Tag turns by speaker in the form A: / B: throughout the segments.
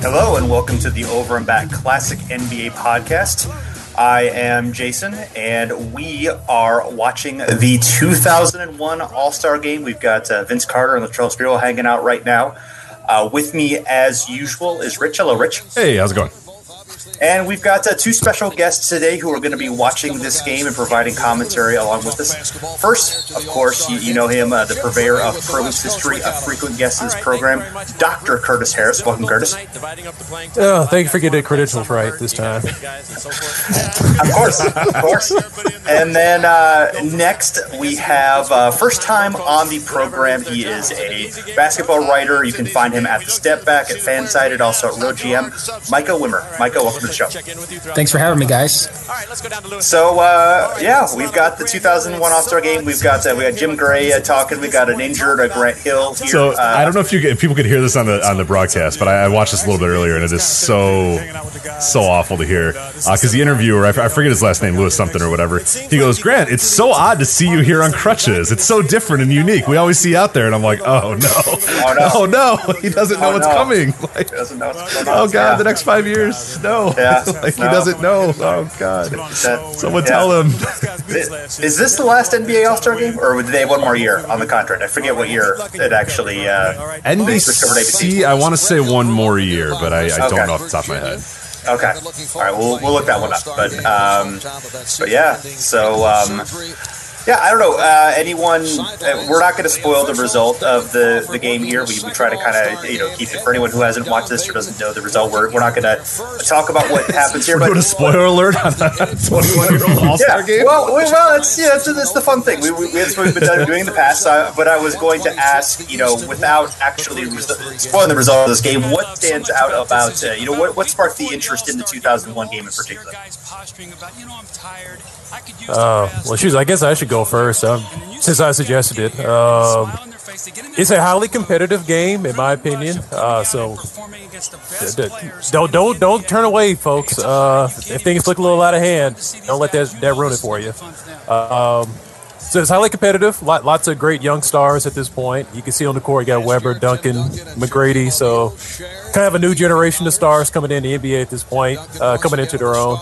A: Hello, and welcome to the Over and Back Classic NBA podcast. I am Jason, and we are watching the 2001 All Star game. We've got uh, Vince Carter and Latrell Sprewell hanging out right now. Uh, with me, as usual, is Rich. Hello, Rich.
B: Hey, how's it going?
A: And we've got uh, two special guests today who are going to be watching this game and providing commentary along with us. First, of course, you, you know him, uh, the purveyor of Curly's history, a frequent guest in this program, Dr. Curtis Harris. Welcome, Curtis.
C: Oh, thank you for getting the credentials right this time.
A: Of course, of course. And then uh, next, we have uh, first time on the program. He is a basketball writer. You can find him at the Step Back at Fansided, also at RoadGM. Micah Wimmer. Micah, welcome to the show.
D: Thanks for having me, guys.
A: So uh, yeah, we've got the 2001 All Star Game. We've got uh, we got Jim Gray uh, talking. We got an injured uh, Grant Hill here.
B: So
A: uh,
B: I don't know if you if people could hear this on the on the broadcast, but I, I watched this a little bit earlier, and it is so so awful to hear because the interviewer I, f- I forget his last name Lewis something or whatever. He goes, Grant, it's so odd to see you here on crutches. It's so different and unique. We always see you out there, and I'm like, oh no,
A: Oh,
B: oh no, he doesn't know
A: Oh,
B: what's
A: no.
B: coming. Like,
A: doesn't know what's going on.
B: oh god,
A: Yeah.
B: the next five years, no,
A: Yeah.
B: like he
A: No.
B: doesn't know. Oh god,
A: That-
B: someone
A: yeah.
B: tell him.
A: Is this the last NBA All Star game, or did they have one more year on the contract? I forget what year it actually. Uh, Discovered ABC.
B: NBC, I want to say one more year, but I, I
A: Okay.
B: don't know off the top of my head.
A: okay, all right, we'll, we'll look that one up. But um, but yeah, so um, yeah, I don't know. Uh, anyone, uh, we're not going to spoil the result of the, the game here. We, we try to kind of you know keep it for anyone who hasn't watched this or doesn't know the result. We're, we're not going to talk about what happens here.
B: We're doing a
A: but
B: spoiler alert on a 21 year old All Star
A: yeah,
B: game.
A: well, we- well, it's yeah, it's, it's the fun thing. We, we, that's what we've been done- doing in the past. So I- but I was going to ask, you know, without actually res- spoiling the result of this game, what stands out about uh, you know what, what sparked the interest in the 2001 game in particular?
C: Uh, well, shoot, I guess I should go first um, since I suggested it. Um, it's a highly competitive game, in my opinion. Uh, so d- d- don't don't don't turn away, folks. Uh, if things look a little out of hand, don't let that that ruin it for you. Um, so it's highly competitive. Lot, lots of great young stars at this point. You can see on the court, you got Weber, Duncan, McGrady. So kind of a new generation of stars coming in the NBA at this point, uh, coming into their own.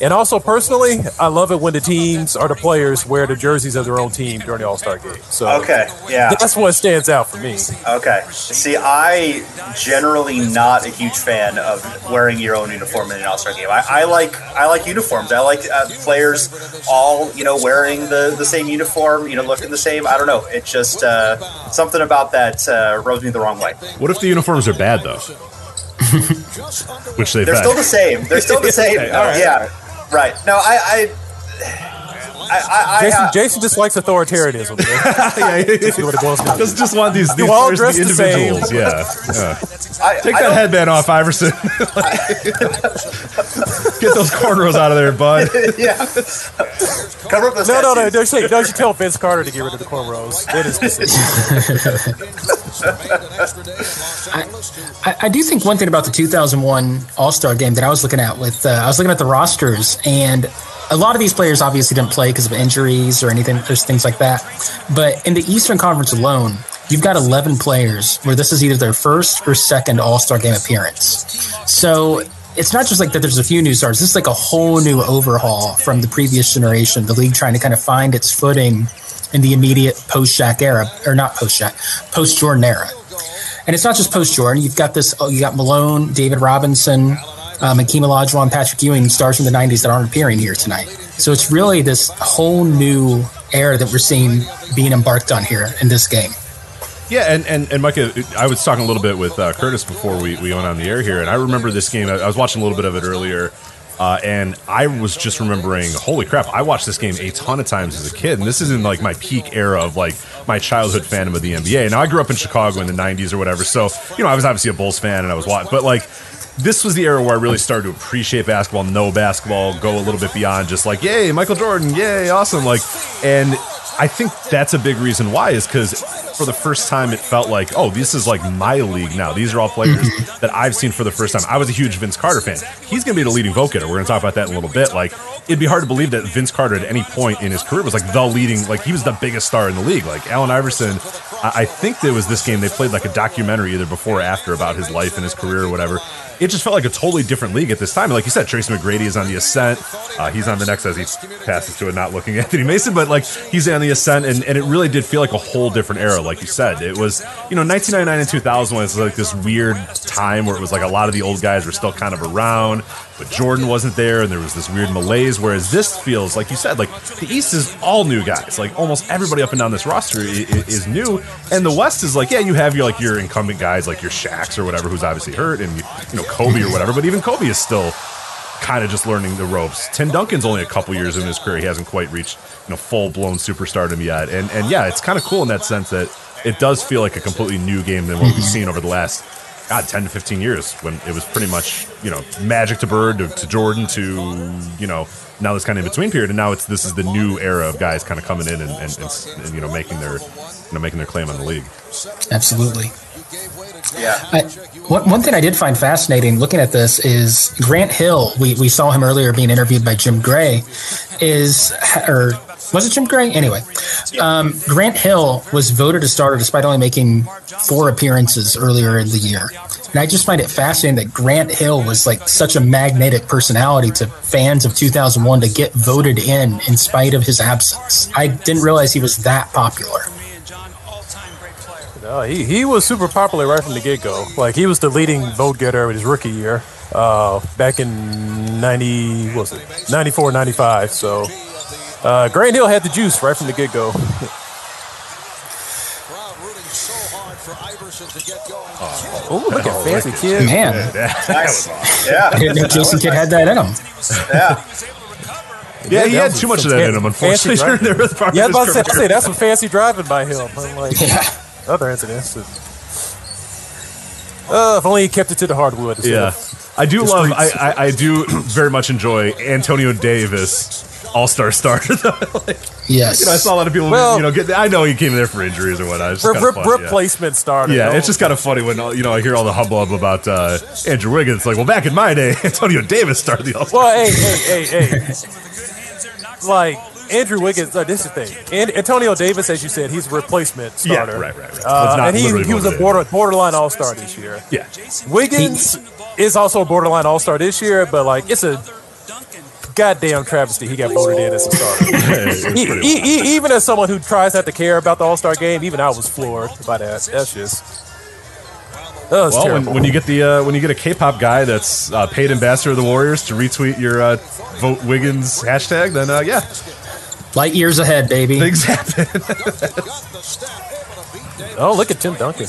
C: And also, personally, I love it when the teams or the players wear the jerseys of their own team during the All Star game. So
A: Okay, yeah.
C: that's what stands out for me.
A: Okay. See, I generally not a huge fan of wearing your own uniform in an All Star game. I, I like I like uniforms. I like uh, players all you know wearing the, the same uniform. You know, looking the same. I don't know. It just uh, something about that uh, rubs me the wrong way.
B: What if the uniforms are bad though? Which they've
A: They're
B: had.
A: still the same. They're still the same.
B: Okay, all right, all
A: yeah. Right. No, I. I, I, I,
C: Jason,
A: I uh,
C: Jason dislikes authoritarianism. That's what it boils down to.
B: Doesn't just want these these
C: You all
B: players to be
C: dressed the same.
B: individuals. Yeah. yeah.
A: I-
B: Take
A: I
B: that
A: don't-
B: headband off, Iverson. Get those cornrows out of there, bud.
A: Yeah. Cover up those
C: No, no, no!
A: tattoos.
C: Don't you, don't you tell Vince Carter to get rid of the cornrows. That is specific.
D: I, I do think one thing about the 2001 All Star game that I was looking at with, uh, I was looking at the rosters, and a lot of these players obviously didn't play because of injuries or anything, there's things like that. But in the Eastern Conference alone, you've got 11 players where this is either their first or second All Star game appearance. So it's not just like that there's a few new stars. This is like a whole new overhaul from the previous generation, the league trying to kind of find its footing in the immediate post Shaq era, or not post Shaq, post Jordan era. And it's not just post Jordan. You've got this. oh, You got Malone, David Robinson, um, and Kima Olajuwon, Patrick Ewing, stars from the '90s that aren't appearing here tonight. So it's really this whole new era that we're seeing being embarked on here in this game.
B: Yeah, and, and, and Micah, I was talking a little bit with uh, Curtis before we, we went on the air here, and I remember this game. I, I was watching a little bit of it earlier, uh, and I was just remembering, holy crap, I watched this game a ton of times as a kid, and this is in like my peak era of like my childhood fandom of the NBA. Now I grew up in Chicago in the '90s or whatever, so you know I was obviously a Bulls fan, and I was watching, but like. This was the era where I really started to appreciate basketball, know basketball, go a little bit beyond just like, yay, Michael Jordan, yay, awesome. Like, and I think that's a big reason why is because for the first time it felt like, oh, this is like my league now. These are all players that I've seen for the first time. I was a huge Vince Carter fan. He's going to be the leading vote getter. We're going to talk about that in a little bit. Like, it'd be hard to believe that Vince Carter at any point in his career was like the leading, like he was the biggest star in the league. Like Allen Iverson, I, I think there was this game they played like a documentary either before or after about his life and his career or whatever. It just felt like a totally different league at this time. And Like you said, Tracy McGrady is on the ascent. Uh, he's on the next as he passes to it, not looking at Anthony Mason, but like he's on the ascent, and, and it really did feel like a whole different era. Like you said, it was you know 1999 and 2000 was like this weird time where it was like a lot of the old guys were still kind of around, but Jordan wasn't there, and there was this weird malaise. Whereas this feels like you said, like the East is all new guys. Like almost everybody up and down this roster is, is new, and the West is like yeah, you have your like your incumbent guys like your Shaqs or whatever who's obviously hurt, and you, you know Kobe or whatever, but even Kobe is still kind of just learning the ropes. Tim Duncan's only a couple years in his career; he hasn't quite reached you know full blown superstardom yet. And and yeah, it's kind of cool in that sense that it does feel like a completely new game than what we've seen over the last god ten to fifteen years when it was pretty much you know Magic to Bird to, to Jordan to you know now this kind of in between period, and now it's this is the new era of guys kind of coming in and, and, and, and you know making their you know making their claim on the league.
D: Absolutely.
A: Yeah.
D: I, one, one thing I did find fascinating looking at this is Grant Hill. We, we saw him earlier being interviewed by Jim Gray. Is or was it Jim Gray? Anyway, um, Grant Hill was voted a starter despite only making four appearances earlier in the year. And I just find it fascinating that Grant Hill was like such a magnetic personality to fans of 2001 to get voted in in spite of his absence. I didn't realize he was that popular.
C: No, he, he was super popular right from the get go. Like he was the leading vote getter in his rookie year, uh, back in ninety what was it 94, 95. So uh, Grand Hill had the juice right from the get go. Oh, look at fancy kid.
D: Man,
A: Nice. Yeah.
D: I didn't know Jason Kidd had that in him.
B: Yeah, he had too much of that in him, unfortunately. during the early part of
C: yeah, I was about to
B: his
C: say, I
B: career.
C: say that's some fancy driving by him. Unlike
D: Yeah.
C: other incidents. Uh, if only he kept it to the hardwood. instead
B: Yeah,
C: of-
B: I do
C: The
B: love. I,
C: streets.
B: I I do very much enjoy Antonio Davis, All Star starter. Though
D: Yes.
B: you know, I saw a lot of people.
C: Well-
B: you know, get. I know he came there for injuries or whatnot. It's just
C: Rip,
B: kinda
C: rip,
B: funny, yeah.
C: replacement starter.
B: Yeah,
C: Don't-
B: it's just kind of funny when all- you know I hear all the hubbub about uh, Andrew Wiggins. It's like, well, back in my day, Antonio Davis started the All Star.
C: Well, hey, hey, hey, hey. like Andrew Wiggins. Uh, this is the thing. And Antonio Davis, as you said, he's a replacement
B: Yeah,
C: starter.
B: right, right, right. It's
C: Uh,
B: not
C: and he,
B: literally
C: he was a
B: motivated.
C: border, borderline All Star this year.
B: Yeah.
C: Wiggins is also a borderline All Star this year, but like it's a goddamn travesty he got voted in as a starter.
B: It's
C: E-
B: pretty-
C: e- e- even as someone who tries not to care about the All Star game, even I was floored by that. That's just. That was
B: well, when,
C: terrible.
B: when you get the uh, when you get a K-pop guy that's uh, paid ambassador of the Warriors to retweet your uh, vote Wiggins hashtag, then uh, yeah,
D: Light years ahead, baby.
B: things happen.
C: Oh, look at Tim Duncan.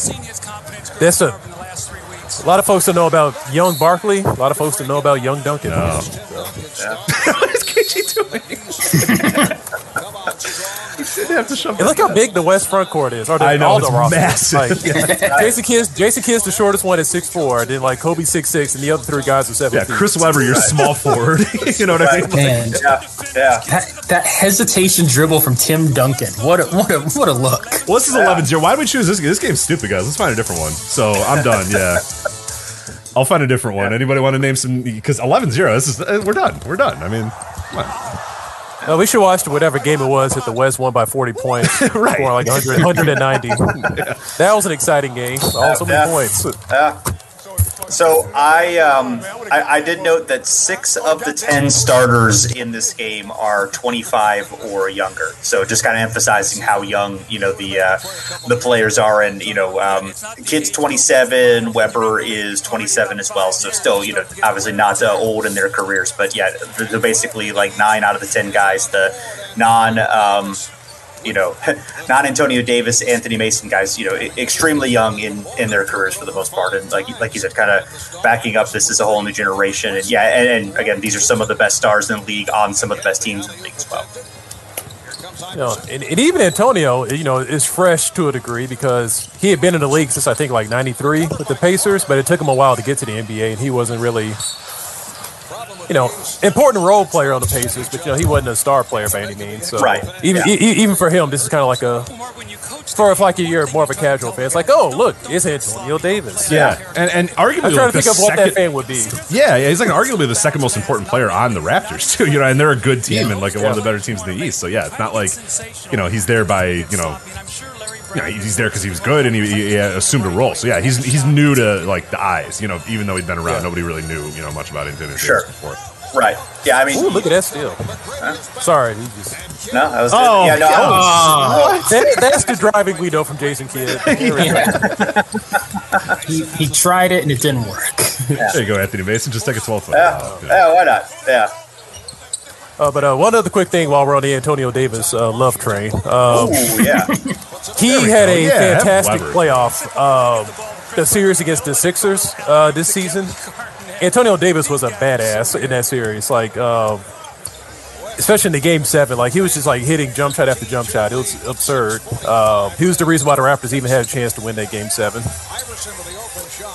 C: That's a, a lot of folks don't know about young Barkley. A lot of folks don't know about young Duncan.
B: They have to shove
C: And look how big the West front court is. Or the,
B: I know,
C: all the
B: it's
C: roster.
B: massive.
C: Like, Jason Kidd's Jason Kidd's the shortest one at 6'4", then like Kobe 6'6", and the other three guys are seven.
B: Yeah, Chris Webber, your small forward. you know what I mean?
D: Man,
A: Yeah, yeah.
D: that, that hesitation dribble from Tim Duncan. What a what a what a look.
B: Well, this is 11 0. Why did we choose this? This game's stupid, guys. Let's find a different one. So I'm done. Yeah. I'll find a different one. Anybody want to name some? Because 11 0, this is, uh, we're done. We're done. I mean, come on.
C: No, we should watch whatever game it was that the West won by 40 points.
B: Right.
C: Or like 100, 190. That was an exciting game. All so many
A: Yeah.
C: points.
A: So I, um, I I did note that six of the ten starters in this game are 25 or younger. So just kind of emphasizing how young you know the uh, the players are, and you know, um, kids 27, Weber is 27 as well. So still, you know, obviously not uh, old in their careers, but yeah, they're they're basically like nine out of the ten guys, the non. Um, you know, not Antonio Davis, Anthony Mason guys, you know, e- extremely young in, in their careers for the most part. And like, like you said, kind of backing up, this is a whole new generation. And yeah, and, and again, these are some of the best stars in the league on some of the best teams in the league as well.
C: You know, and, and even Antonio, you know, is fresh to a degree because he had been in the league since I think like '93 with the Pacers, but it took him a while to get to the NBA, and he wasn't really, you know, important role player on the Pacers, but you know, he wasn't a star player by any means. So
A: Right.
C: even
A: Yeah.
C: e- e- even for him, this is kind of like a for if like a year more of a casual fan. It's like, oh look, it's Antonio Davis.
B: Yeah. And, and arguably,
C: I'm trying
B: like,
C: to think
B: the
C: of what
B: second-
C: that fan would be.
B: Yeah, yeah, he's like arguably the second most important player on the Raptors too. You know, and they're a good team and like one of the better teams in the East. So yeah, it's not like you know he's there by you know, you know, he's there because he was good and he, he, he assumed a role. So yeah, he's he's new to like the eyes. You know, even though he'd been around, nobody really knew you know much about Antonio Davis
A: Sure.
B: before.
A: Right. Yeah. I mean,
C: Ooh, look at that steal. Sorry, he just,
A: no, that was
B: Oh,
A: yeah, no, I was-
C: that, that's the driving we know from Jason Kidd.
D: He, he tried it and it didn't work.
B: There you go, Anthony Mason. Just take a twelve foot.
A: yeah, yeah, Oh, why not? Yeah.
C: Uh, but uh, one other quick thing while we're on the Antonio Davis uh, love train. Um,
A: Ooh, yeah.
C: he
B: we
C: had
B: go.
C: a
B: Yeah, have
C: fantastic
B: Weber.
C: playoff. Um, the series against the Sixers uh, this season. Antonio Davis was a badass in that series. Like, um, especially in the game seven, like he was just like hitting jump shot after jump shot. It was absurd. Um, he was the reason why the Raptors even had a chance to win that game seven.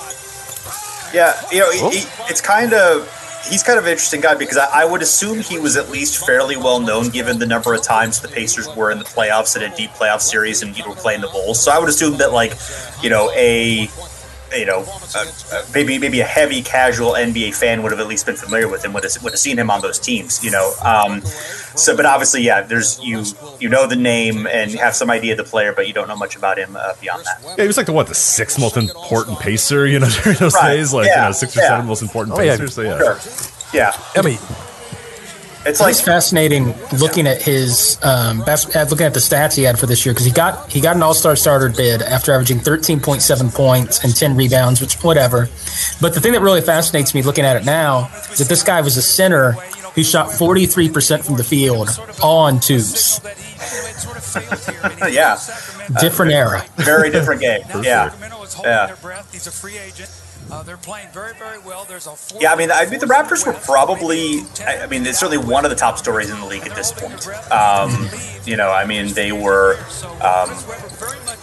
A: Yeah, you know,
C: Oh.
A: he, he, it's kind of he's kind of an interesting guy because I, I would assume he was at least fairly well known given the number of times the Pacers were in the playoffs in a deep playoff series and you were playing the Bulls. So I would assume that like, you know, a you know, uh, uh, maybe maybe a heavy casual NBA fan would have at least been familiar with him, would have, would have seen him on those teams, you know. Um, so, but obviously, yeah, there's you you know the name and have some idea of the player, but you don't know much about him uh, beyond that.
B: Yeah, he was like the what the sixth most important pacer. You know, during those
A: Right.
B: days, like you
A: Yeah,
B: know, six or
A: yeah.
B: seven most important
C: Oh, yeah.
B: pacers. So yeah,
A: Sure. Yeah,
C: I mean,
A: it's
D: It
A: like
D: was fascinating looking at his um, bas- at looking at the stats he had for this year because he got he got an All Star starter bid after averaging thirteen point seven points and ten rebounds, which whatever. But the thing that really fascinates me looking at it now is that this guy was a center who shot forty three percent from the field on twos.
A: yeah,
D: Different era.
A: very different game. Yeah. Yeah. Yeah, I mean, I mean, the Raptors were probably, I I mean, it's certainly one of the top stories in the league at this point. Um, you know, I mean, they were, um,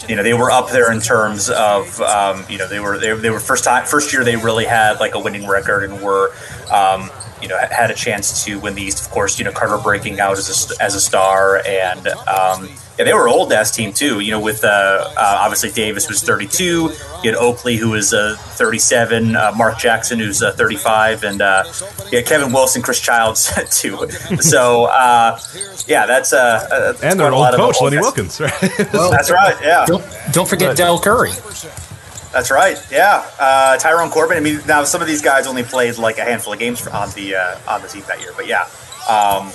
A: you know, they were up there in terms of, um, you know, they were they, they were first time first year they really had like a winning record and were, um, you know, had a chance to win the East. Of course, you know, Carter breaking out as a, as a star, and um, yeah, they were old ass team too. You know, with uh, uh, obviously Davis was 32, you had Oakley who was uh, 37, uh, Mark Jackson who's uh, 35, and uh, yeah, Kevin Wilson, Chris Childs too. So uh, yeah, that's uh, uh, that's
B: and their
A: quite a
B: old
A: lot of
B: coach
A: old
B: Lenny
A: guys.
B: Wilkins, right?
A: That's right. Yeah.
D: Don't, don't forget Del Curry.
A: That's right. Yeah, uh, Tyrone Corbin. I mean, now some of these guys only played like a handful of games for, on the uh, on the team that year, but yeah, um,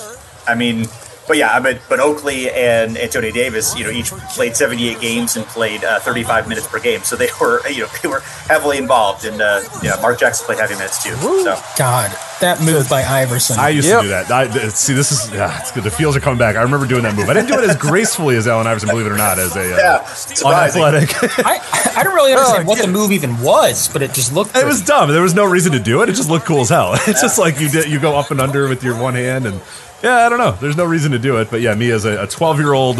A: I mean, but yeah, but but Oakley and Antonio Davis, you know, each played 78 games and played uh, 35 minutes per game, so they were you know they were heavily involved, and uh, yeah, Mark Jackson played heavy minutes too. So
D: God, that move by Iverson.
B: I used
C: Yep.
B: to do that. I, th- see, this is yeah, it's good. The feels are coming back. I remember doing that move. I didn't do it as gracefully as Allen Iverson, believe it or not, as a
A: yeah,
B: uh,
A: surprising.
B: unathletic.
D: I, I don't really understand
C: Oh,
D: what
C: yeah.
D: the move even was, but it just looked.
B: It was dumb. There was no reason to do it. It just looked cool as hell. It's just like you did, you go up and under with your one hand, and yeah, I don't know. There's no reason to do it, but yeah, me as a 12 year old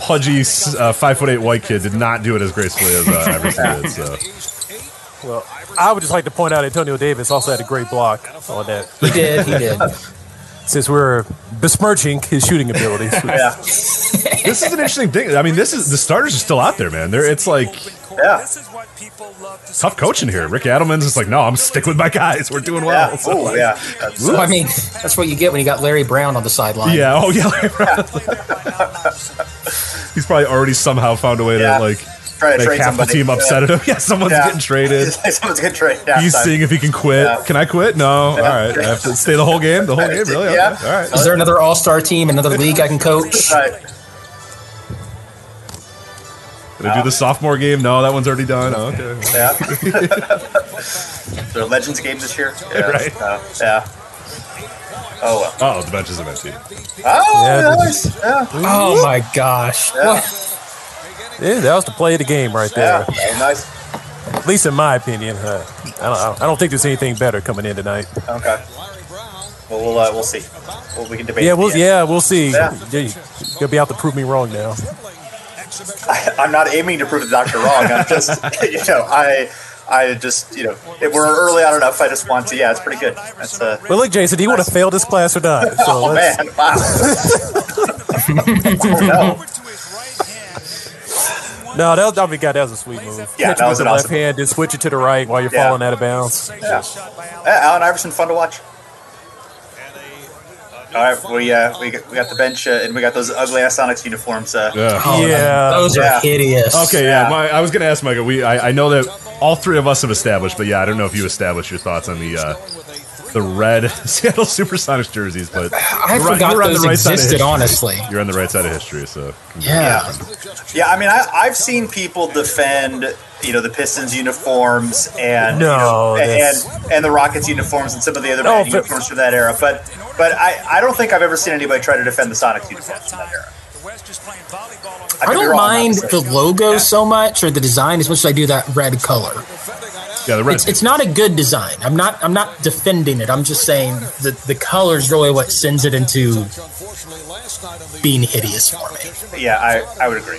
B: pudgy s- uh, five foot eight white kid did not do it as gracefully as uh, Iverson did. So
C: Well, I would just like to point out Antonio Davis also had a great block on that.
D: He did. He did.
C: Since we're besmirching his shooting abilities,
A: yeah,
B: this is an interesting thing. I mean, this is the starters are still out there, man. They're, it's like
A: yeah.
B: tough coaching here. Rick Adelman's just like, no, I'm sticking with my guys. We're doing well.
A: Yeah, Oh,
B: So, like,
A: yeah. That's-
D: So, I mean, that's what you get when you got Larry Brown on the sideline.
B: Yeah. Oh, yeah. He's probably already somehow found a way
A: Yeah.
B: to like
A: Try to
B: make
A: trade
B: half
A: somebody.
B: the team upset at him. Yeah, someone's
A: Yeah.
B: getting traded.
A: Someone's gonna trade. Yeah,
B: He's
A: so-
B: seeing if he can quit.
A: Yeah.
B: Can I quit? No. All right. I have to stay the whole game. The whole game, really? Okay.
A: Yeah.
B: All right.
D: Is there another All Star team, another league I can coach?
A: Right.
B: Gonna do the sophomore game? No, that one's already done. Oh, okay.
A: Yeah. the Legends game this year. Yeah.
B: Right.
A: Uh, yeah. Oh well.
B: Oh, the benches are empty.
A: Oh,
C: Yeah,
A: nice. Yeah.
D: Oh my gosh! What?
C: yeah, that was the play of the game right there.
A: Yeah. Oh, Nice.
C: At least in my opinion. Uh, I, don't, I don't think there's anything better coming in tonight.
A: Okay. Well, we'll uh, we'll see. Well, we can debate.
C: Yeah,
A: at the
C: we'll
A: end.
C: yeah, we'll see.
A: Yeah.
C: You're gonna be out to prove me wrong now.
A: I'm not aiming to prove the doctor wrong. I'm just, you know, I, I just, you know, if we're early on enough. I just want to. Yeah, it's pretty good. That's uh,
C: But look, Jason, do you want to fail this class or not? So
A: Oh
C: let's-
A: man! Wow. Oh,
C: No, that was, I mean, God, that was a sweet move.
A: Yeah,
C: Catch
A: that
C: it
A: was
C: with
A: an awesome
C: the left hand, then switch it to the right while you're
A: Yeah.
C: falling out of bounds.
A: Yeah. no. Yeah, Allen Iverson, fun to watch. All right, we uh, we got, we got the bench uh, and we got those ugly ass Sonics uniforms. Uh,
B: Yeah.
D: Oh,
C: Yeah.
D: those
A: Yeah.
D: are hideous.
B: Okay. Yeah.
A: Yeah.
B: My, I was gonna ask Michael. We I, I know that all three of us have established, but yeah, I don't know if you established your thoughts on the uh, the red Seattle Supersonics jerseys, but
D: I
B: you're on-
D: forgot
B: you're on the
D: those
B: right side of
D: existed.
B: history.
D: Honestly,
B: You're on the right side of history, so
D: yeah.
A: Yeah, I mean, I, I've seen people defend, you know, the Pistons uniforms and
C: No,
A: you know,
C: that's-
A: and and the Rockets uniforms and some of the other
C: No,
A: bad
C: but-
A: uniforms from that era. But but I, I don't think I've ever seen anybody try to defend the Sonics uniforms from that era. I,
D: I
A: could be
D: don't
A: wrong,
D: mind the
A: obviously.
D: logo so much or the design as much as I do that red color.
B: yeah, the red.
D: It's, it's not a good design. I'm not. I'm not defending it. I'm just saying that the color is really what sends it into being hideous for me.
A: Yeah, I, I would agree.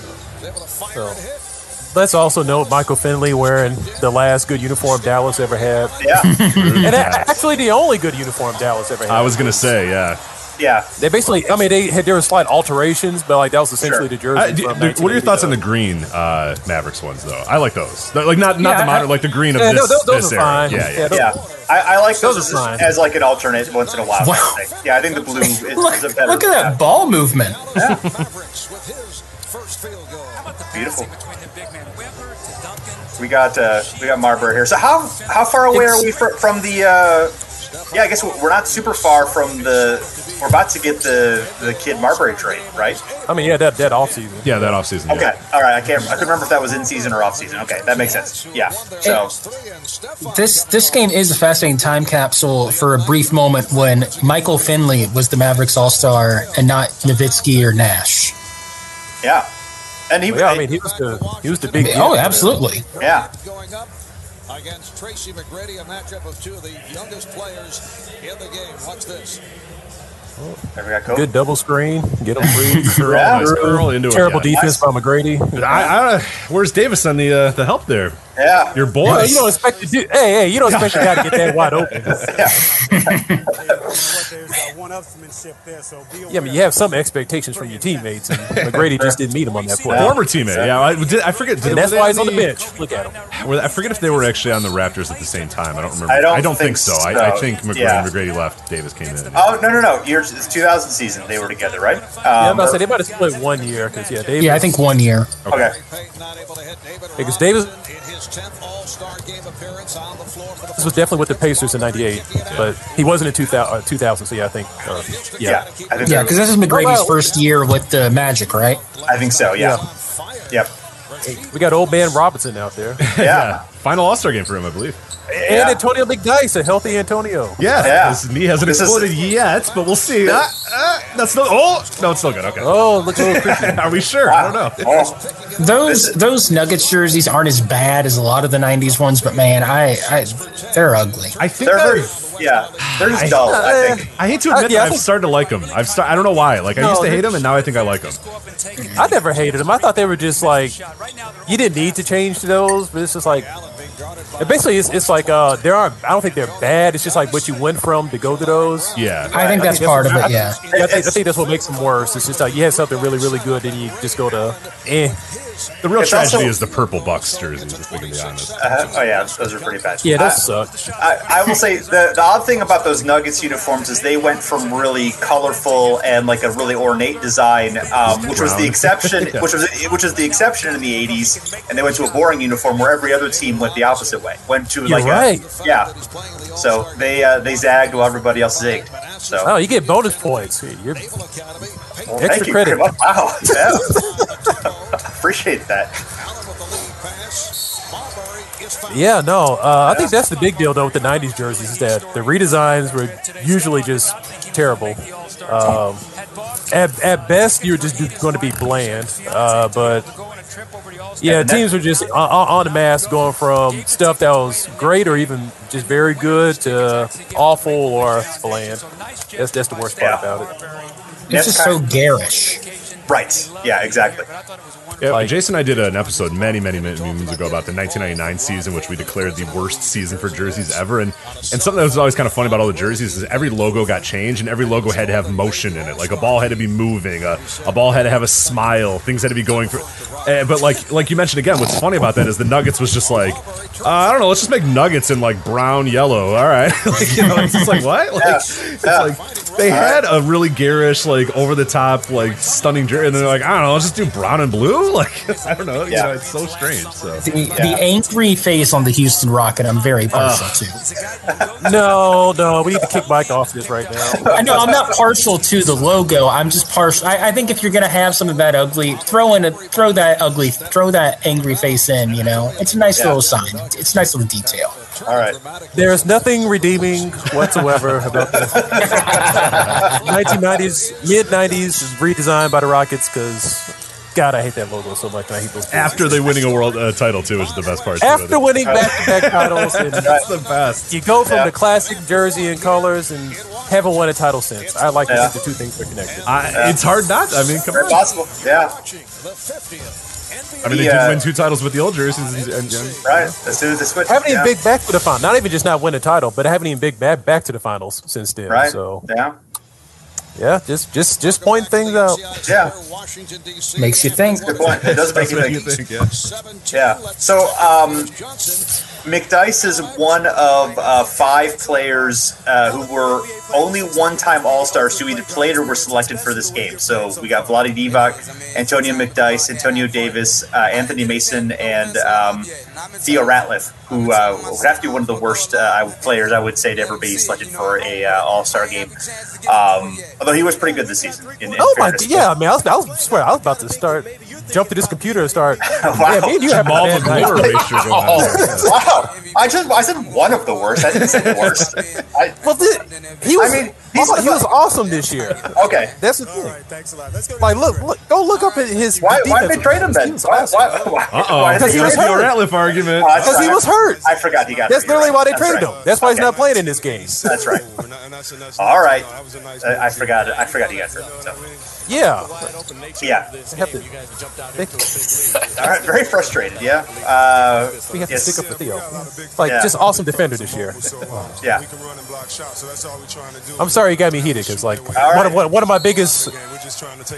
C: Let's also note Michael Finley wearing the last good uniform Dallas ever had,
A: Yeah,
C: and a- actually the only good uniform Dallas ever had.
B: I was gonna say, yeah.
A: yeah.
C: They basically, I mean, they had there were slight alterations, but like that was essentially the jersey.
B: I- d-
C: from
B: d- what are your
C: 1980,
B: thoughts on
C: though.
B: the green uh, Mavericks ones, though? I like those. They're, like not not
C: Yeah,
B: the
C: I-
B: modern, like the green of
C: Yeah,
B: this,
C: no, those- those
B: this
C: are
B: era.
C: fine.
B: Yeah, yeah.
C: Yeah,
A: Yeah, I, I like
C: Those
A: those,
C: are fine.
A: as like an alternate once in a while.
D: Wow.
A: I think. Yeah, I think the blue is, is
D: Look,
A: a better.
D: look at that ball movement.
A: Beautiful. We got uh, we got Marbury here. So how how far away are we fr- from the? Uh, yeah, I guess we're not super far from the. We're about to get the the kid Marbury trade, right?
C: I mean, yeah, that that offseason.
B: Yeah, that offseason.
A: Okay, all right. I can't. I couldn't remember if that was in season or off season. Okay, that makes sense. Yeah. So
D: This this game is a fascinating time capsule for a brief moment when Michael Finley was the Mavericks All Star and not Nowitzki or Nash.
A: yeah, and he.
C: Well, yeah, I mean, he was the he was the big.
D: Oh,
C: deal.
D: absolutely.
A: yeah.
E: Going up against Tracy McGrady, a matchup of two of the youngest players in the game. Watch this.
A: There we got Kobe.
C: Good double screen, get him free. Curl,
A: Yeah.
B: Nice curl into it,
C: Terrible
B: yeah.
C: defense by McGrady.
B: I, I, where's Davis on the uh, the help there?
A: Yeah.
B: Your
C: You, know,
B: boys.
C: you don't expect to do. Hey, hey, you don't expect a guy to get that wide open. Yeah, I mean, you have some expectations from your teammates, and McGrady just didn't meet him on that play.
B: Former teammate. Yeah, I, did, I forget.
C: And
B: did-
C: that's
B: were they
C: why he's on the
B: the-
C: bench. Look at him.
B: Were- I forget if they were actually on the Raptors at the same time. I don't remember.
A: I don't think
B: think, so. I, I
A: so.
B: think McGrady,
A: Yeah.
B: McGrady left. Davis came in.
A: Oh no no no! Years it's 2000 season. They were together, right? Um,
C: Yeah, I'm about to say they might have split one year because yeah, Davis.
D: Yeah, I think one year.
A: okay.
C: Because Davis-
E: This
C: This was definitely with the Pacers in '98, but he wasn't in 2000. Uh, 2000 so yeah, I think. Uh,
A: Yeah, I think,
D: Yeah,
A: yeah,
D: because this is McGrady's
C: Hello.
D: first year with the Magic, right?
A: I think so. Yeah. Yep.
C: we got old man Robinson out there, and
A: Yeah.
B: Final All Star game for him, I believe.
A: Yeah.
C: Antonio McDice, a healthy Antonio.
B: Yeah,
A: Yeah.
B: his knee hasn't
A: This is-
B: exploded yet, but we'll see. Ah, ah, that's not. Oh no, it's still good. Okay.
C: Oh, looks a little creepy.
B: Are we sure? I don't know.
A: Oh,
D: Those those Nuggets jerseys aren't as bad as a lot of the '90s ones, but man, I, I they're ugly.
B: I think
A: they're
B: that-
A: very, yeah, they're just dull. I think.
B: I hate to admit
C: Uh, yeah, I
B: that I've
C: think-
B: started to like him. I've star- I don't know why. Like I
C: No,
B: used to
C: they're-
B: hate him, and now I think I like him.
C: I never hated them. I thought they were just like you didn't need to change to those, but it's just like and basically it's, it's like uh there are I don't think they're bad. It's just like what you went from to go to those.
B: Yeah.
D: I think that's part of it. Yeah,
C: I think, I think that's what makes them worse. It's just like you had something really really good, and you just go to eh.
B: The real
A: It's
B: tragedy
A: also-
B: is the purple Bucks jerseys. If we can be honest.
A: Uh, oh yeah, those are pretty bad. Uh,
C: Yeah, that
A: I-
C: sucks.
A: I, I will say the, the odd thing about those Nuggets uniforms is they went from really colorful and like a really ornate design, um, which was the exception, which was which was the exception in the '80s, and they went to a boring uniform where every other team went the opposite way, went to
C: You're
A: like
C: right.
A: a, yeah. So they uh, they zagged while everybody else zigged.
C: Oh,
A: So
C: you get bonus points. You're,
A: well,
C: Oh, extra
A: thank you.
C: credit.
A: Wow, yeah. appreciate that.
C: yeah, no. Uh, I think that's the big deal though with the '90s jerseys is that the redesigns were usually just terrible. Um, at, at best, you're just going to be bland. Uh, but Yeah,
A: And that-
C: teams were just uh, on, on the mass going from stuff that was great or even just very good to awful or bland. That's that's the worst part
A: Yeah.
C: about it.
D: it's just so garish.
A: Right. Yeah. Exactly.
B: Yeah,
C: Like-
B: Jason and I did an episode many, many many moons ago about the 1999 season, which we declared the worst season for jerseys ever. And and something that was always kind of fun about all the jerseys is every logo got changed, and every logo had to have motion in it. Like a ball had to be moving, a, a ball had to have a smile, things had to be going for. eh, but like like you mentioned again, what's funny about that is the Nuggets was just like, uh, I don't know, let's just make Nuggets in like brown, yellow. All right, like you know, it's just like what? Like, it's
A: Yeah.
B: like they had a really garish, like over the top, like stunning jersey, and they're like, I don't know, let's just do brown and blue. Like I don't know, you
A: Yeah.
B: know, it's so strange. So
D: The, the angry face on the Houston Rocket, I'm very partial to.
C: No, no, we need to kick Mike off this right now.
D: I know I'm not partial to the logo. I'm just partial. I, I think if you're gonna have some of that ugly, throw in a throw that ugly, throw that angry face in. You know, it's a nice little sign. It's a nice little detail.
A: All right.
C: There's nothing redeeming whatsoever about the 1990s, mid 90s redesign by the Rockets because, God, I hate that logo so much. and I hate those. jerseys.
B: after they winning a world uh, title too, which is the best part. too, I
C: after
B: think.
C: winning back to back titles and
B: that's the best.
C: You go from
A: Yeah.
C: the classic jersey and colors and haven't won a title since. I like to
A: Yeah.
C: think the two things are connected.
B: I, it's hard not. I mean, come
A: Very
B: on.
A: possible. Yeah.
B: I mean, they
A: Yeah.
B: did win two titles with the old jerseys, and, and, and
A: Right. As soon as they switch.
C: haven't even
A: yeah.
C: big back to the final. Not even just not win a title, but I haven't even big back back to the finals since then.
A: Right.
C: So
A: Yeah.
C: yeah, just just just point things out.
A: Yeah.
D: Makes you think.
A: Good point. It does make
B: that's
A: you
B: what
A: think.
B: you think. Yeah.
A: Yeah. So um, McDice is one of uh, five players uh, who were only one-time All-Stars who either played or were selected for this game. So we got Vlade Divac, Antonio McDice, Antonio Davis, uh, Anthony Mason, and um, Theo Ratliff, who uh, would have to be one of the worst uh, players I would say to ever be selected for a uh, All-Star game. Um, although he was pretty good this season. In, in
C: Oh my
A: fairness.
C: yeah, I mean I was, I was swear I was about to start jump to this computer and start. Yeah, me and you have a
B: All
C: bad
B: the
C: night.
B: glory ratio going on there.
A: Wow. I just I said one of the worst. I didn't say the worst. I,
C: Well, th- he was.
A: I mean,
C: he
A: he's
C: he
A: the-
C: was awesome this year.
A: Okay.
C: That's the thing. Like, look, look, go look up at his.
A: Why, why did
C: defensive
A: they trade him
C: numbers. He
A: then?
C: was
A: Why,
C: awesome.
A: why, why,
B: Uh-oh.
A: why did
B: Because
A: they
B: he was
A: trade him?
B: your Ratliff argument.
A: Oh, that's
C: Because he
A: right.
C: was hurt.
A: I forgot he got
C: That's
A: hurt. You're
C: literally why
A: right.
C: they
A: That's
C: traded
A: right.
C: him. That's why he's
A: Okay.
C: not playing in this game.
A: That's right. All
E: All
A: right.
E: right.
A: I, I forgot. I forgot he got hurt. So.
C: Yeah.
A: Yeah.
C: Happened.
A: All right. Very frustrated. Yeah. Uh,
C: We have to
A: Yes.
C: stick up for Theo. Like,
A: Yeah.
C: just awesome defender this year.
A: yeah.
C: I'm sorry you got me heated because, like,
A: All
C: one,
A: right.
C: of, one, one of my biggest.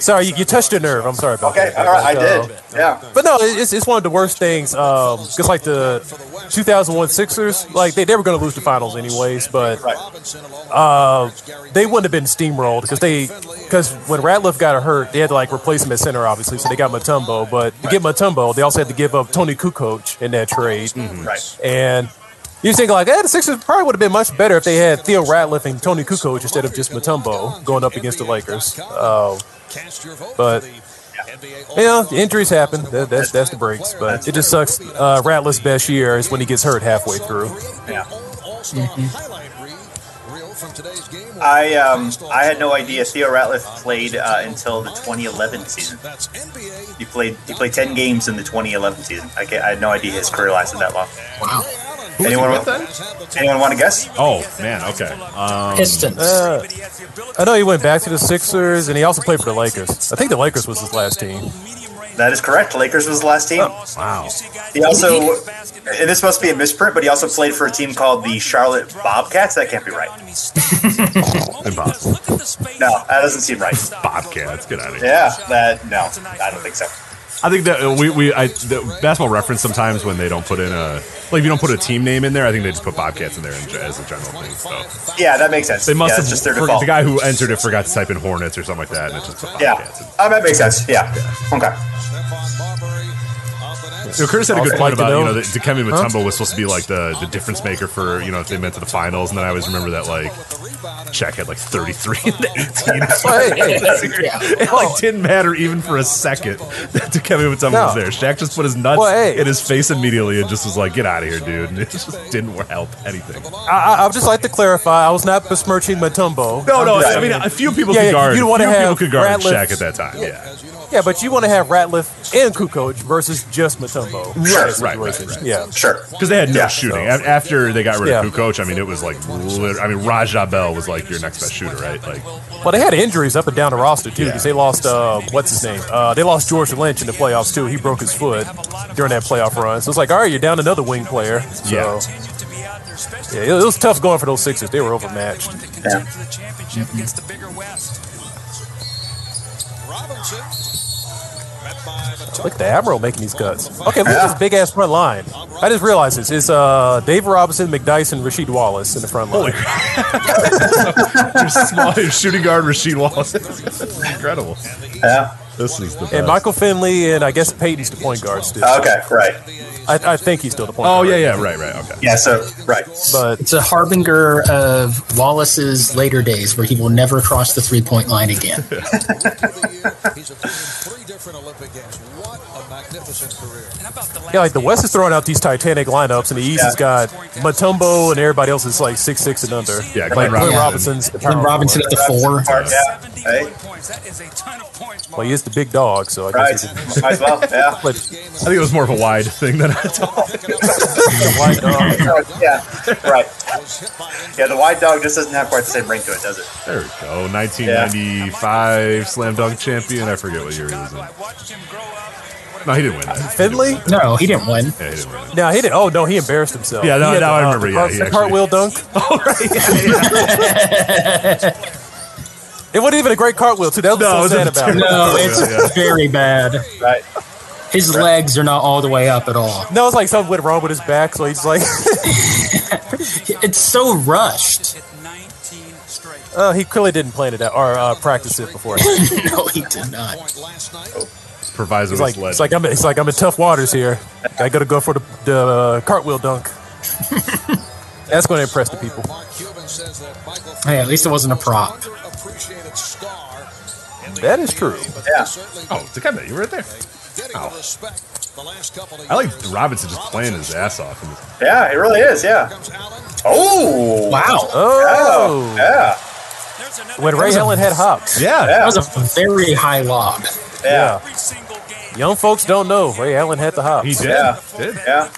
C: Sorry, you, you touched a nerve. I'm sorry about
A: Okay.
C: that.
A: All right. I
C: Like, uh,
A: did. Yeah.
C: But no, it- it's, it's one of the worst things. Um, just like the 2001 Sixers, like they, they were going to lose the finals anyways, but
A: Right.
C: uh, they wouldn't have been steamrolled because they because when Ratliff got hurt, they had to like replace him at center, obviously. So they got Matumbo, but to get Matumbo, they also had to give up Tony Kukoc in that trade,
A: Right.
C: and. You think like, eh, the Sixers probably would have been much better if they had Theo Ratliff and Tony Kukoc instead of just Matumbo going up against the Lakers. Um, but,
E: But
C: you know, the injuries happen. That, that's that's the breaks. But it just sucks. Uh, Ratliff's best year is when he gets hurt halfway through.
A: Yeah.
E: Mm-hmm.
A: I um I had no idea Theo Ratliff played uh, until the 2011 season.
E: That's NBA.
A: He played he played 10 games in the 2011 season. I, ca- I had no idea his career lasted that long.
E: Wow.
B: Who was he
A: Anyone
B: with
A: wa-
B: then?
A: Anyone want to guess?
B: Oh man, okay. Um,
D: Pistons.
C: Uh, I know he went back to the Sixers, and he also played for the Lakers. I think the Lakers was his last team.
A: That is correct. Lakers was the last team.
B: wow.
A: He also, and this must be a misprint, but he also played for a team called the Charlotte Bobcats. That can't be right.
B: Impossible.
A: No, that doesn't seem right.
B: Bobcats, get out of here.
A: Yeah, that no, I don't think so.
B: I think that uh, we we I the basketball reference sometimes when they don't put in a like if you don't put a team name in there, I think they just put Bobcats in there in, as a general thing. So
A: Yeah, that makes sense.
B: they must
A: yeah,
B: have
A: it's just their
B: for-
A: default.
B: the guy who entered it forgot to type in Hornets or something like that, and it just put
A: yeah,
B: Bobcats. in.
A: oh, that makes sense. Yeah. Okay.
B: You know, Curtis had a good
C: Also
B: point
C: like to
B: about you know
C: know-
B: that Dikembe Mutombo was supposed to be like the, the difference maker for you know if they went to the finals, and then I always remember that like Shaq had like 33 in the 18. It Oh. like didn't matter even for a second that Dikembe Mutombo was
C: No.
B: there. Shaq just put his nuts
C: Well, hey.
B: in his face immediately and just was like, "Get out of here, dude!" And it just didn't help anything.
C: I, I, I would just like to clarify, I was not besmirching Matumbo.
B: No, no. I
A: saying-
B: mean, a few people
C: Yeah,
B: could
C: yeah,
B: guard.
C: you wanna
B: few people
C: have
B: could guard
C: Ratliff-
B: Shaq at that time. Yeah,
C: Yeah, but you want to have Ratliff and Kukoc versus just Matumbo.
A: Sure,
C: That
B: right, right,
C: situation.
B: right.
C: Yeah.
A: Sure.
B: because they had no
A: Yeah.
B: shooting A- after they got rid of
C: Yeah.
B: Kukoc. I mean, it was like, lit- I mean, Rajah Bell was like your next best shooter, right? Like,
C: Well, they had injuries up and down the roster too, because they lost uh, what's his name? Uh, they lost George Lynch in the playoffs too. He broke his foot during that playoff run, so it's like, all right, you're down another wing player. So,
B: Yeah.
C: yeah, it, it was tough going for those Sixers. They were overmatched. Mm-hmm.
A: Yeah.
C: Look at the Admiral making these cuts. Okay, look at this big ass front line. I just realized this. It's uh, Dave Robinson, McDyson, Rasheed Wallace in the front line.
B: your, small, your shooting guard Rasheed Wallace. That's incredible.
A: Yeah.
B: This is the best.
C: and Michael Finley, and I guess Peyton's the point guard still.
A: Okay. Right.
C: I, I think he's still the point
B: oh
C: guard.
B: yeah, yeah, right, right, okay.
A: Yeah. So right.
C: But
D: It's a harbinger of Wallace's later days where he will never cross the three point line again.
E: He's appeared in three different Olympic games. What a magnificent career.
C: Yeah, like the West is throwing out these Titanic lineups, and the East
A: Yeah.
C: has got Matumbo and everybody else is like six six and under.
B: Yeah,
C: like
B: Glenn
C: Glenn
B: Robinson.
C: Robinson's the
D: Glenn
C: power
D: Robinson at the four.
A: Part, yeah. Right.
C: forward. Well, he is the big dog, so I
A: Right.
C: guess he's
A: Might as well. Yeah.
C: but
B: I think it was more of a wide thing than I thought.
C: the white dog.
A: yeah. Right. Yeah. The wide dog just doesn't have quite the same ring to it, does it?
B: There we go. 1995 slam dunk champion. I forget what year he was in. No, he didn't win that. He didn't
C: Finley?
B: win that.
D: No, he didn't win.
B: Yeah, he didn't win that.
C: No, he didn't. Oh no, he embarrassed himself.
B: Yeah, now-
C: He had
B: now I
C: the,
B: remember,
C: The,
B: yeah,
C: cart-
B: he
C: the
B: actually-
C: cartwheel dunk.
B: Oh, right.
C: It wasn't even a great cartwheel, too. That was
B: No, it was
C: so sad
B: a
C: about. it.
D: No, it's
B: Yeah.
D: very bad.
A: Right.
D: His legs are not all the way up at all.
C: No, it's like something went wrong with his back, so he's like,
D: It's so rushed.
C: uh, he clearly didn't plan it out or uh, practice it before. It's
D: No, he did not.
B: Proviso
C: like,
B: was led.
C: it's like I'm, it's like I'm in tough waters here. I got to go for the, the uh, cartwheel dunk. That's going to impress the people.
D: Hey, at least it wasn't a prop.
E: Underappreciated star.
C: That is true.
A: Yeah.
E: Certainly
B: oh, Dikembe, you were right there.
E: getting
B: Ow.
E: the respect the last couple of
B: I like
E: years.
B: Robinson just playing his ass off. in this-
A: Yeah. It really is. Yeah.
E: Comes Allen.
A: Oh.
D: Wow.
C: Oh,
A: Yeah.
C: when Ray Helen had hops.
B: Yeah.
A: Yeah.
D: That was a very high lob.
A: Yeah.
C: Young folks don't know Ray Allen had the hops.
B: He did.
A: Yeah.
B: Did.
A: Yeah.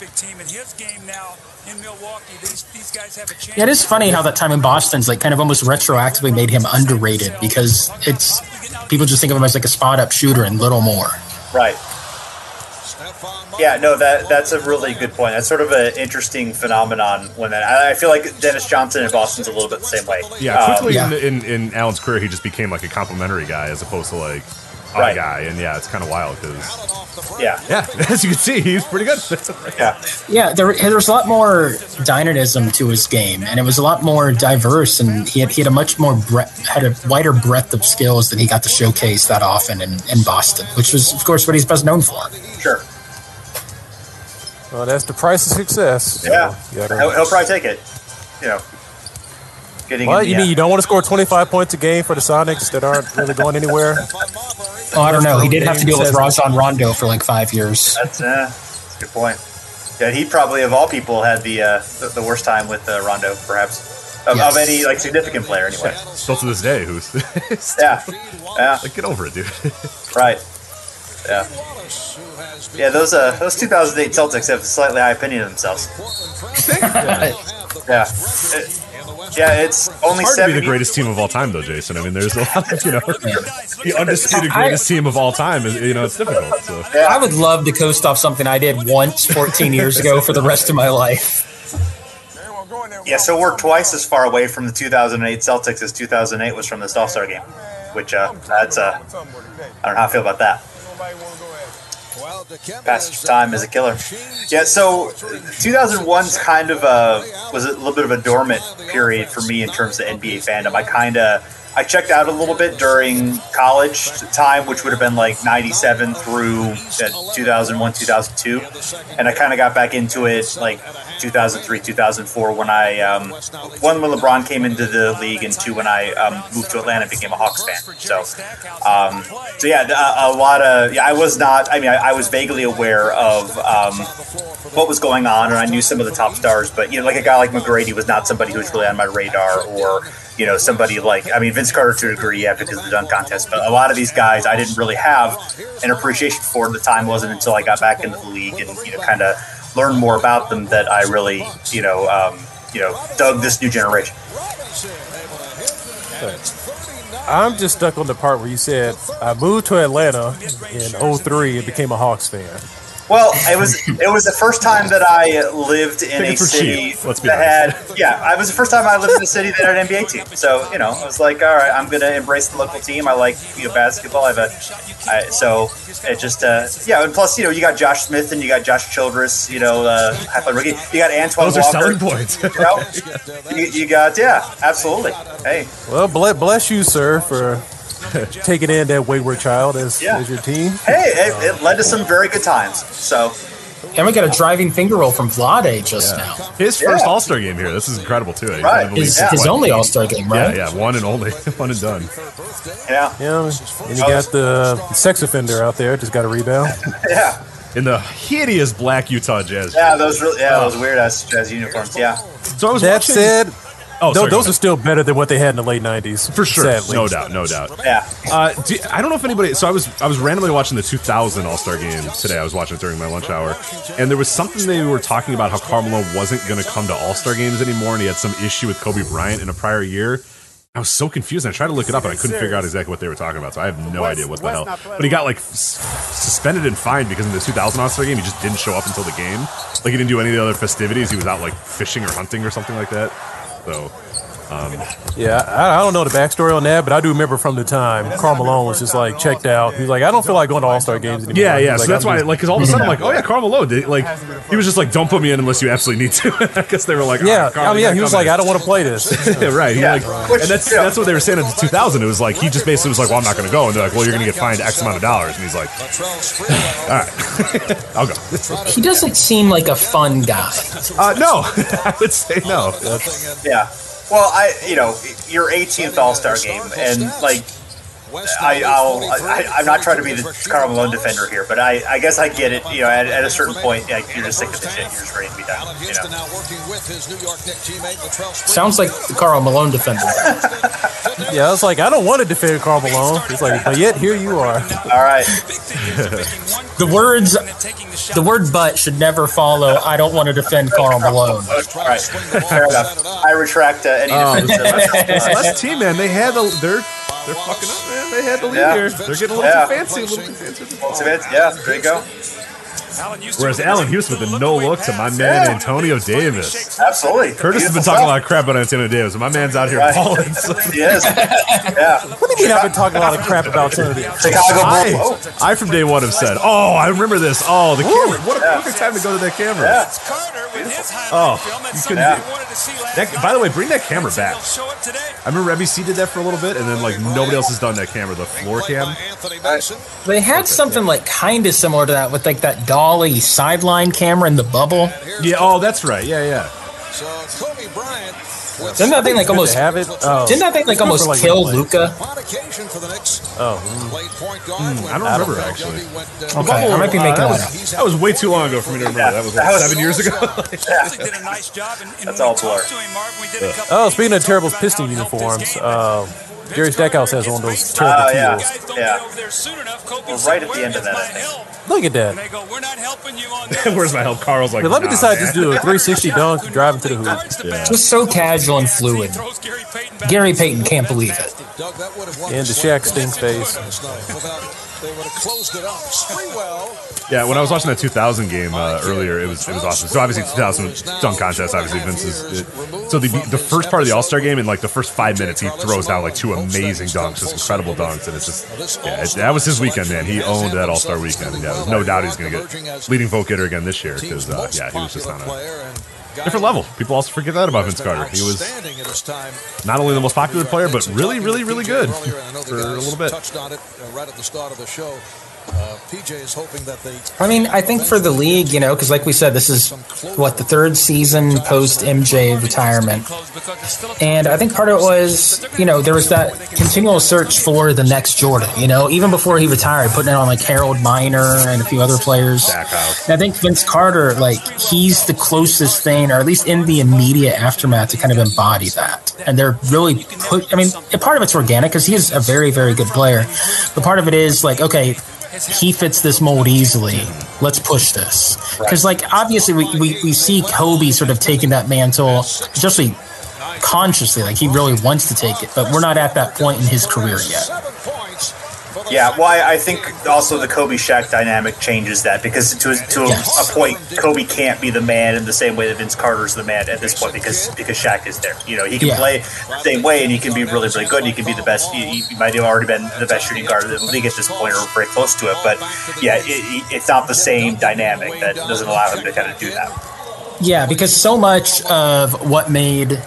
D: Yeah, it is funny how that time in Boston's like kind of almost retroactively made him underrated because it's people just think of him as like a spot up shooter and little more.
A: Right.
E: Stephon
A: Yeah, no, that
E: Martin.
A: that's a really good point. That's sort of an interesting phenomenon when that. I, I feel like Dennis Johnson in Boston's a little bit the same way.
B: Uh, Yeah,
A: Um,
B: quickly
D: yeah.
B: In, in in Allen's career, he just became like a complimentary guy as opposed to like a
A: Right.
B: guy, and yeah, it's kind of wild because
E: Allen off the break.
A: yeah,
B: yeah, as you can see, he's pretty good.
A: yeah,
D: Yeah, there, there was a lot more dynamism to his game, and it was a lot more diverse, and he had, he had a much more bre- had a wider breadth of skills than he got to showcase that often in, in Boston, which was of course what he's best known for.
A: sure.
C: Well, Uh, that's the price of success. So
A: Yeah,
C: you gotta-
A: he'll, he'll probably take it. You know, getting.
C: Well,
A: in,
C: you
A: yeah.
C: mean you don't want to score 25 points a game for the Sonics that aren't really going anywhere?
E: Stephon Marbury.
D: Oh, I don't know. He did have to deal with Rajon Rondo for like five years.
A: That's, uh, that's a good point. Yeah, he probably of all people had the uh, the, the worst time with uh, Rondo, perhaps of, of
D: Yes.
A: any like significant player, anyway.
B: Still to this day, who's
A: Yeah, yeah,
B: like get over it, dude.
A: right. Yeah,
E: Wallace, who has been
A: yeah. Those uh, those 2008 Celtics have a slightly high opinion of themselves.
E: Portland Trail.
A: Yeah,
E: in the West.
A: yeah. It's only
B: Hard to be
A: seven.
B: the greatest team of all time, though, Jason. I mean, there's a lot, of, you know, the undisputed
D: I-
B: greatest team of all time. Is, you know, it's difficult. So.
D: I would love to coast off something I did once 14 years ago for the rest of my life.
A: Yeah, so we're twice as far away from the 2008 Celtics as 2008 was from this All Star game, which uh, that's uh, I don't know how I feel about that.
E: Well, DeKemba
A: Passage
E: is,
A: of time is a killer. Yeah, so 2001's kind of a was a little bit of a dormant period for me in terms of NBA fandom. I kind of I checked out a little bit during college time, which would have been like 97 through uh, 2001, 2002, and I kind of got back into it like 2003, 2004 when I um, one when LeBron came into the league, and two when I um, moved to Atlanta and became a Hawks fan. So um, so yeah, a, a lot of yeah, I was not. I mean, I, I was vaguely aware of um, what was going on, and I knew some of the top stars. But you know, like a guy like McGrady was not somebody who was really on my radar, or you know, somebody like I mean, Vince Carter to a degree, yeah, because of the dunk contest. But a lot of these guys, I didn't really have an appreciation for. The time wasn't until I got back into the league and you know, kind of learned more about them that I really you know um, you know dug this new generation.
C: Uh, I'm just stuck on the part where you said, I moved to Atlanta in 03 and became a Hawks fan.
A: Well, it was it was the first time that I lived in a
B: Tickets were
A: city
B: cheap, let's be
A: that had yeah. It was the first time I lived in a city that had an NBA team. So you know, I was like, all right, I'm gonna embrace the local team. I like you know basketball. I have a I, so it just uh, yeah. And plus, you know, you got Josh Smith and you got Josh Childress. You know, uh, high fly rookie. You got Antoine
B: Those are
A: Walker.
B: selling points.
A: You, know? you, you got yeah, absolutely. Hey,
C: Well, bless, bless you, sir, for taking in that wayward child as,
A: Yeah.
C: as your team.
A: hey, it, it led to some very good times. So
D: And we got a driving finger roll from Vlade just now.
B: His first
A: Yeah.
B: All Star game here. This is incredible too. I can't
A: Right.
B: believe
D: His,
A: Yeah.
D: his
B: one-
D: only All Star game,
B: Yeah,
D: right?
B: yeah, one and only, one and done.
A: yeah,
C: Yeah, and you got the sex offender out there, just got a rebound.
A: yeah,
B: In the hideous black Utah Jazz.
A: yeah. Those really yeah those weird ass jazz uniforms. Yeah.
B: So I was
C: That
B: watching-
C: said,
B: oh,
C: tho-
B: sorry, go
C: those
B: ahead.
C: are still better than what they had in the late 90s.
B: for sure,
C: Sadly.
B: no doubt, no doubt.
A: Yeah.
B: Uh, do, I don't know if anybody. So I was I was randomly watching the 2000 All Star Game today. I was watching it during my lunch hour, and there was something they were talking about how Carmelo wasn't going to come to All Star Games anymore, and he had some issue with Kobe Bryant in a prior year. I was so confused. and I tried to look it up, and I couldn't figure out exactly what they were talking about. So I have no idea what the hell. But he got like s- suspended and fined because in the 2000 All Star Game, he just didn't show up until the game. Like he didn't do any of the other festivities. He was out like fishing or hunting or something like that. So
C: Yeah, I, I don't know the backstory on that, but I do remember from the time Carl Malone was just like checked out. He's like, I don't feel like going to All Star games anymore.
B: Yeah,
C: He's
B: yeah.
C: like,
B: so that's
C: I'm
B: why,
C: just-
B: like, because all of a sudden, I'm like, oh yeah, Carmelo. Did, like, he was just like, don't put me in unless you absolutely need to. I guess they were like,
C: yeah,
B: alright, Carmelo,
C: I mean, yeah. He
B: you
C: was
B: gotta
C: like, I
B: come
C: don't want to play this.
B: in. Yeah, right. He,
A: Yeah.
B: like,
A: Which,
B: and that's
A: you know-
B: that's what they were saying in 2000. It was like he just basically was like, well, I'm not going to go, and they're like, well, you're going to get fined X amount of dollars, and he's like,
E: Latrell Sprewell.
B: all right, I'll go.
D: He doesn't seem like a fun guy.
B: Uh, no, I would say no.
A: Yeah. Well, I you know your 18th All Star game, and like
E: West
A: I, I'll I,
E: 43,
A: I'm not trying to be the
E: 43,
A: Carl Malone defender here, but I, I guess I get it. You know, at, at a certain point, like, you're just sick of the shit. You're just ready to be done.
E: Allen
A: You
E: Houston
A: know.
E: now working with his New York Knicks teammate Latrell Sprewell.
D: Sounds like the Carl Malone defender.
C: Yeah, I was like, I don't want to defend Carl Malone. He's like, but yet here you are.
A: All right.
D: The words, the word "but" should never follow. I don't want to defend Carl Malone.
A: All right. Fair enough. I retract uh, any
B: Oh.
A: defense.
B: That's that's team, man. They had the they're they're fucking up, man. They had the lead
A: Yeah.
B: here. They're getting a little
A: Yeah.
B: too fancy, a little too fancy. with the ball.
A: yeah, there you go.
B: Whereas Allen Houston with the no look to my man Antonio Davis.
A: Absolutely.
B: Curtis has been talking a lot of crap about Antonio Davis, and my man's out here
A: Right.
B: balling. So-
A: He is. Yeah.
C: What do you mean I've been talking a lot of crap about Trinity?
A: Chicago Bulls.
B: I, I from day one have said, oh, I remember this. Oh, the camera. What a perfect time to go to that camera.
A: Yeah.
B: Oh, you couldn't
A: Yeah.
B: That, by the way, bring that camera back. I remember Remy C did that for a little bit, and then like nobody else has done that camera, the floor cam.
D: They had something like kind of similar to that with like that dolly sideline camera in the bubble.
B: Yeah, oh, that's right. Yeah, yeah.
E: So Kobe Bryant with
D: Didn't that thing like
C: Good to
D: almost
C: have it. Oh.
D: Didn't that thing like almost
C: like,
D: kill
C: one
D: Luca?
E: modification for the Knicks.
C: Oh,
E: Played point guard. when
B: I don't
E: Phil
B: remember,
E: Dundy
B: actually.
E: went, uh,
D: Okay, I might be
B: Uh,
D: making
B: that,
D: one up.
B: was, that was way too long ago for me to remember. That was like
A: That was-
B: seven years ago.
A: That's all blur.
C: Oh, speaking of terrible piston uniforms, uh, Jerry Stackhouse has one of those terrible
A: Oh,
C: teals.
A: yeah. Yeah.
F: We're
A: We're right at the end of that, I think.
C: Look at that.
F: They go, we're not helping you on this.
B: Where's my help? Carl's like,
C: Let me
B: "Nah,
C: decide
B: man."
C: to do a 360 dunk, drive into the hoop.
F: Guards the basket.
D: Just so casual and fluid.
F: Throws Gary Payton back.
D: Gary Payton can't believe it.
E: Doug, that would have won
C: And the
E: slam
C: Shaq stink face.
E: dunk contest, no, without- They would have closed it up. Sprewell.
B: Yeah, when I was watching that 2000 game uh, earlier, it was it was awesome. So obviously 2000 dunk contest. Obviously Vince is it, so the the first part of the All Star game in like the first five minutes, he throws down like two amazing dunks, just incredible dunks, and it's just yeah, it, that was his weekend, man. He owned that All Star weekend. Yeah, there's no doubt he's gonna get leading vote getter again this year because
E: Team's
B: uh,
E: most
B: yeah, he was just on
E: popular
B: a
E: player and guy
B: different level. People also forget that about
E: who's
B: Vince
E: been
B: Carter. He was
E: outstanding at his time.
B: not only the most popular player, but
E: Mentioned
B: really,
E: talking
B: really,
E: to
B: really
E: PJ
B: good
E: earlier, and I know the
B: for a
E: guys
B: little bit.
E: Touched on it uh, right at the start of the show. Uh, PJ is hoping that they.
D: I mean, I think for the league, you know, because like we said, this is what the third season post MJ retirement. And I think part of it was, you know, there was that continual search for the next Jordan, you know, even before he retired, putting it on like Harold Miner and a few other players.
B: Stackhouse.
D: And I think Vince Carter, like, he's the closest thing, or at least in the immediate aftermath, to kind of embody that. And they're really put, I mean, and part of it's organic because he is a very, very good player. But part of it is like, okay, he fits this mold easily. Let's push this. Because, like, obviously, we, we, we see Kobe sort of taking that mantle, especially consciously. Like, he really wants to take it, but we're not at that point in his career yet.
E: Seven points for the
A: Yeah, well, I I think also the Kobe Shaq dynamic changes that because to, to a,
D: Yes.
A: a point, Kobe can't be the man in the same way that Vince Carter's the man at this point because because Shaq is there. You know, he can
D: Yeah.
A: play the same way and he can be really, really good. And he can be the best. He, he might have already been the best shooting guard in the league at this point or very close to it. But yeah, it, it- it's not the same dynamic that doesn't allow him to kind of do that.
D: Yeah, because so much of what made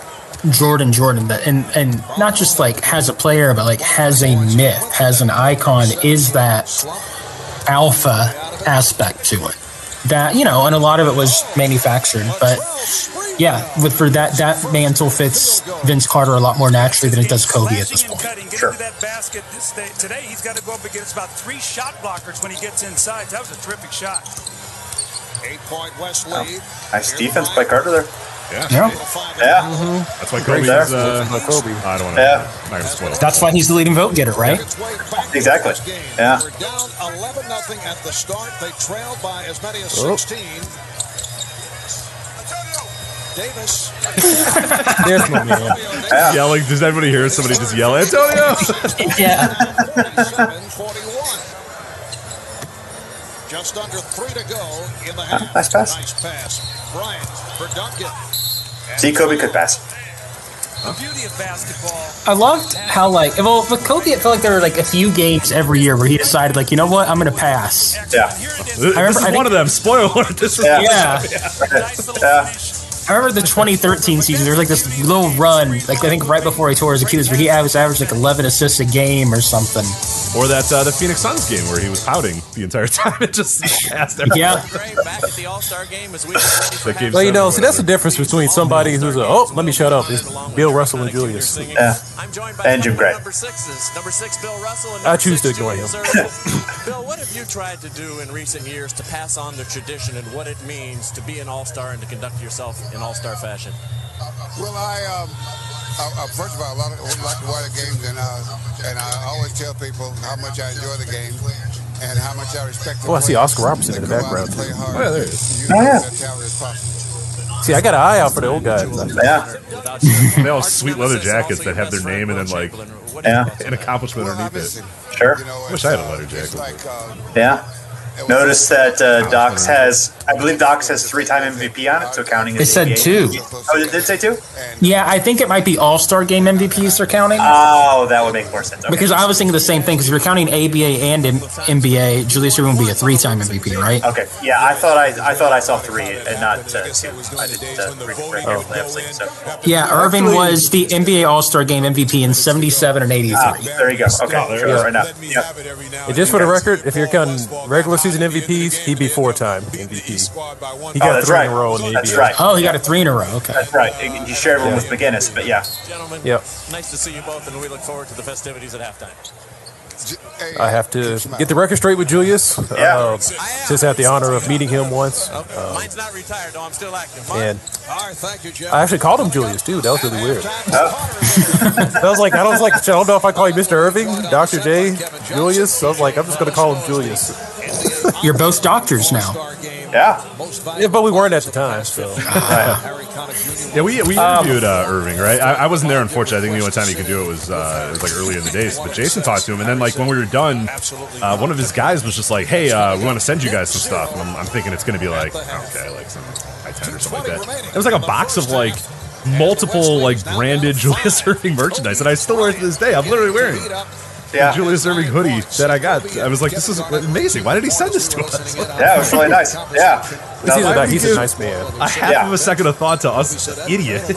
D: Jordan Jordan that and and not just like has a player but like has a myth, has an icon is that alpha aspect to it. That you know, and a lot of it was manufactured, but yeah, with for that that mantle fits Vince Carter a lot more naturally than it does Kobe at this point.
F: Sure.
A: Sure.
F: That basket this day, today, he's got to go up against about three shot blockers when he gets inside. That was a terrific shot.
E: Eight-point West lead.
A: Oh, Nice defense by Carter there.
D: Yeah.
A: Yeah.
D: Mm-hmm,
B: That's why Kobe.
A: there.
B: Is, uh,
C: Like Kobe.
B: I don't want
A: Yeah.
B: to. I'm not gonna spoil it.
D: That's why he's the leading vote getter, right?
A: Exactly. Yeah.
E: We're down 11 nothing at the start. They trailed by as many as
D: Oh.
E: 16. Davis.
C: There's my man.
B: Yelling. Does anybody hear somebody just yell, Antonio?
D: Yeah.
E: 47-41. Just under three to go in the half.
A: Nice pass.
E: Nice pass. Bryant for Duncan.
A: See, Kobe could pass.
F: The beauty of basketball.
D: I loved how like well with Kobe it felt like there were like a few games every year where he decided like, you know what, I'm gonna pass.
A: Yeah.
F: Here it is.
B: This
D: remember-
B: is
D: I think-
B: one of them. Spoiler alert. This is
A: Yeah.
D: Yeah.
F: Nice little
A: Yeah.
F: finish.
D: I remember the 2013 season. There was like this little run, like I think right before he tore his Achilles, where he averaged, averaged like 11 assists a game or something.
B: Or that uh, the Phoenix Suns game where he was pouting the entire time and just passed everything.
D: Yeah,
F: Back at the All-Star game as we get ready for
B: That game
C: Well, you
B: seven or
C: know, see, that's the
B: whatever.
C: difference between somebody who's a, oh, let me shut up. It's Bill Russell and Julius.
A: Yeah.
F: I'm joined by
A: And Jim
F: a couple
A: Gray.
F: of number sixes. Number six, Bill Russell. And
C: I
F: number
C: choose
F: six,
C: to ignore
F: Julius
C: him.
F: Erving. Bill, what have you tried to do in recent years to pass on the tradition and what it means to be an all-star and to conduct yourself in all-star fashion?
G: Well, I um,
E: uh, first of all, I like, like to watch games, and uh, and I always tell people how much I enjoy the game and how much I respect. the
C: Oh, I see
E: players
C: Oscar Robertson
E: that
C: in
E: go
C: the
E: out
C: background.
E: and Play hard.
C: Oh, yeah, there he is.
E: Use
C: Oh, yeah.
E: their talent as possible.
C: See, I got an eye out for the old guys.
A: Yeah.
B: They all have sweet leather jackets that have their name and then like
A: Yeah.
B: an accomplishment
E: Well,
B: underneath
E: obviously,
B: it.
A: Sure.
E: you know,
B: I wish
E: it's,
B: I had a
E: uh,
B: leather jacket.
E: It's like, uh,
A: Yeah. Notice that uh, Docs has, I believe Docs has three time MVP on it, so counting his
D: It said
A: ABA.
D: two.
A: Oh, did it say two?
D: Yeah, I think it might be All Star Game MVPs they're counting.
A: Oh, that would make more sense. Okay.
D: Because I was thinking the same thing. Because if you're counting ABA and M- MBA, Julius Rubin would be a three-time MVP, right?
A: Okay. Yeah, I thought I I thought I saw three and not uh, two. I didn't uh, read it very carefully. I've seen- So
D: Yeah, Irvin was the NBA All Star Game MVP in '77 and '83.
A: ah, there you go. Okay, sure,
C: yeah.
A: right now.
E: let me
A: Yeah.
E: have it every now
C: And just for the
E: then.
C: record, if you're counting regular season MVPs, he'd be four-time MVP. He got
A: Oh, that's
C: three
A: right.
C: in a row in the
A: That's
C: ABA.
A: right.
D: Oh, he got a three in a row. Okay.
A: That's right. And You shared one with McGinnis, but yeah.
F: Gentlemen,
C: Yep.
F: nice to see you both, and we look forward to the festivities at halftime.
E: J- hey,
C: I have to
E: keep
C: get the record straight with Julius.
A: Yeah.
C: Uh, just had the honor of meeting him once.
F: Oh,
C: Uh,
F: Mine's not retired, though. I'm still active.
E: smiling.
C: And
E: All right, thank you, Jeff.
C: I actually called him Julius, too. That was really weird.
E: Oh.
C: I was like, I don't like. I don't know if I call you Mr. Irving, Dr. J, Julius. So I was like, I'm just gonna call him Julius.
D: You're both doctors now.
A: Yeah.
C: Yeah, but we weren't at the time, so
B: Yeah, we, we
A: Um,
B: interviewed uh, Irving, right? I, I wasn't there, unfortunately. I think the only time you could do it was uh, it was like early in the days. But Jason talked to him, and then like when we were done, uh, one of his guys was just like, "Hey, uh, we want to send you guys some stuff." And I'm, I'm thinking it's going to be like, okay, like some high ten or something like that. It was like a box of like multiple like branded Julius Irving merchandise, and I still wear it to this day. I'm literally wearing. it.
A: Yeah.
B: The Julius Irving hoodie that I got. I was like, this is amazing. Why did he send this to us?
A: Yeah, it was really nice. Yeah.
C: he's,
A: No,
C: a,
A: I-
C: ni- he's a nice man.
B: A half
A: Yeah.
B: of a second of thought to us idiots.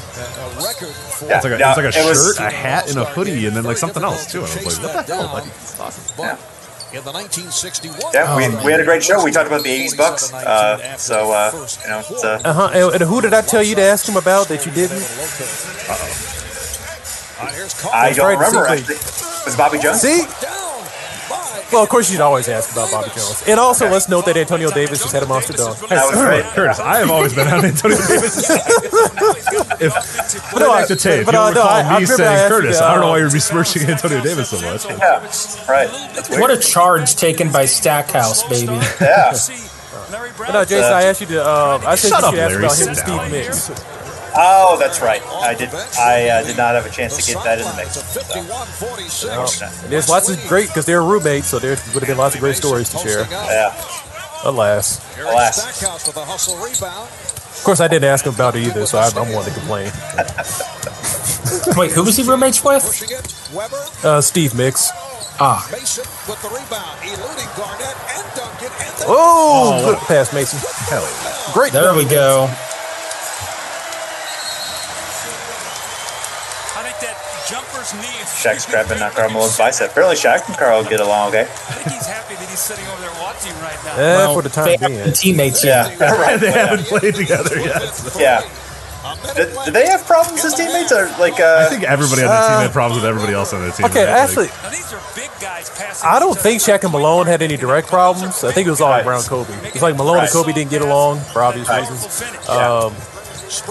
A: Yeah.
B: It's like a,
A: No,
B: it's like a
A: it
B: shirt,
A: was-
B: a hat, and a hoodie, and then like something else too. And I was like, what the hell? Like, it's awesome.
E: In the 1961,
A: Yeah, we, we had a great show. We talked about the 80s Bucks. Uh, so, uh, you know, it's, uh,
C: Uh huh. And, and who did I tell you to ask him about that you didn't?
A: I
C: That's
A: don't
C: right,
A: remember.
C: it's
A: actually.
C: like-
A: Was it Bobby Jones?
C: See? Well, of course you'd always ask about Bobby Jones. And also, let's note that Antonio Davis just had a monster dunk.
A: That was great.
B: Curtis, I have always been on Antonio Davis. if
C: no,
B: no, I to tape,
C: but,
B: you'll
C: uh, no,
B: recall
C: I- I
B: me
C: remember I
B: saying
C: asked
B: Curtis.
C: you,
B: I don't know
C: uh,
B: why you're besmirching Antonio Davis so much.
A: Yeah. Right. That's weird.
D: What a charge taken by Stackhouse, baby.
A: yeah.
F: Larry
C: But no,
F: Brown.
C: Jason, I asked you to. Um, I said
B: Shut
C: you
B: up,
C: should ask
B: Larry.
C: about him
B: Sit
C: and
B: down.
C: Steve Mix.
A: Oh, that's right. I did. I uh, did not have a chance to get that in the mix. So,
C: And there's lots of great because they're roommates, so there would have been lots of great stories to share.
A: yeah.
C: Alas,
A: Alas.
E: Stackhouse with a hustle rebound.
C: of course, I didn't ask him about it either, so I'm, I'm one to complain.
D: Wait, who was he roommates with?
E: Pushing it. Weber.
C: Uh, Steve Mix.
D: Ah,
E: Mason with the rebound. Eluding Garnett and Duncan. And the
C: Oh, good pass, Mason. Hell, great.
D: there we go.
F: I think that jumper's knee. is-
A: Shaq's grabbing on Carmelo's bicep. Apparently, Shaq and Carl get along okay.
F: I think he's happy that he's sitting over there watching right now.
C: Eh,
D: Well,
C: for the
D: they
C: time
D: haven't
C: being.
D: been teammates yet.
A: Yeah. right.
B: They haven't played together yet.
A: Yeah. Did, did they have problems as teammates? Or like, uh,
B: I think everybody on the team had problems with everybody else on the team.
C: Okay,
B: right? Like,
C: actually,
F: Now, these are big guys passing.
C: I don't
F: each
C: think
F: other.
C: Shaq and Malone had any direct problems. I think it was all Brown Kobe. It's like Malone and Kobe didn't get along for obvious reasons.
F: Finish.
C: Um,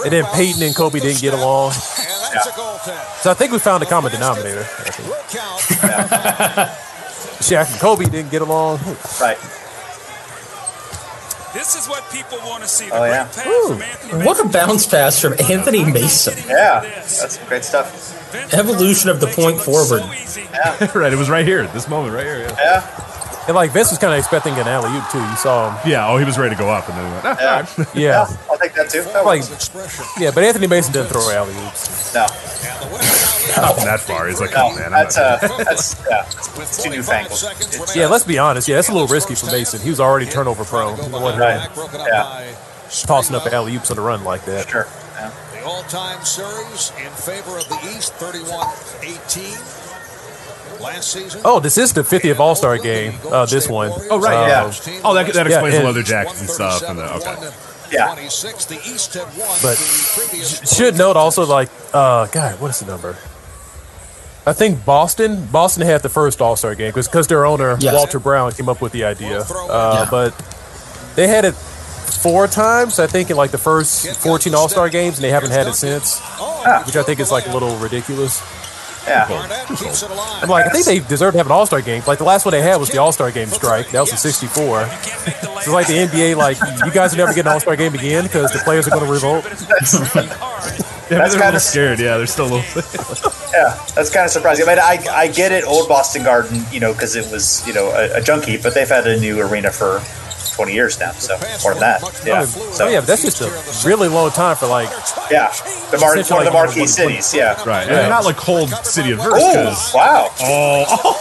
C: and then Peyton and Kobe didn't get along.
E: And that's a goaltend.
C: So I think we found a common denominator. I think
E: Look out.
C: Shaq and Kobe didn't get along.
A: right.
F: this is what people want to see. The
A: Oh, yeah.
F: great pass from Anthony
D: What a
F: Mason.
D: bounce pass from Anthony Mason.
A: Yeah. That's some great stuff.
F: Vince
D: Evolution of the
F: makes it
D: point
F: look
D: forward.
F: so easy.
B: right, it was right here, this moment right here. Yeah.
A: Yeah.
C: And like Vince was kind of expecting an alley oop too. You saw him.
B: Yeah, Oh, he was ready to go up, and then he went. Ah, all right.
C: Yeah,
A: I'll take that too. That
C: like
A: works.
C: yeah. But Anthony Mason didn't throw alley oops.
A: no.
B: From that far, he's like,
A: No.
B: oh, man, I'm
A: That's
B: not-
A: uh. That's yeah. It's uh, too newfangled. It's,
C: Yeah, let's be honest. Yeah, it's a little risky for Mason. He was already turnover prone. He wasn't
A: Right. Yeah.
C: tossing up alley oops on the run like that.
A: sure. Yeah.
E: The all-time series in favor of the East, 31-18. Last season.
C: Oh, this is the 50th All Star game. Uh, this one.
E: Oh,
B: right,
C: Uh,
B: yeah. Oh, that, that
C: Yeah,
B: explains
C: and-
B: the leather jackets and stuff. And the, okay.
A: Yeah.
E: 26, the East had won
C: But
E: the previous
C: Should note also like uh, God, what is the number? I think Boston. Boston had the first All Star game because their owner
D: Yes.
C: Walter Brown came up with the idea. Uh,
E: Yeah.
C: But they had it four times, I think, in like the first 14 All Star games, and they haven't had it since, which I think is like a little ridiculous.
A: Yeah.
C: I'm like, I think they deserve to have an All Star game. Like the last one they had was the All Star game strike. That was in '64. It's like the NBA, like you guys are never getting an All Star game again because the players are going to revolt.
B: Yeah,
A: That's
B: they're a
A: kinda-
B: little scared. Yeah, they're still a little.
A: Yeah, that's kind of surprising. I mean, I, I get it, old Boston Garden, you know, because it was, you know, a, a junkie, but they've had a new arena for 20 years now, so more than that. Yeah. So,
C: Oh yeah, but that's just a really long time for like.
A: yeah. The mar-
C: Essentially,
A: one of the
C: like,
A: marquee
C: one-
A: cities, yeah.
B: Right. And they're not like cold city of verse
A: Oh,
B: because
A: wow.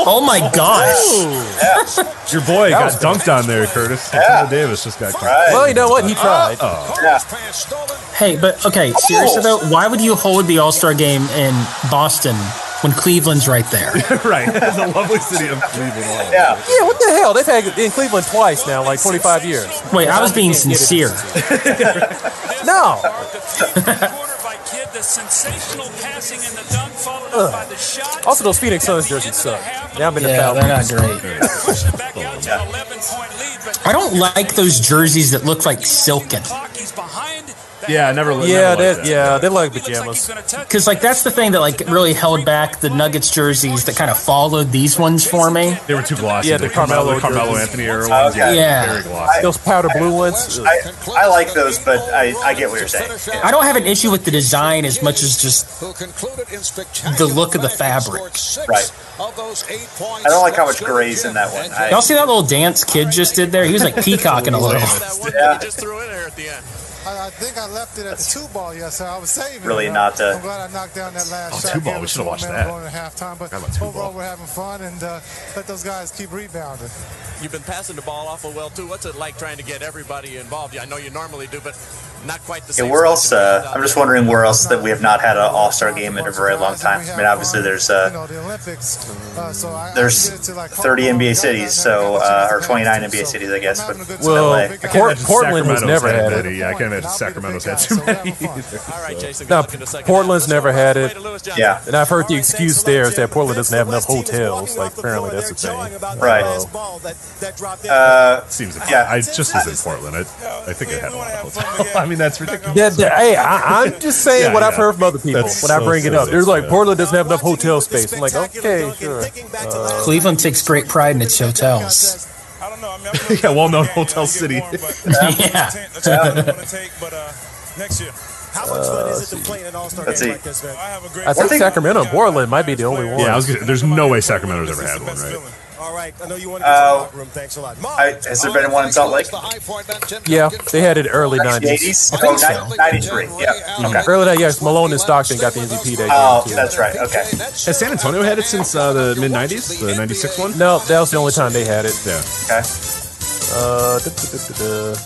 D: Oh my gosh!
B: your boy
C: That
B: got
C: was
B: dunked on there, Curtis.
A: Yeah.
B: Antonio Davis just got dunked.
A: Right.
C: Well, you know what?
G: Uh,
C: He tried.
G: oh.
B: uh,
A: Yeah.
D: Hey, but okay, seriously though, why would you hold the All Star game in Boston when Cleveland's right there?
B: Oh, right. the lovely city of Cleveland.
A: Yeah.
C: Yeah, what the hell? They've had it in Cleveland twice now, like 25 years.
D: Wait, I was being sincere.
C: No. Also, those Phoenix Suns jerseys suck. Now I'm in the
D: Yeah,
C: foul.
D: they're not great. I don't like those jerseys that look like silken.
B: Yeah, I never. never
C: Yeah, that,
B: liked
C: yeah, they like pajamas.
D: Because like that's the thing that like really held back the Nuggets jerseys that kind of followed these ones for me.
B: They were too glossy.
C: Yeah,
B: the
C: the
B: Carmelo,
C: Carmelo
B: Carmelo
C: jerseys.
B: Anthony era ones. Oh,
A: Okay.
D: Yeah.
B: very glossy.
C: Those powder blue ones.
A: I, Uh, I like those, but I, I get what you're saying. Yeah.
D: I don't have an issue with the design as much as just
E: the
D: the look of the fabric.
A: Right. I don't like how much gray's in that one. I,
D: Y'all see that little dance kid just did there? He was like peacocking a little.
A: Yeah.
F: Just threw in there at the end.
E: I, I think I left it at the two ball yesterday. I was saving
A: Really
E: it.
A: not, uh,
E: I'm glad I knocked down that last
B: Oh,
E: shot.
B: two ball.
E: Gave
B: We
E: us
B: should've
E: four
B: watched
E: men
B: that.
E: Going at halftime, but
B: I love two
E: overall
B: ball.
E: we're having fun and uh, let those guys keep rebounding.
G: You've been passing the ball awful well too. What's it like trying to get everybody involved? Yeah, I know you normally do, but not quite the
A: Yeah,
G: same.
A: where else? Uh, I'm just wondering where else that we have not had an All Star game in a very long time. I mean, obviously there's
E: uh,
A: uh,
F: Uh,
A: there's 30 NBA cities, so uh, or 29 NBA cities, I guess. But
C: Well,
A: LA.
C: I Port- Portland was
B: Sacramento's
C: never had
B: that
C: it.
B: many. Yeah, I can't imagine Sacramento's had too many.
G: All right, Jason.
C: No,
G: Good luck in the second.
C: Portland's
G: half. Let's
C: never
G: go
C: had
G: right
C: it.
G: to Lewis Johnson.
A: Yeah.
C: And I've heard the excuse there is that Portland doesn't have enough hotels. Like, apparently that's a thing.
A: Right.
G: Uh,
B: Seems.
A: Yeah.
B: Yeah, I just was in Portland. I, I think it had a lot of hotels. I mean, that's ridiculous.
C: Yeah, th- hey, I, I'm just saying
B: Yeah,
C: what I've
B: yeah.
C: heard from other people
B: That's
C: when I
B: so
C: bring it up. They're
B: silly.
C: like, Portland doesn't have enough hotel space. I'm like, okay, sure.
D: Cleveland takes great pride in its hotels.
F: I don't know. I mean,
B: Yeah, well-known hotel city.
D: Yeah.
A: Let's see.
C: I think
A: think-
C: Sacramento and Portland might be the only one.
B: Yeah, I was. Gonna, there's no way Sacramento's ever had one, right?
F: All right, I know you want
A: Uh,
F: room. Thanks a lot.
A: I, has there been one in Salt Lake?
C: yeah, they had it early
A: The
C: 90s.
A: 80s? Oh, nine- 93. Yeah. Okay.
C: Early 90s, yes, Malone and Stockton got the MVP that
A: Oh,
C: year, too.
A: that's right. Okay.
B: Has San Antonio had it since uh, the mid '90s, the '96 one?
C: No, that was the only time they had it.
B: Yeah.
A: Okay.
C: Uh, duh, duh, duh, duh, duh.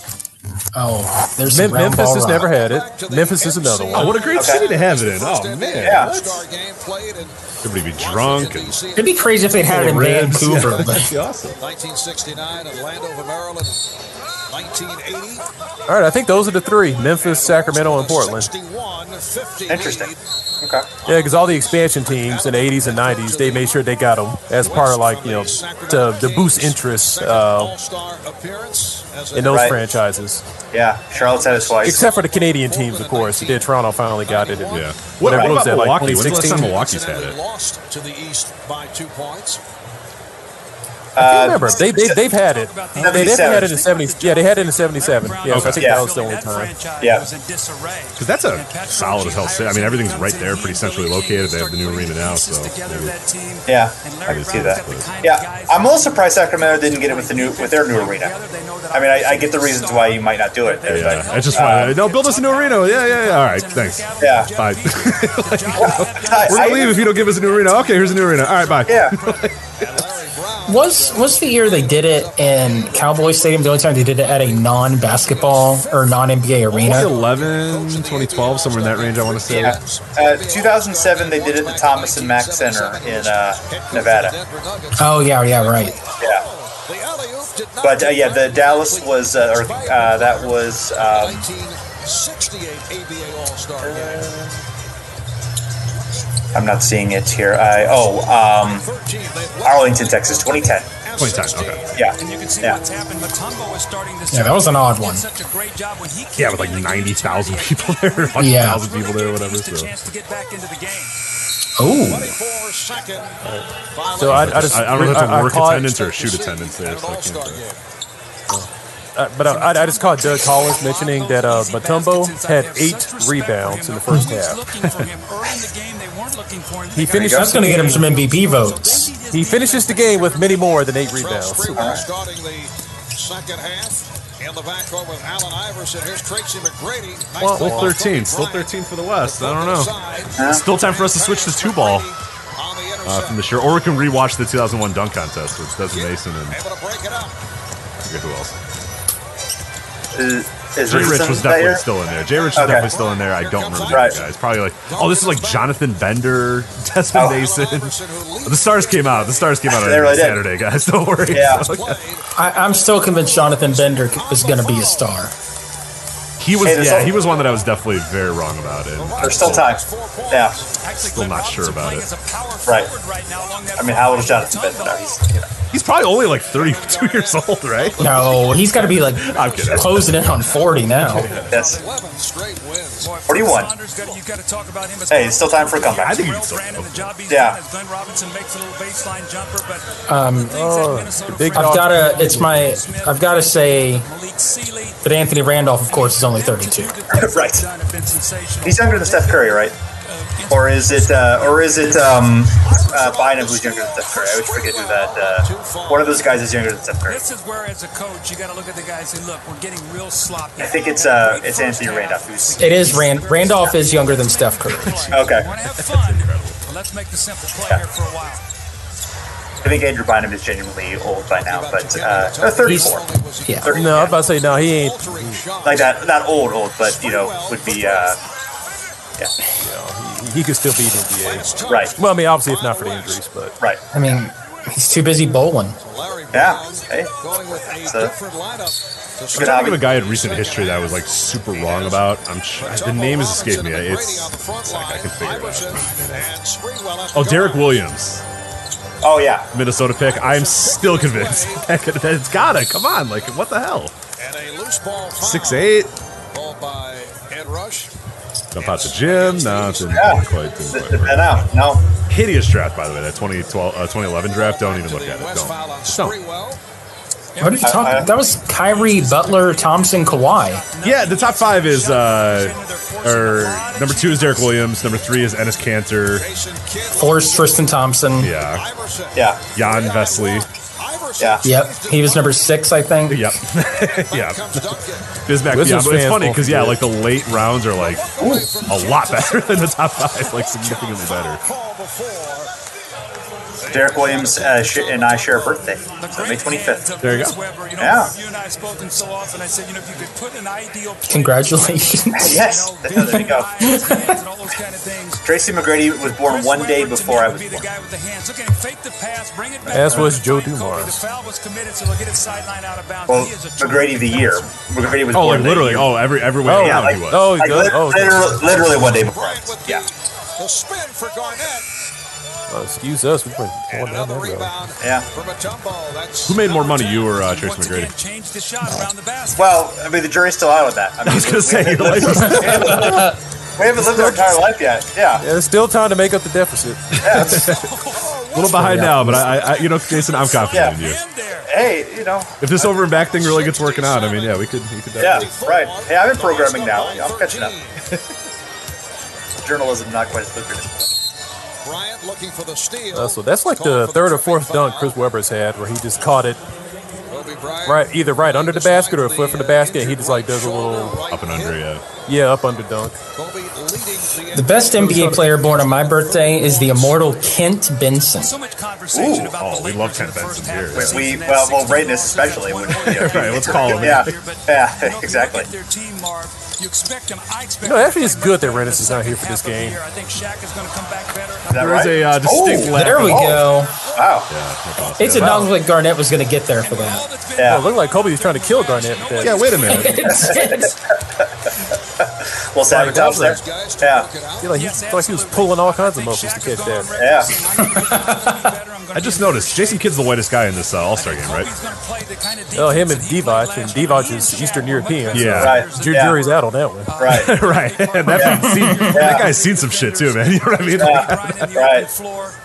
D: Oh, there's
C: Mem-
D: some round
C: Memphis
D: ball
C: has
D: rock.
C: never had it. Memphis is another
B: Oh,
C: one.
B: what a great
A: Okay.
B: city to have it in. Oh man.
A: Yeah.
B: Everybody be drunk and
D: It'd be crazy if they'd had it in
B: ribs.
D: Vancouver.
B: That'd
D: But
B: be awesome.
E: 1969, Orlando, Maryland. 1980.
C: All right, I think those are the three: Memphis, Sacramento, and Portland.
A: Interesting. Okay.
C: Yeah, because all the expansion teams in the 80s and 90s, they made sure they got them as part of like you know to, to boost interest uh, in those
A: Right.
C: franchises.
A: Yeah. Charlotte's had it twice.
C: Except for the Canadian teams, of course. Then Toronto finally got it. in
B: Yeah. What,
C: Whatever
B: what
C: was
B: about
C: that, like
B: Milwaukee? When's the last time
C: 2016?
B: Milwaukee's had it?
E: Lost to the East by two points.
C: I
A: Uh,
C: can't remember. They, they, they've had it. They definitely
A: 77.
C: had it in 70. Yeah, they had it in 77. Yeah, so I think
A: Yeah.
C: that was the only time.
A: Yeah.
F: Because
B: Because that's a solid as hell city. I mean, everything's right there, pretty centrally located. They have the new arena now, so maybe.
A: Yeah.
B: I can see that.
A: Yeah. I'm a little surprised Sacramento didn't get it with the new with their new arena. I mean, I, I get the reasons why you might not do it. There,
B: Yeah,
A: but,
B: I just want to. No, build us a new arena. Yeah, yeah, yeah. All right, thanks.
A: Yeah.
B: Bye.
A: I- I-
B: We're going to leave if you don't give us a new arena. Okay, here's a new arena. All right, bye.
A: Yeah.
D: was was the year they did it in Cowboy Stadium the only time they did it at a non-basketball or non-NBA arena?
B: 2011, 2012, somewhere in that range, I want to say.
A: Yeah. Uh, 2007, they did it at the Thomas and Mack Center in uh, Nevada.
D: Oh yeah, yeah, right.
A: Yeah. But uh, yeah, the Dallas was, uh, or uh, that was, um,
E: 1968 ABA All-Star
A: Uh,
E: game.
A: I'm not seeing it here. I, oh, um, Arlington, Texas, 2010.
B: plenty of time. Okay.
A: Yeah.
B: Yeah.
C: Yeah, that was an odd one.
B: Yeah, with like 90,000 people there, 100,000 people there, whatever. So,
C: Oh,
B: so I, I, just, I, don't know if it's
C: I- I
B: a work
C: caught-
B: attendance or a shoot attendance there. So I can't tell.
C: uh, but I, I- I just caught Doug Collins mentioning that uh, Matumbo had eight rebounds in the first half.
F: He
C: finished.
D: That's going to get him some MVP votes.
C: He finishes the game with many more than eight rebounds.
E: Starting the second half in the backcourt with Allen Iverson. Here's Tracy McGrady. Nice
B: Well,
E: ball
B: still 13,
E: from
B: still
E: Bryant.
B: 13 for the West. I don't know. Still time for us to switch to two ball uh, from this year, or we can rewatch the 2001 dunk contest with Desmond Mason and I
E: Able to break it up.
B: forget who else.
A: Is, is
B: Jay
A: Richardson
B: Rich was
A: that
B: definitely
A: year?
B: still in there. Jay Rich was
A: Okay.
B: definitely still in there. I don't remember the
A: Right.
B: other guys. Probably like, oh, this is like Jonathan Bender, Desmond
A: Oh.
B: Mason. The stars came out. The stars came out on
A: They really did.
B: Saturday, guys. Don't worry.
A: Yeah.
D: I, I'm still convinced Jonathan Bender is going to be a star.
B: He was,
A: Hey, there's
B: yeah,
A: al-
B: he was one that I was definitely very wrong about. And I'm
A: There's still time. Yeah.
B: Still not sure about it.
A: Right. I mean, how old is Jonathan Bender now? He's, you know,
B: He's probably only like 32 years old, right?
D: No, he's got to be like
B: I'm kidding.
D: closing in on 40 now.
A: that's
E: 11 straight wins.
A: 41. Hey, it's still time for a comeback.
B: I think he can still-
A: Yeah.
F: Um,
C: Oh, big
D: I've got to. It's my. I've got to say that Anthony Randolph, of course, is only 32.
A: Right. He's younger than Steph Curry, right? Or is it, uh, or is it um, uh, Bynum who's younger than Steph Curry? I always forget who that. Uh, one of those guys is younger than Steph Curry.
F: This is where, as a coach, you got to look at the guy and say, "Look, we're getting real sloppy."
A: I think it's uh, it's Anthony Randolph who's
D: It is Rand. Randolph is younger than Steph Curry.
A: okay.
F: Want to have fun? Well, let's make the simple play here for a while.
A: I think Andrew Bynum is genuinely old by now, but uh, uh, 34.
D: Yeah.
A: 30,
C: No, I'm about to say no. He ain't.
A: like that, not old, old, but you know, would be uh,
C: He could still be in the NBA.
A: right,
C: Well, I mean, obviously, if not for the injuries, but
A: right.
D: I mean, he's too busy bowling.
A: Yeah, hey, it's a, it's a good
B: I think of a
A: hobby.
B: guy in recent history that I was like super wrong about. I'm sure, the name has escaped me. It's, it's like I can figure it out. Oh, Derek Williams,
A: Oh yeah,
B: Minnesota pick. I'm still convinced that could- that it's gotta come on. Like what the hell? Six eight. Jump out the gym. No, it's
A: Yeah.
B: not quite
A: the,
B: doing
A: the
B: it.
A: pen out. No,
B: Hideous draft, by the way. That 2012, uh, 2011 draft. Don't even look at it. Don't. Just don't.
D: What are you talking? That was Kyrie Butler, Thompson, Kawhi.
B: Yeah, the top five is uh, or number two is Derek Williams. Number three is Ennis Cantor.
D: Forrest Tristan Thompson.
B: Yeah,
A: yeah,
B: Jan Vesely.
A: yeah.
D: Yep, he was number six, I think.
B: Yep. yeah. Bismack
C: Wizards
B: Biyombo. It's
C: fans
B: funny because yeah,
C: won't
B: like the late rounds are like ooh, a lot better than the top five, like significantly better.
A: Derek Williams uh, sh- and I share a birthday, so May 25th.
B: There you go.
F: Weber, you know,
A: Yeah.
F: you and I have spoken so often. I said, you know, if you could put an ideal plan,
D: Congratulations.
A: Yes,
F: you know,
A: there you go.
F: vision, plans, and all those kind of things.
A: Tracy McGrady was born
F: Chris
A: one day
F: Webber, to
A: before
F: me,
A: I
F: would
A: was
F: be
A: born.
F: the guy with the hands. Look at him fake the pass, bring it back.
C: As
F: up
C: was
F: to
C: Joe
F: Kobe.
C: Dumars.
F: The foul was committed, so they'll get his sideline out of bounds.
A: Well,
F: He is a
A: McGrady the
F: terrific
A: year.
F: bouncer.
A: McGrady was
B: Oh,
A: born
B: like
A: that
B: literally.
A: year.
B: Oh, every every way
C: Oh,
A: yeah,
B: around
A: like,
B: he was.
C: oh,
A: like,
C: good.
A: lit-
C: Oh, okay.
A: literally, literally one day before I
E: Bryant
A: was.
E: with
A: Yeah,
E: the, the spin for Garnett.
C: uh, excuse us. We went
B: Oh,
C: going down
E: Another
C: that road.
E: rebound
A: Yeah.
E: for Matumbo. That's
B: Who made more money, you or uh, Trace
F: Once again,
B: McGrady?
F: change the shot around the basket.
A: Well, I mean, the jury's still out on that. I, mean,
B: I was
A: we-
B: gonna say
A: we,
B: you're like,
A: we haven't lived our entire life yet. Yeah,
C: Yeah, it's still time to make up the deficit.
F: Oh,
B: a little behind now, but I, I, you know, Jason, I'm confident in you.
F: And there.
A: hey, you know,
B: If this over and back thing really gets working out, I mean, yeah, we could, we could.
A: yeah,
B: definitely-
A: right. Hey, I'm in programming now. I'm catching up. Journalism not quite as lucrative.
E: Bryant looking for the steal.
C: Uh, so that's like the third or fourth dunk Chris Webber's had, where he just caught it right, either right under the basket or a foot from the basket. and He just like does a little,
B: Up and under, yeah.
C: yeah, up under dunk.
E: The
D: The best NBA player born on my birthday is the immortal Kent Benson.
F: So much conversation
B: Ooh,
F: about
B: oh,
F: the
B: we
F: Lakers
B: love Ken
F: in the first
B: Benson
F: half
B: here.
F: of the
A: We,
F: season.
A: we
F: That's
A: well, well,
F: 60
A: Raidness especially.
F: points,
A: Would,
F: that's one
A: you know,
F: more
B: Right, let's call him.
A: Yeah,
F: year, but,
A: yeah,
F: you know, if you look
A: exactly.
F: at Their team, Marv, you expect them. I expect them
C: No,
F: to
C: actually, it's
F: play
C: good that
F: better in the
C: Rennes is not here for
F: second half
C: this
F: of the
C: game.
F: year. I think Shaq is going to come back better.
A: Is that
B: There
A: right?
B: is a uh, distinct
A: oh,
B: lack
D: There we
B: of-
D: go.
A: Wow.
D: It's a dog like Garnett was going to get there for that.
C: Oh,
A: Yeah.
C: it looked like Kobe was trying to kill Garnett. With that.
B: Yeah, wait a minute.
A: Well, sabotage there. Yeah.
C: He, like, he, it's like he was pulling all kinds of muscles to catch that.
A: Yeah.
B: I just noticed Jason Kidd's the whitest guy in this uh, All Star game, right?
C: Oh, him and Divac, and Divac is Eastern European.
B: Yeah.
C: so
B: Right,
C: ju-
B: yeah.
C: jury's out on that one.
A: Right.
B: right. And that,
C: Yeah.
B: dude's seen, that guy's seen some shit too, man. You know what I mean?
A: right.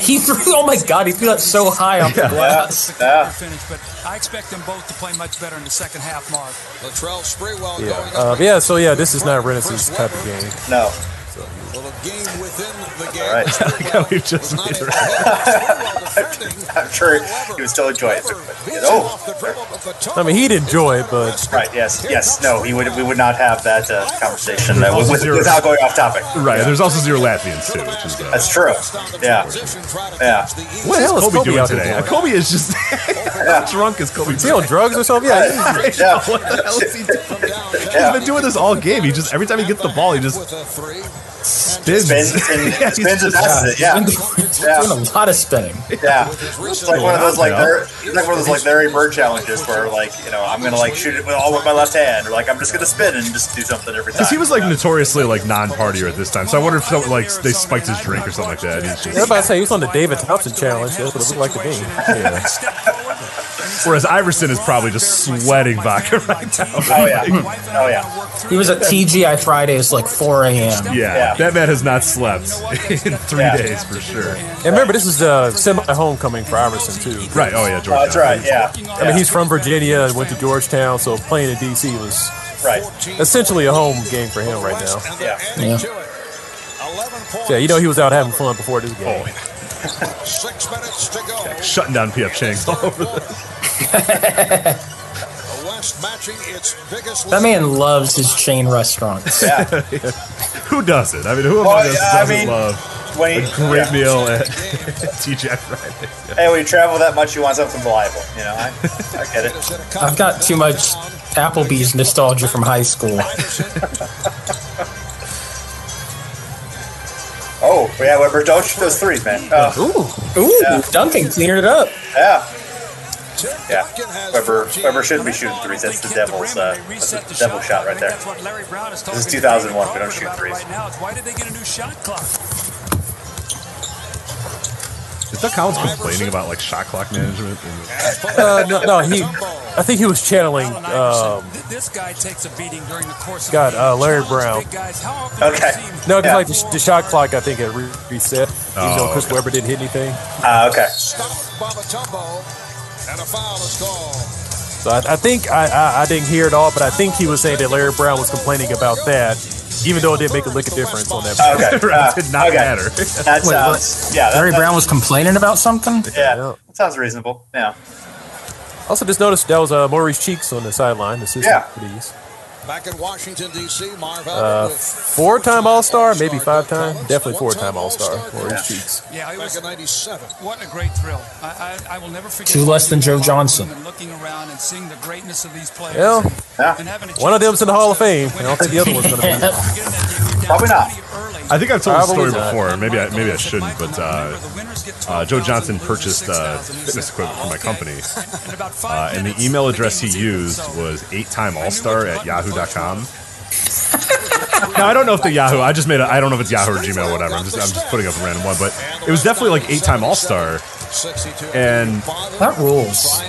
F: He
C: threw. Oh my God, he threw that so high off the glass.
F: yeah. finish, but I expect them both to play much better in the second half, Mark. Latrell Sprewell
C: Yeah. Uh, but yeah. So yeah, this is not Renaissance's type of game.
A: No.
B: All right. That we've just made
A: I'm sure he was still enjoying it. But, you know,
C: I mean, he'd enjoy it, but
A: right? Yes, yes. No, he would. We would not have that uh, conversation uh, with,
B: Also zero.
A: without going off topic.
B: Right. There's also zero Latvians too, which is uh,
A: That's true. Yeah. Yeah.
B: What the hell is Kobe,
C: Kobe
B: doing
C: out here
B: today?
C: doing?
B: Uh, Kobe is just how drunk as Kobe.
C: is he on drugs or something? Yeah.
B: I don't know what the hell is he doing? He's been doing this all game. He just every time he gets the ball, he just spins.
A: Spins and
B: Yeah, he's
A: spins and
B: just-
A: passes it. Yeah. Yeah.
H: Doing a lot of spinning.
A: Yeah, it's like one of those like
H: Yeah.
A: Larry, it's like one of those like Larry Bird challenges where like you know I'm gonna like shoot it with all with my left hand or like I'm just gonna spin and just do something every time.
B: Because he was like notoriously like non-partier at this time, so I wonder if some, like they spiked his drink or something like that. and He's
C: Yeah, I was
B: just,
C: about to say he was on the David Thompson challenge. That's what it looked like to me.
B: whereas Iverson is probably just sweating vodka right now.
A: Oh yeah, oh yeah.
H: He was at TGI Fridays like 4 a.m.
B: Yeah, that man has not slept in three days for sure.
C: And remember, this is uh, semi-homecoming for Iverson too.
B: Right. Oh yeah, George.
A: Oh, that's right. Yeah,
C: I mean, he's from Virginia and went to Georgetown, so playing in D.C. was
A: right.
C: essentially a home game for him right now.
A: Yeah.
C: Yeah. Yeah, you know he was out having fun before this
A: Oh,
C: game.
E: Six minutes to go.
B: Shutting down PF Chang's all over the.
E: The West matching its biggest
H: That man loves his chain restaurants.
A: Yeah.
B: Who doesn't? I mean, who
A: Well,
B: among us
A: yeah, I
B: doesn't
A: mean,
B: love
A: when
B: a
A: he-
B: great
A: yeah.
B: meal at TGI Fridays?
A: Hey, when you travel that much, you want something reliable. You know, I, I get it.
H: I've got too much Applebee's nostalgia from high school.
A: Oh yeah, Weber, don't shoot those threes, man. Oh,
H: Ooh, ooh,
A: Yeah.
H: Duncan cleaning it up.
A: yeah. Yeah, Weber, Weber shouldn't be shooting threes. That's the devil's, uh, that's the devil shot right there. This is 2001. We don't shoot threes.
F: Why did they get a new shot clock?
B: Is Doug Collins complaining about like shot clock management? in the-
C: Uh, no, no, he. I think he was channeling. Um,
F: This guy takes a beating during the course of
C: God,
F: the
C: uh, Larry Brown.
A: Okay.
C: No, because
A: Yeah.
C: like the, sh- the shot clock, I think it re- reset. even
B: Oh,
C: though Chris
B: okay.
C: Webber didn't hit anything,
A: Ah, okay.
E: Babatumbo, and a foul is called.
C: so I, I think I, I, I didn't hear it all, but I think he was saying that Larry Brown was complaining about that, even though it didn't make a lick of difference on that.
A: Okay.
B: Right,
A: Uh,
B: it did not
A: okay.
B: matter.
A: That
H: Wait, what?
A: sounds. Yeah. That,
H: Larry
A: that-
H: Brown was complaining about something.
A: Yeah. Sounds reasonable. Yeah.
C: Also, just noticed that was uh, Maurice Cheeks on the sideline, assistant
A: Yeah.
C: for these.
E: Back in Washington, D.C., Marv
C: Uh,
E: Albert with
C: four-time All-Star, maybe five-time, definitely four-time All-Star. Maurice Cheeks.
F: Yeah, it
E: back
F: was
E: in 97.
F: what a great thrill. I, I, I will never forget.
H: Two less than Joe Johnson.
F: And looking around and seeing the greatness of these players.
C: Well,
A: Yeah.
F: And having a
C: one of
F: chance
C: them's in the Hall of
F: to-
C: Fame. I don't think the other one's going to be.
A: Probably not.
B: I think I've told the
C: Probably
B: story
C: not.
B: before. Maybe I maybe I shouldn't. But uh, uh, Joe Johnson purchased uh, fitness equipment for my company, uh, and the email address he used was eight-time All-Star at yahoo.com. now I don't know if the Yahoo. I just made. A, I don't know if it's Yahoo or Gmail, whatever. I'm just I'm just putting up a random one, but it was definitely like eight-time All-Star,
E: 62.
B: and
H: That rules.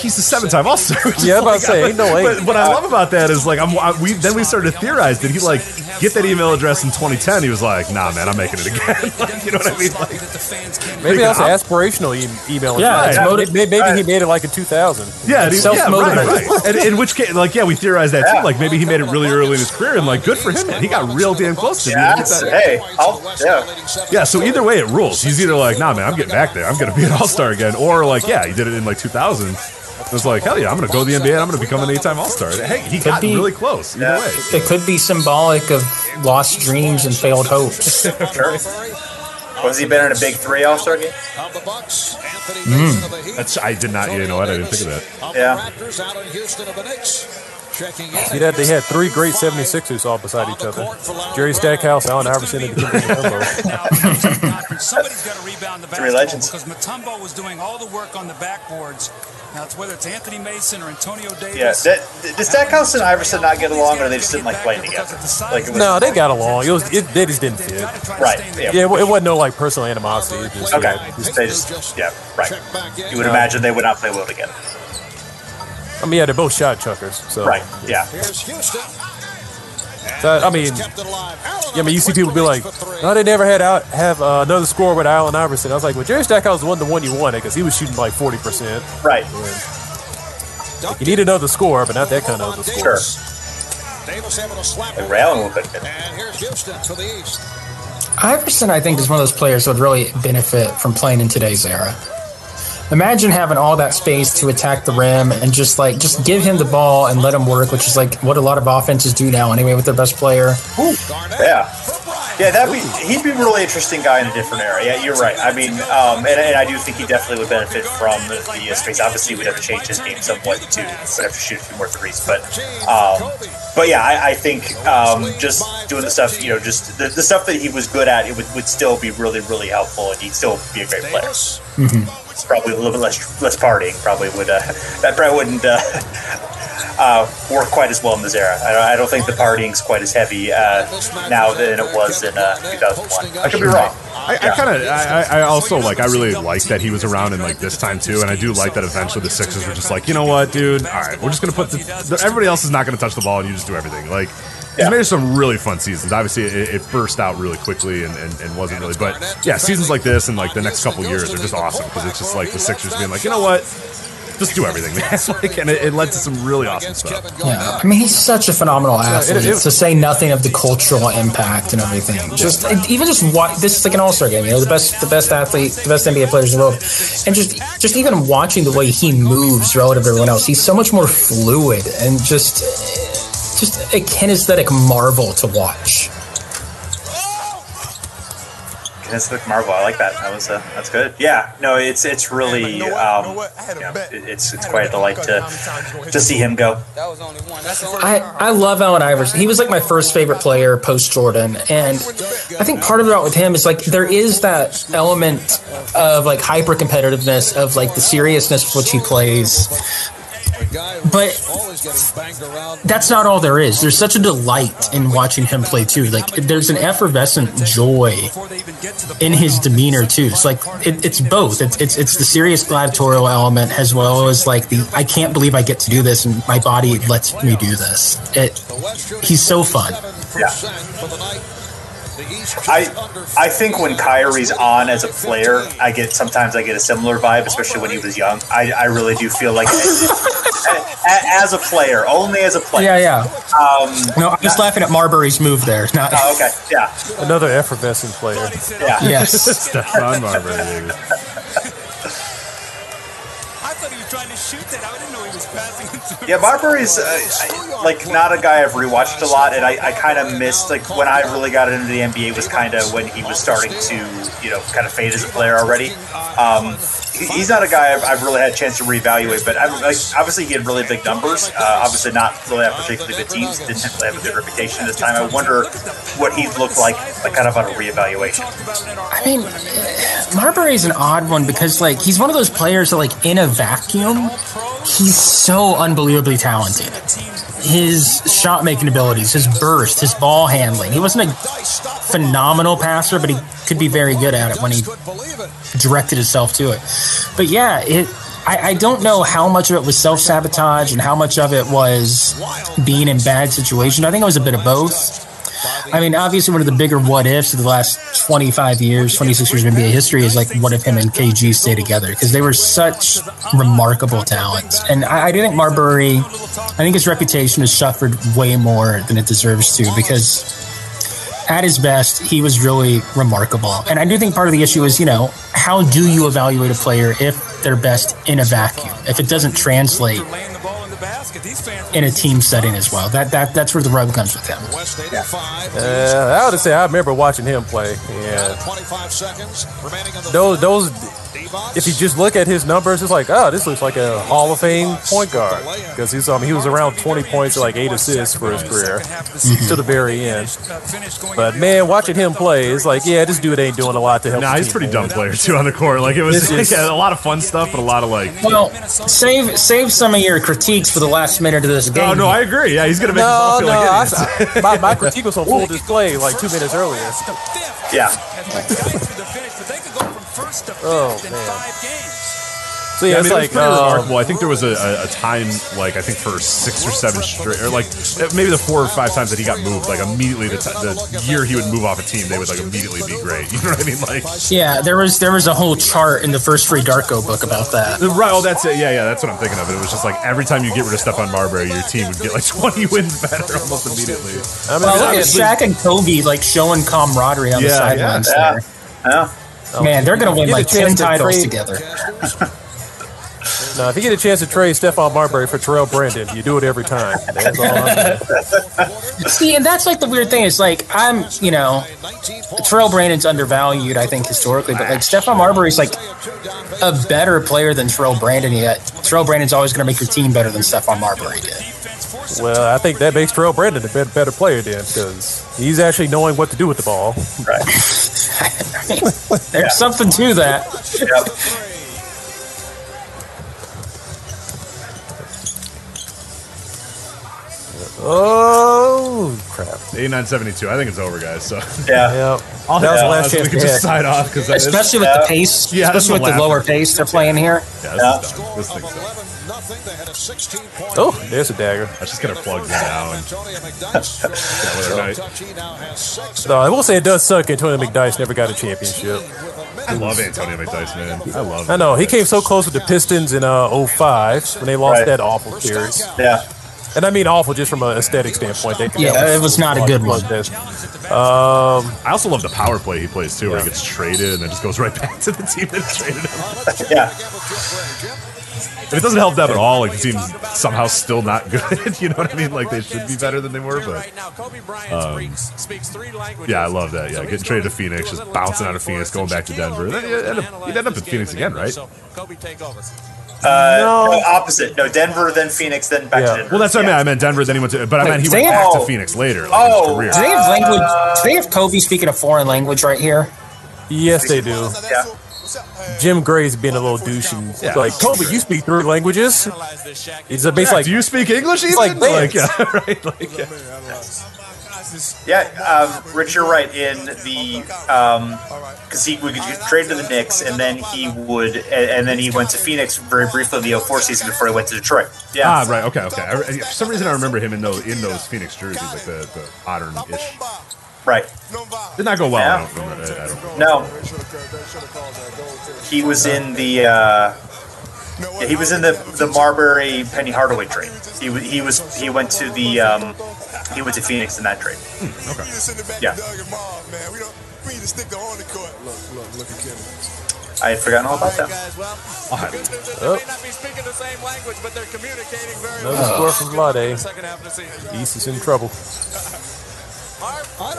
B: he's the seven-time All-Star. which is
C: Yeah, I was about to
B: like-
C: say, ain't no way.
B: But what I love about that is like I'm. I, we then we started to theorize. Did he like get that email address in 2010? He was like, Nah, man, I'm making it again. Like, you know what I mean? Like,
C: Maybe that's an
B: I'm-
C: aspirational e- email.
H: Yeah,
C: address.
H: it's
C: May-
H: motiv-
C: may- maybe he made it like in 2000.
B: Yeah, and he, yeah, right,
H: Self-motivated.
B: right. And in which case, like, yeah, we theorized that too. Like, maybe he made it really early in his career, and like, good for him, man. He got real damn close to being
A: Yeah.
B: like that.
A: Hey. I'll, yeah.
B: Yeah, so either way, it rules. He's either like, nah, man, I'm getting back there. I'm going to be an all star again. Or like, yeah, he did it in like 2000. It was like, hell yeah, I'm going to go to the NBA and I'm going to become an eight time all star. Hey, he got
H: be.
B: really close. Either
A: Yeah.
B: way.
H: It could be symbolic of lost dreams and failed hopes.
A: Sure. Was he been in a big three All Star game?
E: Of the Bucks, Anthony Mason of the Heat.
B: Hmm. That's, I did not, you know what? I didn't think of that.
E: Of
A: Yeah.
E: the Raptors out in Houston of the Knicks. Checking in.
C: See that they had three great 76ers all beside each other: Jerry Stackhouse, Allen Iverson, and Kemba Mutombo.
F: Somebody's got to rebound the
A: Three
F: basketball
A: legends.
F: because Matumbo was doing all the work on the backboards.
I: Now, it's whether it's Anthony Mason or Antonio Davis.
A: Yeah, that, th- does Stackhouse and Iverson not get along, or they just didn't like playing together? Like it was,
C: No, they got along. It was it, they just didn't fit.
A: Right, yeah.
C: it, wa- it wasn't no like personal animosity. It just,
A: Okay,
C: yeah.
A: they just yeah, right. You would imagine they would not play well together.
C: I mean, yeah, they're both shot chuckers. So
A: Right, yeah.
J: Here's Houston.
C: So, I mean, yeah, I mean, you see people be like, "No, they never had out have uh, another score with Allen Iverson." I was like, "Well, Jerry Stackhouse won the one you wanted because he was shooting like forty percent."
A: Right.
C: you need another score, but not that kind of other score.
A: Sure. They ran a little bit.
D: Iverson, I think, is one of those players who would really benefit from playing in today's era. Imagine having all that space to attack the rim and just like just give him the ball and let him work, which is like what a lot of offenses do now anyway with their best player.
A: Yeah. Yeah, that'd be he'd be a really interesting guy in a different era. Yeah, you're right. I mean, um, and, and I do think he definitely would benefit from the, the uh, space. Obviously, we'd have to change his game somewhat too. We'd have to shoot a few more threes, but um, but yeah, I, I think um, just doing the stuff, you know, just the, the stuff that he was good at, it would, would still be really really helpful, and he'd still be a great player. It's probably a little bit less less partying. Probably would uh, that probably wouldn't uh, uh, work quite as well in this era. I don't, I don't think the partying's quite as heavy uh, now than it was in uh, 2001. I could be wrong.
F: I, I kind of, I, I- I also like, I really like that he was around in like this time too, and I do like that eventually the Sixers were just like, you know what, dude, all right, we're just gonna put the, the everybody else is not gonna touch the ball, and you just do everything. Like, he's made some really fun seasons. Obviously, it, it burst out really quickly and, and, and wasn't really, but yeah, seasons like this and like the next couple years are just awesome because it's just like the Sixers being like, you know what, just do everything, man. like, and it, it led to some really awesome stuff.
D: Yeah. I mean, he's such a phenomenal athlete.
C: it- it-
D: to say nothing of the cultural impact and everything, just and even just watch. This is like an All Star game. You know, the best, the best athlete, the best NBA players in the world, and just just even watching the way he moves relative to everyone else, he's so much more fluid and just just a kinesthetic marvel to watch.
A: Kinesthetic Marvel, I like that. That was uh, that's good. Yeah, no, it's it's really um, you know, it- it's it's quite a delight to to see him go.
D: I, I love Allen Iverson. He was like my first favorite player post Jordan, and I think part of it with him is like there is that element of like hyper competitiveness of like the seriousness with which he plays, but that's not all there is. There's such a delight in watching him play too. Like there's an effervescent joy in his demeanor too. It's like it, it's both. It's, it's it's the serious gladiatorial element as well as like the I can't believe I get to do this and my body lets me do this. It he's so fun.
A: Yeah. I I think when Kyrie's on as a player, I get sometimes I get a similar vibe, especially when he was young. I, I really do feel like a- as a player, only as a player.
D: Yeah, yeah.
A: Um,
D: No, I'm just laughing at Marbury's move there. Not
A: oh, okay, yeah,
C: Another effervescent player.
A: yeah.
D: yes.
F: Stephon Marbury. dude.
A: Yeah, Marbury's uh, I- like not a guy I've rewatched a lot, and I, I kind of missed like when I really got into the NBA was kind of when he was starting to you know kind of fade as a player already. Um, he- he's not a guy I've, I've really had a chance to reevaluate, but I'm, like, obviously he had really big numbers. Uh, obviously not really have particularly good teams. Didn't really have a good reputation at this time. I wonder what he'd look like like kind of on a reevaluation.
D: I mean, Marbury's an odd one because like he's one of those players that like in a vacuum, he's so unbelievably talented. His shot making abilities, his burst, his ball handling. He wasn't a phenomenal passer, but he could be very good at it when he directed himself to it. But yeah, it. I, I don't know how much of it was self sabotage and how much of it was being in bad situations. I think it was a bit of both. I mean, obviously, one of the bigger what ifs of the last 25 years, 26 years of NBA history is like, what if him and KG stay together? Because they were such remarkable talents. And I, I do think Marbury, I think his reputation has suffered way more than it deserves to because at his best, he was really remarkable. And I do think part of the issue is, you know, how do you evaluate a player if they're best in a vacuum, if it doesn't translate in a team setting as well? That, that That's where the rub comes with him.
C: Uh, I would say I remember watching him play. Yeah,
J: 25 seconds remaining on the
C: those those if you just look at his numbers, it's like, oh, this looks like a Hall of Fame point guard because he's um he was around 20 points, like eight assists for his career
B: Mm-hmm.
C: to the very end. But man, watching him play, it's like, yeah, this dude ain't doing a lot to help.
B: Nah,
C: the
B: he's
C: team
B: pretty
C: win.
B: dumb player too on the court. Like it was
C: This is-
B: yeah, a lot of fun stuff, but a lot of like.
D: Well, save save some of your critiques for the last minute of this game.
B: Oh, No, no, I agree. Yeah, he's gonna make
C: no,
B: us all feel
C: no,
B: like
C: I-
B: idiots.
C: I- my, my critique was on full display like two minutes earlier.
A: Yeah.
C: Oh man. So yeah,
B: I
C: it's
B: mean, it was
C: like
B: pretty
C: uh,
B: remarkable. I think there was a, a, a time, like I think for six or seven straight, or like maybe the four or five times that he got moved, like immediately the, t- the year he would move off a team, they would like immediately be great. You know what I mean? Like
D: Yeah, there was there was a whole chart in the first free Darko book about that.
B: Right. Oh, that's it. Yeah, yeah. That's what I'm thinking of. It was just like every time you get rid of Stephon Marbury, your team would get like 20 wins better almost immediately. I mean,
D: Well, look at
B: obviously-
D: Shaq and Kobe like showing camaraderie on the
B: Yeah,
D: sidelines
B: yeah.
D: there.
A: Yeah.
D: Man, they're gonna win
C: Get a
D: like
C: chance
D: ten
C: to
D: titles
C: trade-
D: together.
C: No, if you get a chance to trade Stephon Marbury for Terrell Brandon, you do it every time. That's all I'm saying.
D: See, and that's like the weird thing. It's like I'm, you know, Terrell Brandon's undervalued, I think, historically, but like Stephon Marbury's like a better player than Terrell Brandon yet. Terrell Brandon's always gonna make your team better than Stephon Marbury did.
C: Well, I think that makes Terrell Brandon a bet- better player then, because he's actually knowing what to do with the ball.
A: Right.
D: There's something to that.
C: Oh crap!
B: 8972. I think it's over, guys. So
A: Yeah.
C: That was the
B: Yeah,
C: last
B: so
C: chance
B: we can
C: we
B: just sign
C: had.
B: off because
D: Especially with the pace,
B: Yeah, this is
D: especially with the
B: laugh.
D: lower pace they're playing here.
B: Yeah, this is done. This thing's done.
C: Oh, there's a dagger.
B: I just gotta plug that out.
C: No, I will say it does suck. Antonio McDice never got a championship.
B: I love Antonio McDice, man. I love.
C: I know he came so close with the Pistons in uh, 05 when they lost
A: Right.
C: that awful series.
A: Yeah.
C: And I mean awful just from an aesthetic standpoint. They,
D: Yeah,
C: that
D: it was not a good one.
B: Uh,
C: Um,
B: I also love the power play he plays too, where he gets traded and then just goes right back to the team that traded him.
A: Yeah.
B: And it doesn't help them at all. Like the team's somehow still not good. you know what I mean? Like they should be better than they were, but. Um, yeah, I love that. Yeah, getting traded to Phoenix, just bouncing out of Phoenix, going back to Denver. Then you end up, you'd end up in Phoenix again, right?
A: Uh, no. opposite. No, Denver, then Phoenix, then back to Denver.
B: Um, Well, that's what I meant. I meant Denver, then he went to, but I
D: Wait,
B: meant he
D: they
B: went back to
A: have-
B: Phoenix later. Like
A: Oh,
B: in his
D: Do
B: career.
D: they have language? Do they have Kobe speaking a foreign language right here?
C: yes, they do.
A: Yeah.
C: Jim Gray's being a little douchey. It's Like Kobe, you speak three languages. It's a
B: Yeah,
C: base like
B: do you speak English?
C: it's
B: Ethan?
C: like
B: like, yeah,
C: dance.
B: right. Like, yeah.
A: Yeah, um, Rich, you're right. In the because he would get traded to the Knicks, and then he would, and, and then he went to Phoenix very briefly the 04 season before he went to Detroit. Yeah,
B: Ah, right. Okay, okay. I, I- for some reason, I remember him in those in those Phoenix jerseys, like the, the modern-ish.
A: right.
B: Did not go well.
A: Yeah.
B: I don't remember. I- I don't remember.
A: No, he was in the uh, yeah, he was in the the Marbury Penny Hardaway trade. He wa- he was he went to the um, he went to Phoenix in that trade. Yeah, I had forgotten all about that.
B: All right.
C: Oh. Another score from Lade. East is in trouble.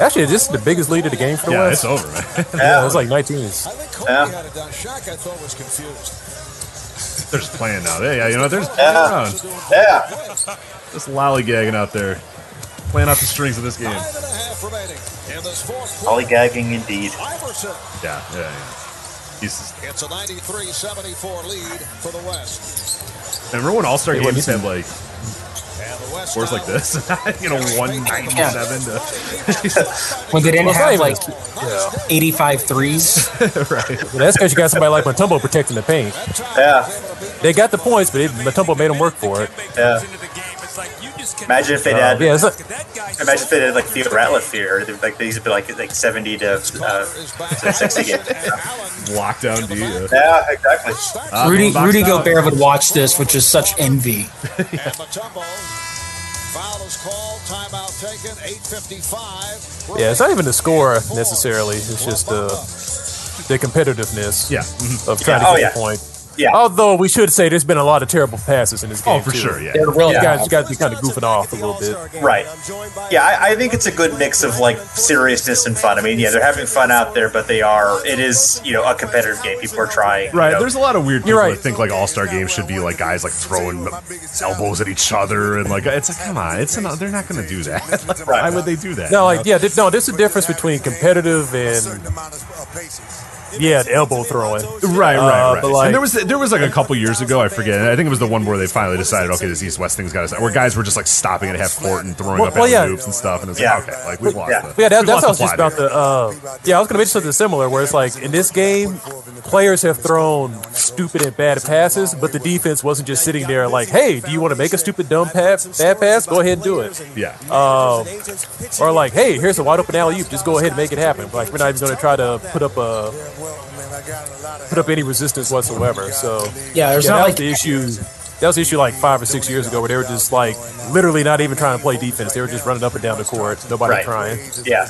C: Actually, this is the biggest lead of the game for the
B: Yeah,
C: West.
B: it's over, man.
C: Yeah, it's like 19. It's,
A: Yeah,
B: They're just playing now. Yeah, yeah. You know, what? they're just playing
A: Yeah.
B: around,
A: yeah.
B: just lollygagging out there, playing off the strings of this game.
A: Oh, Lollygagging indeed.
B: Yeah, yeah. yeah. He's just,
F: It's a 93-74 lead for the West.
B: remember when All Star
C: Hey, what
B: games
C: do you
B: had like scores like this? you know, one ninety-seven to
D: When they didn't
C: Well, it's
D: have
C: not
D: like
C: even-
D: 85 threes.
B: right.
C: well, that's because you got somebody like Matumbo protecting the paint.
A: Yeah,
C: They got the points, but it, Matumbo made them work for it.
A: yeah. Imagine if they'd
C: Uh,
A: had
C: yeah, it's like,
A: Imagine if they did like Theo Ratliff here, they'd be like these would be like like seventy to, uh, to sixty game.
B: Lockdown D. uh, Yeah.
A: Yeah, exactly.
B: Ah,
D: Rudy
B: box
D: Rudy
B: out.
D: Gobert would watch this with just such envy.
F: Foul is called, timeout taken, 8.55.
C: yeah, it's not even the score necessarily. It's just uh, the competitiveness
B: Yeah. mhm.
C: of trying
A: Yeah, oh,
C: to get
A: yeah.
C: a point.
A: Yeah.
C: Although we should say there's been a lot of terrible passes in this game.
A: Oh, for
C: too.
A: sure, yeah.
C: They're really
A: Yeah.
C: guys you guys be kind of goofing off a little bit.
A: Right. Yeah, I, I think it's a good mix of like seriousness and fun. I mean, yeah, they're having fun out there, but they are. It is you know a competitive game. People are trying. you
B: Right,
A: know.
B: there's a lot of weird people that think like All Star games should be like guys like throwing elbows at each other and like it's like come on, it's not, they're not going to do that. Like, Why would they do that?
C: No, like yeah, th- no. There's a difference between competitive and yeah, and elbow throwing.
B: Right, right,
C: Uh,
B: right.
C: But like,
B: and there was there was like a couple years ago, I forget. and I think it was the one where they finally decided, okay, this East West thing's got to. Where guys were just like stopping at half court and throwing
C: Well-
B: up
C: well,
B: alley
C: yeah.
B: oops and stuff, and it's
C: Yeah.
B: like okay, like we've lost.
C: yeah,
B: The,
C: yeah that,
B: we've
C: that's what I was
B: lost the
C: just
B: plot
C: about to. Uh, yeah, I was gonna mention something similar where it's like in this game, players have thrown stupid and bad passes, but the defense wasn't just sitting there like, hey, do you want to make a stupid dumb pass, bad pass? Go ahead and do it.
B: Yeah.
C: Um, or like, hey, here's a wide open alley oop. Just go ahead and make it happen. Like we're not even gonna try to put up a put up any resistance whatsoever. So
D: Yeah, there's
C: that
D: not
C: was
D: like-
C: the issue. That was the issue like five or six years ago where they were just like literally not even trying to play defense. They were just running up and down the court. Nobody
A: Right.
C: trying.
A: Yeah.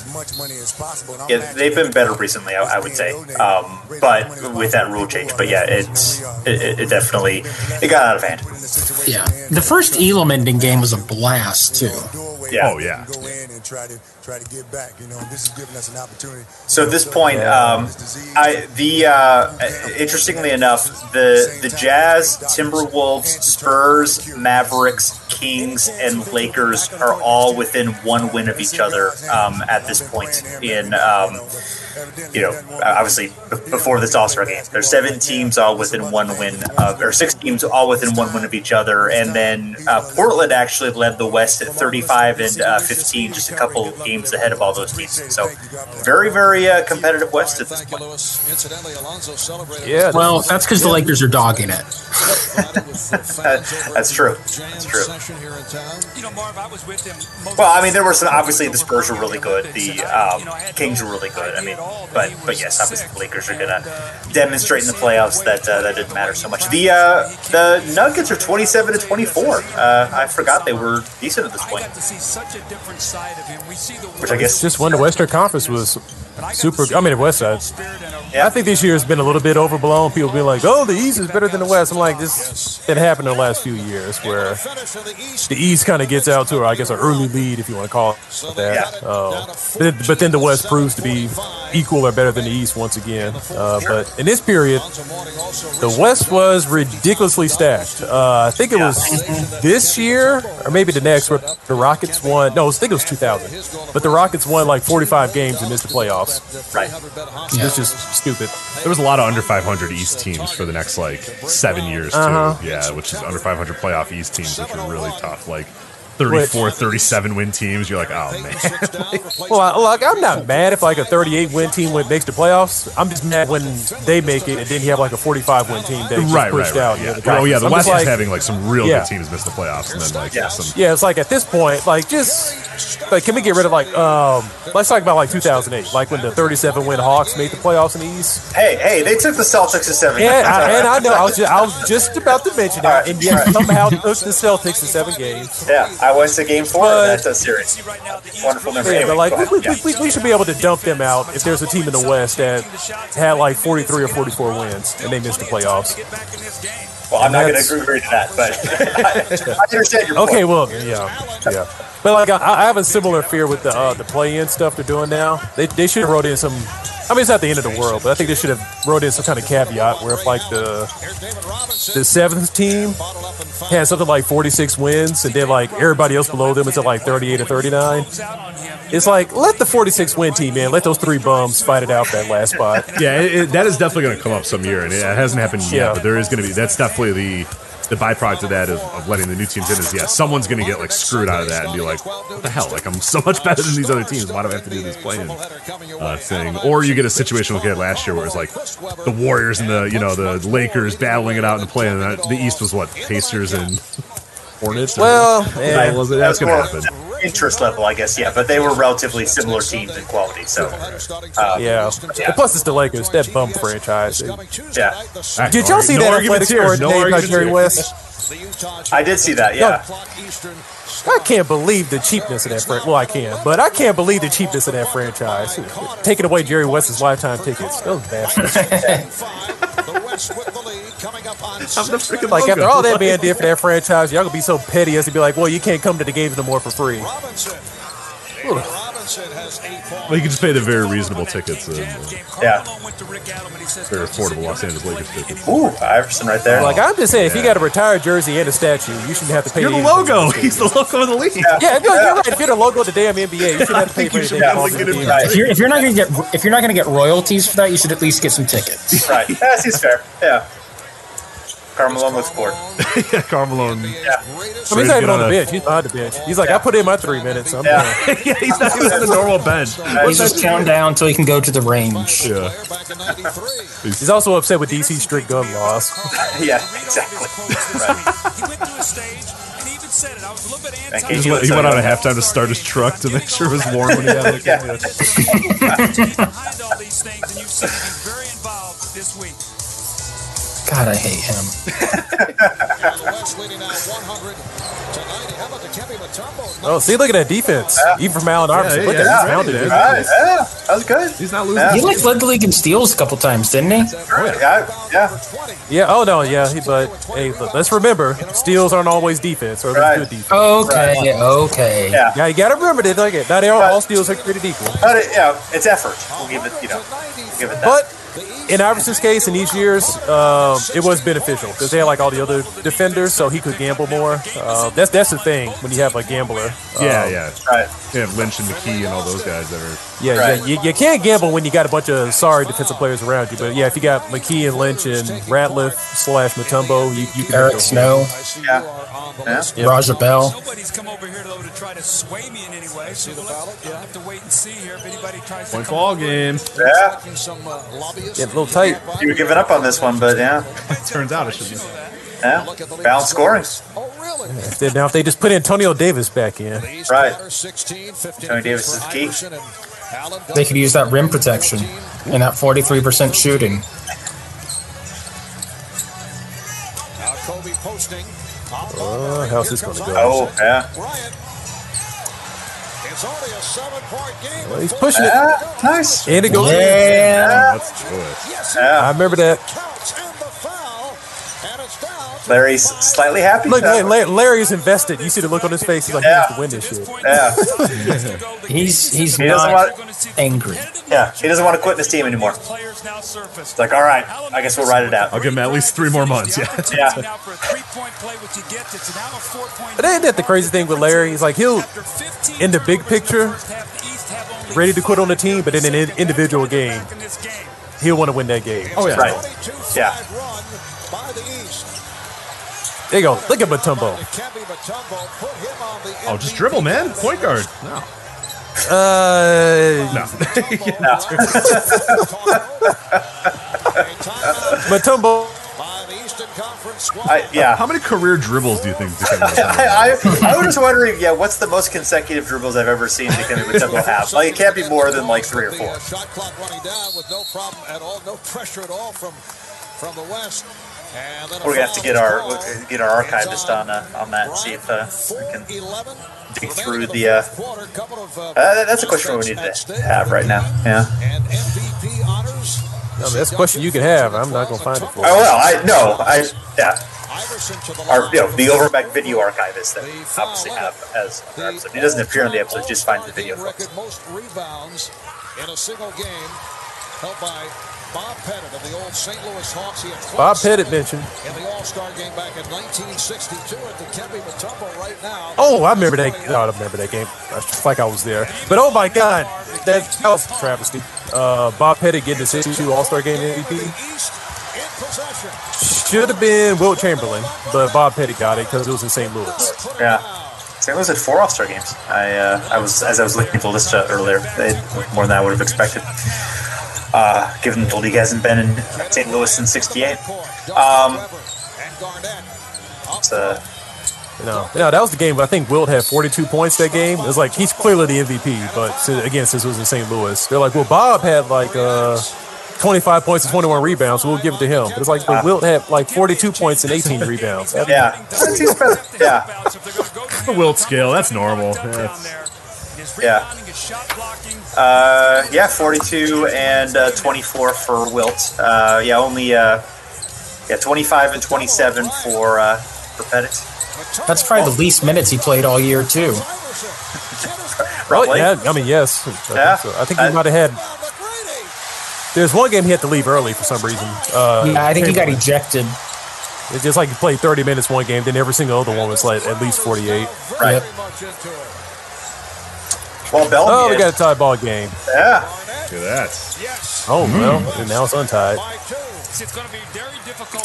A: Yeah, they've been better recently, I, I would say. Um, but with that rule change, but yeah, it's it, it- it definitely it got out of hand.
D: Yeah. The first Elam ending game was a blast, too.
A: Yeah.
B: Oh yeah.
A: So at this point, um, I the uh, interestingly enough, the the Jazz, Timberwolves, Spurs, Mavericks, Kings, and Lakers are all within one win of each other um, at this point. In um, you know, obviously b- before this All Star game, there's seven teams all within one win, of, or six teams all within one win of each other, and then uh, Portland actually led the West at 35 and uh, 15, just a couple games ahead of all those teams. So very, very uh, competitive West at this point.
C: Yeah.
D: Well, that's because the Lakers are dogging it.
A: That's true. That's true. Well, I mean, there were some. Obviously, the Spurs were really good. The um, Kings were really good. I mean, but but yes, obviously the Lakers are gonna demonstrate in the playoffs that uh, that didn't matter so much. The uh, the Nuggets are twenty seven to twenty four. Uh, I forgot they were decent at this point. Which I guess
C: just when the Western Conference was super. I mean, uh, the West Side. I think this year has been a little bit overblown. People be like, "Oh, the East is better than the West." I'm like, this it happened in the last few years where the East kind of gets out to, I guess, an early lead, if you want to call it that. Uh, but, but then the West proves to be equal or better than the East once again. Uh, but in this period, the West was ridiculously stacked. Uh, I think it was this year or maybe the next where the Rockets won. No, I think it was 2000. But the Rockets won like 45 games and missed the playoffs.
A: Right.
C: It's just stupid.
B: There was a lot of under 500 East teams for the next like seven years too.
C: Uh-huh.
B: Yeah, which is under 500 playoff East teams, which were really tough. Like 34, 37 win teams. You're like, oh man.
C: Well, I, like I'm not mad if like a 38 win team win- makes the playoffs. I'm just mad when they make it and then you have like a 45 win team that
B: Right, right,
C: just pushed
B: right,
C: out.
B: yeah.
C: in
B: Oh yeah, the
C: conference. I'm
B: West
C: just
B: is
C: like-
B: having like some real
C: Yeah.
B: good teams miss the playoffs, and then like some
C: Yeah, it's like at this point, like just like can we get rid of like um let's talk about like 2008, like when the 37 win Hawks made the playoffs in the East.
A: hey hey they took the Celtics to seven.
C: Yeah, I, and I know I was just, I was just about to mention that, and yet somehow took the Celtics to seven games.
A: Yeah, I was to game four. of That's a series. Wonderful memory.
C: Yeah,
A: Anyway,
C: but like
A: go ahead.
C: we, we, we, we should be able to dump them out if there's a team in the West that had like 43 or 44 wins and they missed the playoffs.
A: Well, I'm
C: And
A: not going to
C: that's-
A: agree agree to that, but I, I understand your point.
C: Okay, well, yeah, yeah. But like, I, I have a similar fear with the uh, the play-in stuff they're doing now. They, they should have wrote in some. I mean, it's not the end of the world, but I think they should have wrote in some kind of caveat where if like the the seventh team had something like 46 wins, and then like everybody else below them is at like 38 or 39. It's like let the 46 win team in. Let those three bums fight it out for that last spot.
B: yeah, it, it, that is definitely going to come up some year, and it, hasn't happened yet.
C: Yeah.
B: But there is going to be. That's definitely the the byproduct of that of, of letting the new teams in is yeah, someone's going to get like screwed out of that and be like, what the hell? Like I'm so much better than these other teams. Why do I have to do this playing uh, thing? Or you get a situation like we had last year where it's like the Warriors and the you know the Lakers battling it out in the play, and the the East was what Pacers and Hornets.
C: Well,
B: yeah. was it? that's going to
A: Well,
B: happen.
A: Interest level, I guess, yeah, but they were relatively similar teams in quality. So, uh,
C: Yeah. And plus, it's the Lakers. That bum franchise.
A: yeah.
C: Did y'all see
B: No
C: that
B: arguments here.
C: athletic
B: No
C: coordinator,
B: arguments
C: Jerry
B: here.
C: West?
A: I did see that. Yeah,
C: I can't believe the cheapness of that. Fran- well, I can, but I can't believe the cheapness of that franchise. Taking away Jerry West's lifetime tickets. Those bastards. like after all that man did for that franchise, y'all gonna be so petty as to be like, well, you can't come to the games no more for free.
B: Well, you can just pay the very reasonable tickets. And, uh,
A: Yeah.
B: Very affordable Los Angeles Lakers tickets.
A: Ooh, Iverson right there.
C: Like I'm just saying, if you got a retired jersey and a statue, you shouldn't have to pay.
B: You're the
C: anything for
B: logo.
C: those tickets.
B: He's the logo of the league.
C: Yeah, no, you're right. If you're the logo of the damn NBA, you shouldn't have to pay for anything.
D: If you're if you're not gonna get if you're not gonna get royalties for that, you should at least get some tickets.
A: Right. That seems fair. Yeah. Carmelo looks bored.
B: yeah,
A: Yeah.
B: Carmelo.
C: I mean, he's not even on the bench. He's behind the bench. He's like, I put in my three minutes. I'm
A: Yeah.
C: done.
B: yeah, he's not even on the normal bench.
D: He's just counting down until he can go to the range.
B: Yeah.
C: He's also upset with DC's strict gun laws.
A: Yeah, exactly. Thank you.
B: He went, he went out at halftime to start his truck to make sure it was warm when he got it.
A: Yeah.
D: God, I hate him.
C: Oh, see, look at that defense. Even from Allen Iverson.
B: Yeah,
C: look
B: yeah,
C: at
B: yeah.
C: that.
B: Right.
C: He's
A: All right. Yeah, that was good.
B: He's not losing.
A: Yeah.
D: He like led the league in steals a couple times, didn't he?
A: Sure. Yeah. yeah.
C: Yeah, oh, no, yeah. He, but, hey, look, let's remember, steals aren't always defense, or at least
A: Right.
C: good defense.
D: Okay, okay.
A: Yeah.
C: Yeah, you gotta remember that. Like, not all, all steals are created equal.
A: But it, you know, it's effort. We'll give it, you know, we'll give it that.
C: But in Iverson's case, in these years, um, it was beneficial because they had like all the other defenders, so he could gamble more. Uh, that's that's the thing when you have a gambler. Uh,
B: Yeah, yeah.
A: right.
B: Yeah, Lynch and McKee and all those guys that are.
C: yeah,
A: Right.
C: yeah. You, you can't gamble when you got a bunch of sorry defensive players around you. But yeah, if you got McKee and Lynch and Ratliff slash Matumbo, you, you can.
D: Eric Snow,
A: Yeah. yeah.
C: Yeah.
D: Raja Bell.
F: Nobody's come over here though to try to sway me in any way. So we'll have, we'll have to wait and see here if anybody tries to
B: Point
F: come
B: ball game.
A: Yeah.
C: Yeah, a little tight.
A: You were giving up on this one, but yeah.
B: Turns out it should be.
A: Yeah. Balanced scoring.
C: Then now if they just put Antonio Davis back in,
A: Right. Tony Davis is key.
D: They could use that rim protection and that 43% shooting.
C: uh, how's this going to go?
A: Oh, yeah.
C: Well, he's pushing it,
A: Yeah. Nice.
C: and it goes. in.
D: Yeah.
B: That's choice.
C: I
A: Yeah.
C: remember that.
A: Larry's slightly happy.
C: Look,
A: though.
C: La- La- Larry's invested. You see the look on his face. He's like,
A: Yeah.
C: he has to win this shit.
A: Yeah.
D: He's he's
A: He doesn't
D: not
A: want.
D: angry.
A: Yeah. He doesn't want to quit this team anymore.
F: Players now surface.
A: It's like, all right, I guess we'll ride it out.
B: I'll give him at least three more months. Yeah.
A: Yeah.
F: Now for a three-point play, which he gets, it's now a four-point.
C: But ain't that the crazy thing with Larry? He's like, he'll,
F: After 15
C: in the big
F: turnovers in
C: picture,
F: the first half, the East have only
C: ready to quit on the team, but in an in- individual game,
F: back in this game.
C: he'll want to win that game.
B: Oh, yeah.
A: Right. Yeah.
C: There you go. Look at Matumbo.
B: Oh, just dribble, man. Point guard. No.
C: Uh,
B: No.
A: No.
C: Matumbo.
A: I, yeah.
B: How many career dribbles do you think? Dikembe Mutombo has?
A: I, I, I was just wondering, yeah, what's the most consecutive dribbles I've ever seen Dikembe Mutombo have? Like, it can't be more than like three or four.
K: Shot clock running down with no problem at all, no pressure at all from from the West. And then a
A: We're gonna have to get our get our archivist on uh, on that and see if uh, we can dig through the. Uh,
K: quarter, couple of uh,
A: uh, that's a question we need to have right now. Yeah.
K: and MVP honors.
C: No, that's a question you can have. I'm not going to find it for
A: Oh
C: you.
A: well, I no, I yeah.
K: Iverson to the
A: Our
K: line.
A: you know the Overback video archivist that we obviously have as on our episode. He doesn't appear on the episode; just finds the video.
K: All-time
A: Folks.
K: record most rebounds in a single game, held by Bob Pettit of the old St. Louis Hawks. He had 27
C: Bob Pettit mentioned.
K: in the All-Star game back in 1962 at the Kempe Matumbo right now.
C: Oh, I remember that. No, I don't remember that game. It's just like I was there. But oh my God, that, that was a travesty. Uh, Bob Pettit getting his 62 All Star Game MVP
K: East in possession.
C: should have been Wilt Chamberlain, but Bob Pettit got it because it was in St. Louis.
A: Yeah. St. Louis had four All Star games. I uh, I was as I was looking at the list uh, earlier, they, more than I would have expected. Uh, given the league hasn't been in St. Louis since '68, um, it's, uh,
C: No, no, that was the game. I think Wilt had 42 points that game. It's like he's clearly the MVP, but si- again, since it was in St. Louis, they're like, well, Bob had like uh, 25 points and 21 rebounds. So we'll give it to him. But it's like, but Wilt had like 42 points and 18 rebounds.
A: Ah. Yeah. yeah.
B: The Wilt scale, that's normal. That's-
A: Yeah. Uh, yeah, 42 and uh, 24 for Wilt. Uh, yeah, only uh, yeah 25 and 27 for uh, for Pettit.
D: That's probably the least minutes he played all year too.
A: Probably.
C: Yeah, I mean, yes. I
A: Yeah.
C: think, so. I think he might have had. There's one game he had to leave early for some reason. Uh,
D: yeah, I think he got
C: Chamberlain.
D: ejected.
C: It's just like he played 30 minutes one game, then every single other one was like at least 48.
A: Right. Well, Bellamy.
C: Oh, we
A: is-
C: got a tie ball game.
A: yeah.
B: Look at that.
C: Oh,
A: Mm.
C: well, and now it's untied.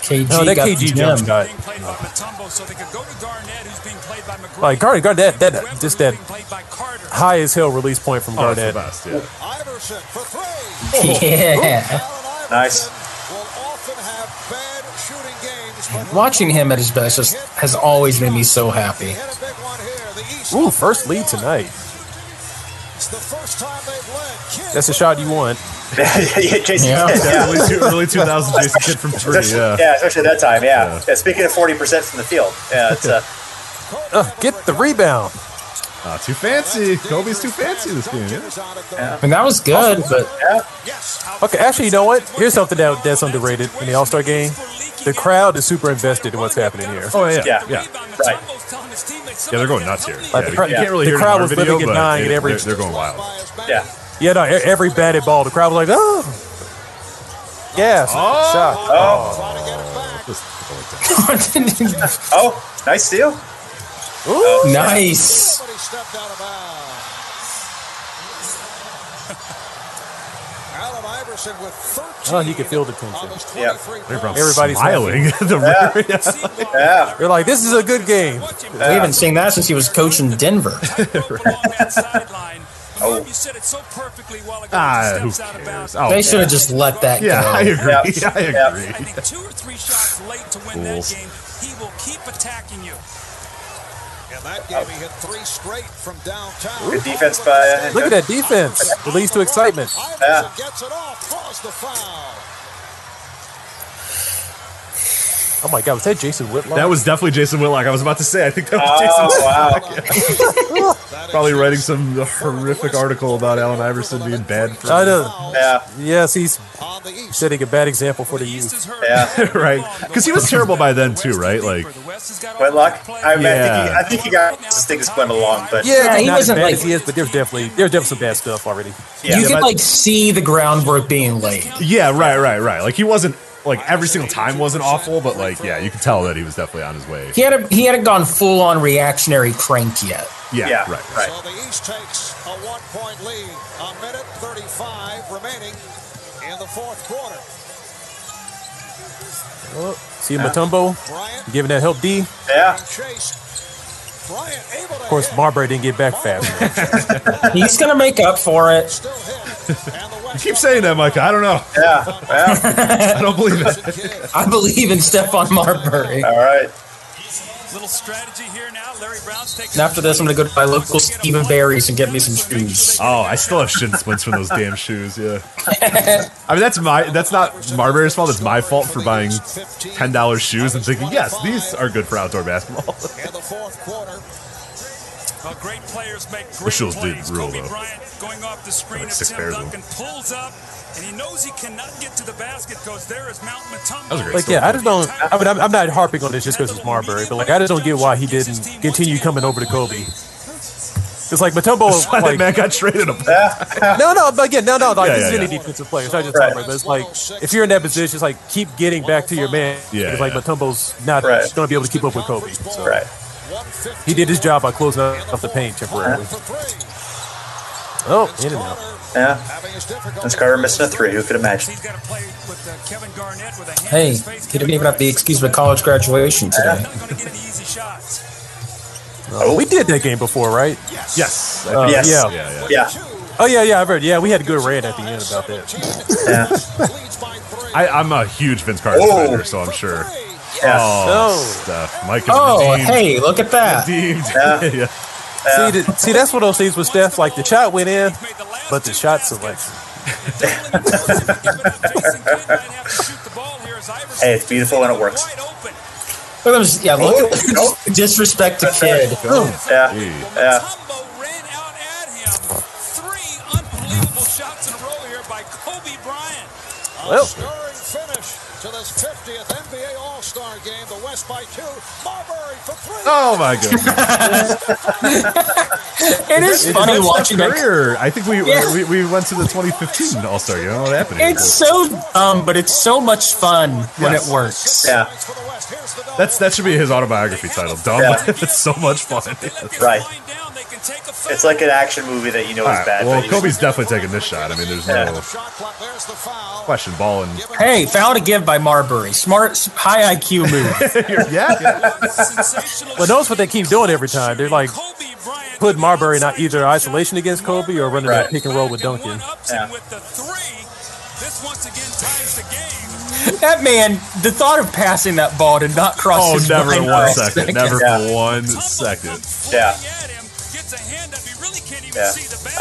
D: KG
C: No, that
D: got
C: KG jump
D: jammed.
C: shot. Like Garnett, Garnett, that just that high as hell release point from
B: Oh, that's
C: Garnett.
B: the best, yeah.
D: Yeah.
A: Nice.
D: Watching him at his best just has always made me so happy.
C: Ooh, first lead tonight. That's a shot you want.
A: yeah, Jason
D: Yeah.
A: Kidd, yeah.
B: Early, two, early 2000s Jason Kidd from three, yeah.
A: yeah, especially that time. Yeah. yeah. Speaking of 40% from the field. Yeah, it's, uh,
C: Uh, get the rebound.
B: Ah, too fancy. Kobe's too fancy this game. Yeah.
D: I mean, that was good, but
A: yeah.
C: Okay, actually, you know what? Here's something that, that's underrated in the All Star game. The crowd is super invested in what's happening here.
B: Oh yeah,
A: Yeah.
B: yeah, yeah.
A: Right.
B: Yeah, they're going nuts here.
C: Like,
B: yeah,
C: the cra-
B: you can't really
C: the
B: hear it in
C: crowd
B: our
C: was
B: video,
C: living at
B: but
C: nine
B: they-
C: at every-
B: They're, they're going wild.
A: Yeah.
C: Yeah, no, e- every batted ball, the crowd was like, oh. Yeah, shot.
A: Oh. Oh, nice steal.
C: Ooh.
D: nice.
C: Oh, he could feel the tension.
A: Yeah.
C: Everybody's
B: Everybody's smiling.
A: Yeah.
B: the
A: Yeah.
C: They're like, this is a good game.
D: We haven't seen that since he was coaching Denver.
A: Oh.
B: ah, who cares? Oh,
D: They
B: yeah.
D: should have just let that
B: Yeah, I
D: go.
B: agree.
A: Yeah.
B: I
A: Yeah.
B: agree.
F: Two or three shots late to win that
B: Fools.
F: game. He will keep attacking you.
K: In that game, he hit three straight from downtown.
A: Good defense by- uh,
C: Look at that defense. It leads to excitement.
K: Iverson gets it off, draws the foul.
C: Oh my God, was that Jason Whitlock?
B: That was definitely Jason Whitlock. I was about to say. I think that was
A: Oh,
B: Jason.
A: wow.
B: Probably writing some horrific article about Allen Iverson being bad for.
C: I know.
A: Yeah.
C: Yes, he's
K: On the east,
C: setting a bad example for the youth.
A: Yeah.
B: right, because he was terrible by then too, right? Like,
A: Whitlock. I, mean, I, think
B: Yeah.
A: he, I think he got this thing that's going along, but yeah.
C: Yeah,
D: Yeah,
C: it's
D: he
C: not as
D: wasn't
C: bad
D: like-
C: as he is, but there's definitely there's definitely some bad stuff already.
D: you
B: Yeah,
D: can
B: but-
D: like see the groundwork being laid.
B: yeah, right, right, right. Like he wasn't like every single time wasn't awful, but like, yeah, you could tell that he was definitely on his way.
D: He hadn't he hadn't gone full on reactionary crank yet.
B: Yeah,
A: Yeah,
B: right, right.
A: right.
K: so the east takes a one-point lead. A minute 35 remaining in the fourth quarter.
C: Oh, see Matumbo
K: Bryant
C: giving that help D.
A: yeah.
K: chased. Bryant able to
C: Of course, Marbury didn't get back fast.
D: He's gonna make up for it.
K: still hit. And the West
B: Keep saying that, Micah. I don't know.
A: Yeah. Well,
B: I don't believe it.
D: I believe in Stefan Marbury.
A: all right.
F: Little strategy here now. Larry Brown's taking.
D: And after this, I'm gonna go to my local Stephen Barry's and get me some shoes.
B: Oh, I still have shin splints from those damn shoes. Yeah. I mean, that's my that's not Marbury's fault. It's my fault for buying ten dollars shoes and thinking, yes, these are good for outdoor basketball.
K: in the fourth quarter.
F: Well, great players make great
B: The Shields did
F: plays.
B: rule,
F: Kobe
B: though.
F: Bryant going off the screen
B: Like
F: of
B: six
F: Tim
B: pairs of
F: Duncan pulls up, and he knows he cannot get to the basket because there is Mount Matumbo.
B: That was a great
C: Like, yeah, I just don't. I mean, I'm, I'm not harping on this just because it's Marbury, but like, I just don't get why he didn't continue coming over to Kobe. It's like Matumbo,
B: Why that
C: like,
B: man got traded up.
C: no, no, but again, no, no, like
B: Yeah,
C: this
B: yeah,
C: is any
B: yeah.
C: defensive player. It's not just talking about, but it's like if you're in that position, it's like keep getting back to your man.
B: Yeah,
C: it's like
B: yeah.
C: Matumbo's not
A: Right.
C: going to be able to keep up with Kobe. So
A: Right.
C: he did his job by closing up the paint temporarily.
K: For three.
C: Oh, in and out.
A: Yeah.
K: Having his difficulty.
A: Vince Carter missing a three. Who could imagine?
F: He's got to play with uh, Kevin Garnett with a hand in
D: Hey,
F: his face.
D: he didn't even have the excuse of a college graduation today.
F: Not going to get any easy shots.
C: Oh, we did that game before, right?
B: Yes.
C: Uh,
A: Yes.
C: Yeah.
B: yeah, yeah.
A: Yeah.
C: Oh yeah, yeah. I've heard. Yeah, we had a good rant at the end about that.
K: Leads by three.
B: I, I'm a huge Vince Carter
A: Oh.
B: defender, so I'm sure.
A: Yeah.
B: Oh,
C: Oh.
B: stuff. Mike is
D: Oh,
B: redeemed.
D: hey, look at that.
B: Redeemed.
A: Yeah.
B: yeah.
C: See, the, see, that's one of those things with Steph. Like the shot went in, but the shot selection.
A: hey, it's beautiful and it works.
L: Look at him just- yeah, look at disrespect to kid.
A: Yeah. Yeah.
F: Well. Stirring finish to this 50th NBA All Star game. The West by two. Marbury for three.
B: Oh my goodness!
F: It
D: is funny watching that-
B: career. I think we,
D: Yeah.
B: we we went to the 2015 All Star game. I don't know what happened.
D: It's so dumb, but it's so much fun when
B: Yes.
D: it works.
A: Yeah.
B: That's that should be his autobiography title. Dumb.
A: Yeah.
B: it's so much fun.
A: Right. It's like an action movie that you know
B: All
A: is
B: right,
A: bad.
B: Well,
A: but you-
B: Kobe's definitely taking this shot. I mean, there's no question. Ball and
D: Hey, foul to give by Marbury. Smart, s- high IQ move.
B: yeah.
C: But notice what they keep doing every time. Uh, They're like put Marbury in either isolation against Kobe or running that pick and roll with Duncan.
D: that man, the thought of passing that ball did not cross
B: Oh,
D: his
B: never
D: mind
B: for one
D: for a
B: second. Never for one second.
A: Yeah.
C: I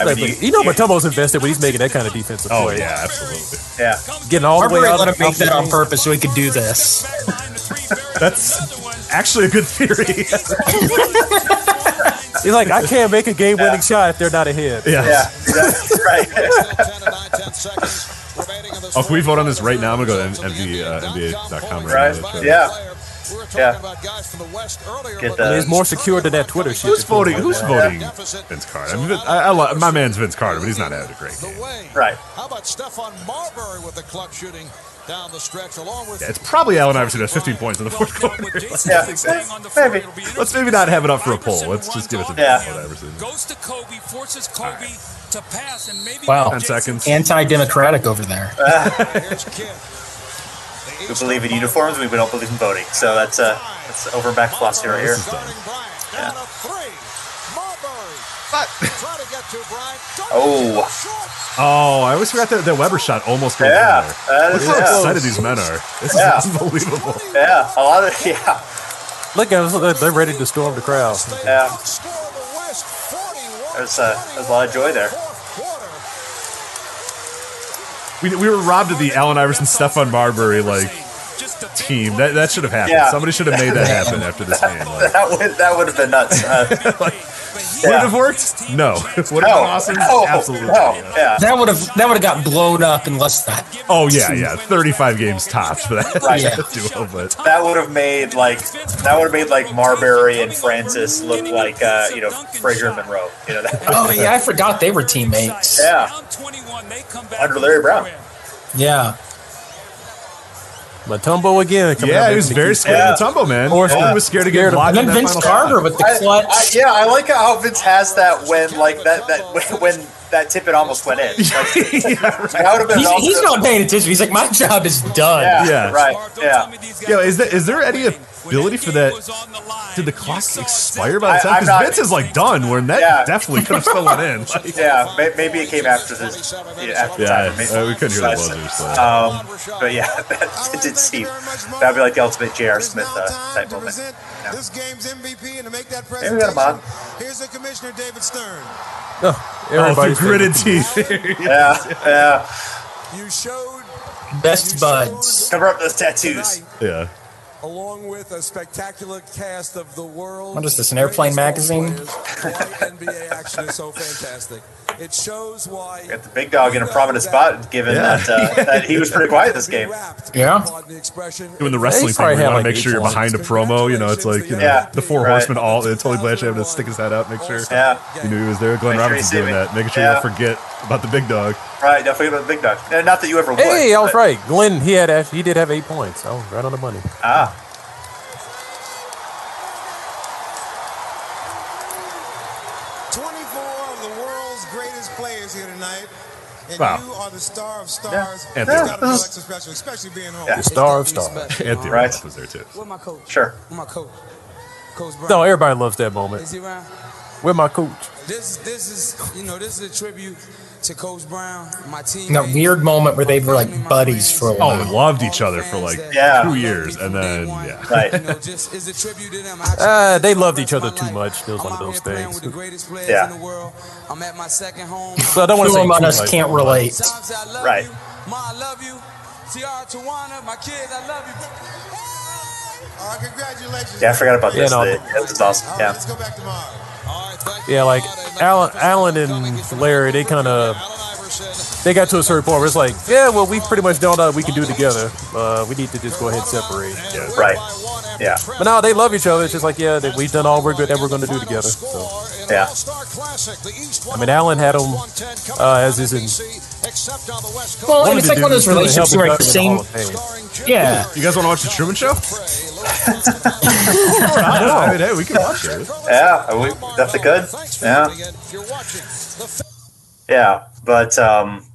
C: mean, you, know Matumbo's invested when he's making that kind of defensive
B: Oh,
C: play.
B: yeah, absolutely.
A: Yeah.
C: Getting all the way
D: Marbury
C: out
D: let him
C: of
D: make that on purpose so he could do this.
B: That's actually a good theory.
C: He's like, I can't make a game winning shot if they're not ahead.
B: Yeah.
A: right.
B: oh, can we vote on this right now? I'm gonna go to MV, uh, NBA.com right, now.
A: Right. Yeah. Yeah. Get
C: I mean,
A: the,
C: it's more secure than that Twitter shit.
B: Who's
C: that goes
B: voting?
C: on
B: Who's
C: now.
B: voting? Vince Carter. I mean, I, I love, my man's Vince Carter, but he's not having a great game.
A: right.
F: How about Stephon Marbury with the clutch shooting down the stretch along with
B: Yeah, it's probably Allen Iverson who has 15 points in the fourth quarter.
A: Yeah. Maybe.
B: Let's maybe not have it up for a poll. Let's just give it to
A: Yeah.
B: Allen Iverson.
M: Goes to Kobe, forces Kobe to pass, and maybe
D: Wow.
B: 10 seconds.
D: Anti-democratic over there.
A: We believe in uniforms. We don't believe in voting. So that's uh, that's over back philosophy right here. Oh.
B: Oh, I always forgot that that Weber shot almost goes
A: Yeah,
B: in
A: that
B: there. Look
A: is-
B: how
A: yeah.
B: excited these men are. This
A: Yeah.
B: is unbelievable.
A: Yeah. A lot of yeah.
C: Look at them. They're ready to storm the crowd.
A: Yeah. There's a there's a lot of joy there.
B: We, we were robbed of the Allen Iverson, Stefan Marbury like team. That that should have happened.
A: Yeah.
B: Somebody should have made that happen after this game. Like,
A: That would that would have been nuts. Uh,
B: Would it
A: yeah.
B: have worked? No. would it have been
A: No,
B: awesome?
A: no,
B: Absolutely.
A: no, yeah.
D: That would have that would have got blown up unless that.
B: Oh yeah, yeah. Thirty-five games tops for that
A: Right.
B: duo, but
A: That would have made like that would have made like Marbury and Francis look like uh, you know Frazier and Monroe. You know that.
D: Oh yeah, I forgot they were teammates.
A: Yeah. Under Larry Brown.
D: Yeah.
C: Matumbo again. coming
B: yeah,
C: out
B: he was
C: making
B: very
C: the
B: scared
A: Yeah.
B: of the tumble, man.
C: Or-
B: Or he was scared of
C: Scared
B: getting
C: of-
B: blocked. in
D: And
B: that
D: then Vince
B: final
D: Carter
B: shot.
D: with the
A: I-
D: clutch.
A: I- yeah, I like how Vince has that when like that that when- when that tip it almost went in. Like, that would have been
D: he's,
A: awesome.
D: he's not paying attention. He's like, my job is done.
A: Yeah,
B: Yeah.
A: right. Yeah.
B: Yo, is there is there any ability for that? Did the clock expire by
A: I-
B: the time?
A: I'm
B: Because
A: not-
B: Vince is like done. When that
A: Yeah.
B: definitely could have still went in. Like,
A: Yeah, may- maybe it came after this. Yeah, after
B: yeah,
A: time.
B: I-
A: Maybe-
B: uh, we couldn't hear the buzzer. So.
A: Um, but yeah, that, it did seem that'd be like the ultimate J.R. Smith uh, type moment. Yeah.
F: This game's MVP and to make that
A: Maybe we got him on.
F: Here's the commissioner David Stern.
B: Oh, through
C: Everybody's
B: gritted
C: favorite
B: teeth.
A: Yeah, yeah.
F: You showed
D: Best buds.
A: Cover up those tattoos.
B: yeah.
F: along with a spectacular cast of the world.
D: What is this, an airplane magazine?
F: NBA action is so fantastic. It shows why
A: Got the big dog in a prominent spot, given that uh, that he was pretty quiet this game.
D: Yeah.
F: pardon the expression.
B: Doing the wrestling thing,
C: probably
B: where you
C: had
B: want
C: like
B: to make sure
C: eight
B: you're behind a
F: points.
B: promo. You know, it's like you know
A: Yeah.
B: the four
A: Right.
B: horsemen. All uh, Tony Blanchard having to stick his head out, make sure
A: Yeah.
B: you knew he was there. Glenn
A: Make sure you
B: Robinson
A: see
B: doing
A: me.
B: that, making sure
A: Yeah.
B: you don't forget about the big dog.
A: Right, don't forget about the big dog. Uh, Not that you ever would.
C: Hey, I was
A: but-
C: right. Glenn, he had act- he did have eight points. Oh, right on the money.
A: Ah,
F: Twenty-four of the world's greatest players here tonight. And
B: Wow.
F: you are the star of stars.
B: Yeah.
F: It's gotta
B: Yeah.
F: feel extra special, especially being home.
A: Yeah.
C: The star of stars.
B: Anthony
A: Right.
B: Ramos was there too.
F: Where my coach?
A: sure.
F: Where my coach? Coach Brown.
C: No, everybody loves that moment.
F: Is he around?
C: Where my coach?
F: This, this is, you know, this is a tribute
K: to Coach Brown, my team.
D: And that weird moment where they were like buddies for a
B: Oh,
D: while.
B: they loved each other for like
D: Yeah.
B: two years, and then yeah,
C: Uh, they loved each other too much. It was one of those things.
A: Yeah.
C: So I don't want to say
D: Two among
C: too
D: us
C: much.
D: can't relate.
A: Right. Yeah, I forgot about
C: Yeah,
A: this.
C: no.
A: That- That was awesome. Yeah.
C: Yeah, like Alan, Alan and Larry, they kind of they got to a certain point where it's like, yeah, well, we've pretty much done all we can do together. Uh, we need to just go ahead and separate. Yeah.
A: Right. Yeah.
C: But now they love each other. It's just like, yeah, that we've done all we're good that we're going to do together. So,
A: Yeah.
C: I mean, Alan had him uh, as his. In,
D: Well,
C: One
D: and
C: of
D: it's
C: the
D: like one of those
C: dudes really
D: relationships
C: helped
D: where
C: him
D: like
C: get in
D: the same.
C: the Hall of Fame.
D: Yeah.
B: You guys want to watch the Truman Show? I mean, hey, we can watch it.
A: Yeah, are we, that's a good. Yeah. Yeah, but um,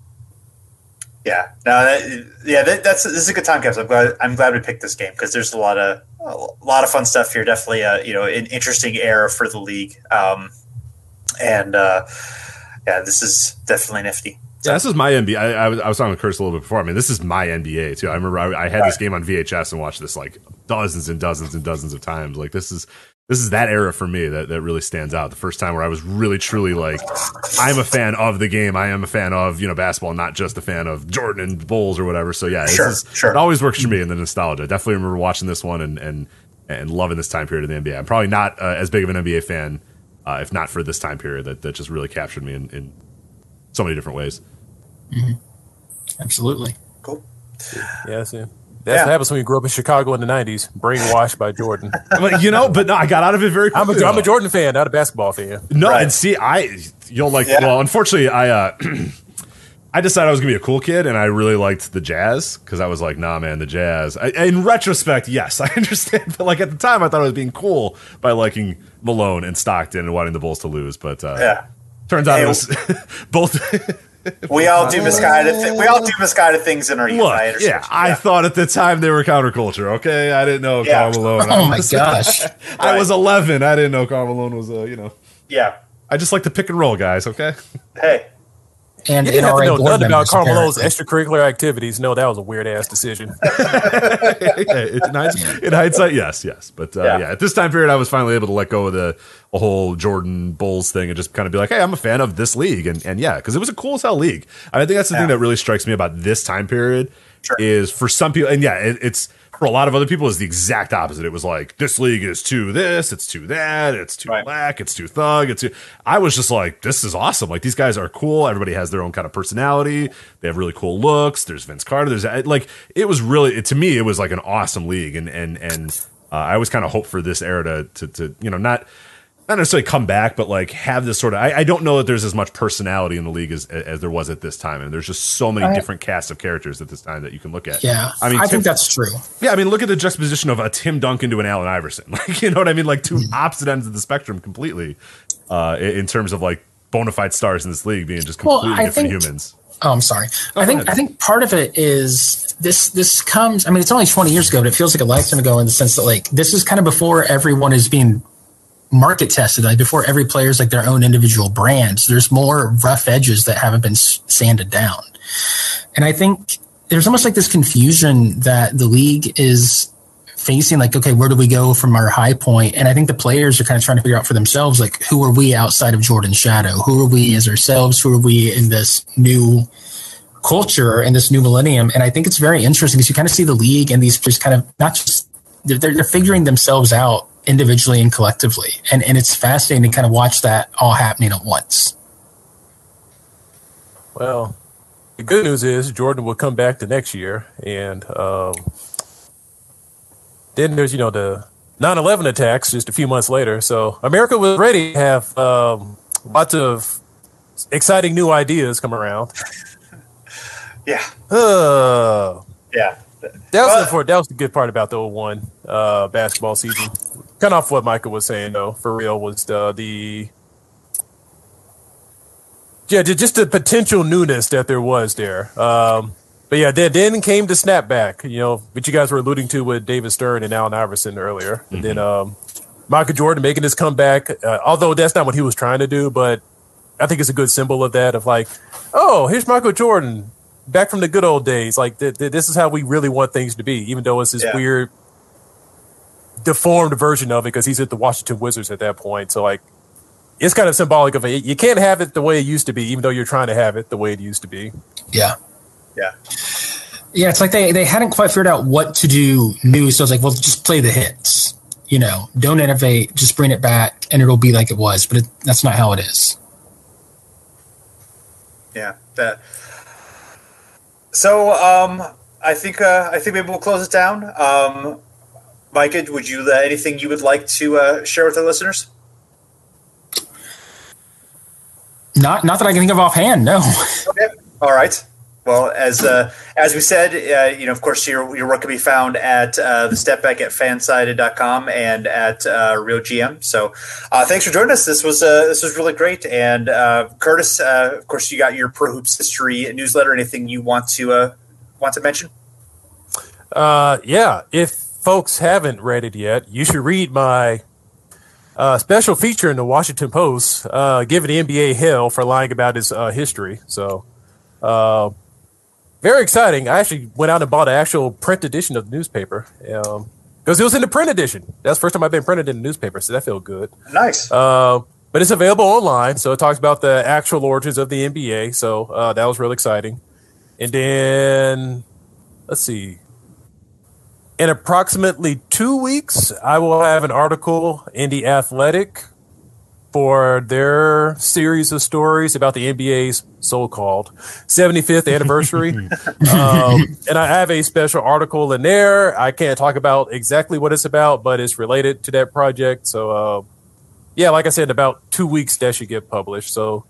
A: yeah, no, that, yeah, that, that's this is a good time capsule. I'm glad I'm glad we picked this game because there's a lot of a lot of fun stuff here. Definitely, uh, you know, an interesting era for the league. Um, and uh, yeah, this is definitely nifty.
B: Yeah, this is my NBA. I, I was, I was talking with Curtis a little bit before. I mean, this is my NBA too. I remember I, I had this game on VHS and watched this like dozens and dozens and dozens of times. Like this is this is that era for me that, that really stands out. The first time where I was really truly like, I'm a fan of the game. I am a fan of you know basketball, not just a fan of Jordan and Bulls or whatever. So yeah, this
A: Sure,
B: is, it always works for me in the nostalgia. I definitely remember watching this one and and and loving this time period of the NBA. I'm probably not uh, as big of an NBA fan uh, if not for this time period that, that just really captured me in, in so many different ways.
D: Absolutely.
C: Yeah, that's it. That's what happens when you grow up in Chicago in the '90s, brainwashed by Jordan.
B: But you know, but no, I got out of it very
C: I'm
B: quickly.
C: a, I'm
B: though.
C: a Jordan fan, not a basketball fan.
B: No, and see, I you'll like. Well, unfortunately, I uh, I decided I was gonna be a cool kid, and I really liked the jazz because I was like, nah, man, the jazz. I, in retrospect, yes, I understand, but like at the time, I thought I was being cool by liking Malone and Stockton and wanting the Bulls to lose. But uh,
A: Yeah.
B: turns out
A: Hey,
B: it was both.
A: We all do misguided. Th- we all do misguided things in our youth. I
B: Look,
A: understand.
B: yeah, I thought at the time they were counterculture. Okay, I didn't know
A: Yeah.
B: Karl Malone.
A: Oh
B: I
A: my
B: was-
A: gosh.
B: I was 11. I didn't know Karl Malone was, uh, you know.
A: Yeah.
B: I just like to pick and roll, guys. Okay.
A: Hey.
D: And
C: you didn't have to
D: NRA
C: know
D: board
C: nothing about
D: members,
C: Karl Malone's
D: apparently.
C: extracurricular activities. No, that was a weird ass decision.
B: in, hindsight, in hindsight, yes, yes. But uh, yeah.
C: Yeah.
B: at this time period, I was finally able to let go of the, the whole Jordan Bulls thing and just kind of be like, hey, I'm a fan of this league. And, and yeah, because it was a cool as hell league. And I think that's the thing that really strikes me about this time period is for some people, and yeah, it, it's for a lot of other people, is the exact opposite. It was like, this league is too this, it's too that, it's too black, it's too thug. It's too. I was just like, this is awesome. Like, these guys are cool. Everybody has their own kind of personality. They have really cool looks. There's Vince Carter. There's like, it was really, to me, it was like an awesome league. And, and, and, uh, I always kind of hope for this era to, to, to, you know, not, not necessarily come back, but like have this sort of. I, I don't know that there's as much personality in the league as as there was at this time, and there's just so many
D: I-
B: different casts of characters at this time that you can look at.
D: Yeah.
B: I mean,
D: I
B: Tim-
D: think that's true.
B: yeah, I mean, look at the juxtaposition of a Tim Duncan to an Allen Iverson. Like, you know what I mean? Like two
D: Mm-hmm.
B: opposite ends of the spectrum completely, uh, in in terms of like bona fide stars in this league being just
D: Well,
B: completely
D: I
B: different
D: think-
B: humans.
D: Oh, I'm sorry. I think I think part of it is this. This comes. I mean, it's only 20 years ago, but it feels like a lifetime ago in the sense that like this is kind of before everyone is being market tested. Like before every player is like their own individual brand. So there's more rough edges that haven't been s- sanded down. And I think there's almost like this confusion that the league is facing like okay where do we go from our high point and i think the players are kind of trying to figure out for themselves like who are we outside of jordan's shadow who are we as ourselves who are we in this new culture and this new millennium and i think it's very interesting because you kind of see the league and these just kind of not just they're, they're they're figuring themselves out individually and collectively and and it's fascinating to kind of watch that all happening at once
C: Well, the good news is Jordan will come back the next year, and um, then there's you know the 9/11 attacks just a few months later. So America was ready to have um, lots of exciting new ideas come around.
A: Yeah.
C: Uh,
A: yeah.
C: That was, the, for- that was the good part about the 01 uh, basketball season. Kind of off what Michael was saying, though, for real, was the, the yeah, ju- just the potential newness that there was there. Um, but yeah, then, then came the snapback, you know, which you guys were alluding to with David Stern and Allen Iverson earlier. And then um, Michael Jordan making his comeback, uh, although that's not what he was trying to do, but I think it's a good symbol of that. Of like, oh, here's Michael Jordan back from the good old days. Like th- th- this is how we really want things to be, even though it's this
G: Yeah.
C: weird, deformed version of it because he's at the Washington Wizards at that point. So like, it's kind of symbolic of it. You can't have it the way it used to be, even though you're trying to have it the way it used to be.
D: Yeah.
A: Yeah.
D: Yeah, it's like they, they hadn't quite figured out what to do new, so it's like, well, just play the hits. You know, don't innovate, just bring it back, and it'll be like it was. But it, that's not how it is.
A: Yeah. That. So um, I think uh, I think maybe we'll close it down. Um, Micah, would you uh, anything you would like to uh, share with our listeners?
D: Not not that I can think of offhand. No.
A: All right. Well, as uh, as we said, uh, you know, of course, your your work can be found at uh, the step back at fansided.com and at uh, Real GM. So, uh, thanks for joining us. This was uh, this was really great. And uh, Curtis, uh, of course, you got your pro hoops history newsletter. Anything you want to uh, want to mention?
C: Uh, yeah, if folks haven't read it yet, you should read my uh, special feature in the Washington Post, uh, giving the NBA hell for lying about his uh, history. So, uh, very exciting. I actually went out and bought an actual print edition of the newspaper because it was in the print edition. That's the first time I've been printed in the newspaper, so that felt good.
A: Nice.
C: Uh, but it's available online, so it talks about the actual origins of the NBA. So uh, that was real exciting. And then, let's see. In approximately two weeks, I will have an article in The Athletic for their series of stories about the NBA's so called 75th anniversary. um, and I have a special article in there. I can't talk about exactly what it's about, but it's related to that project. So, uh, yeah, like I said, in about two weeks that should get published. So,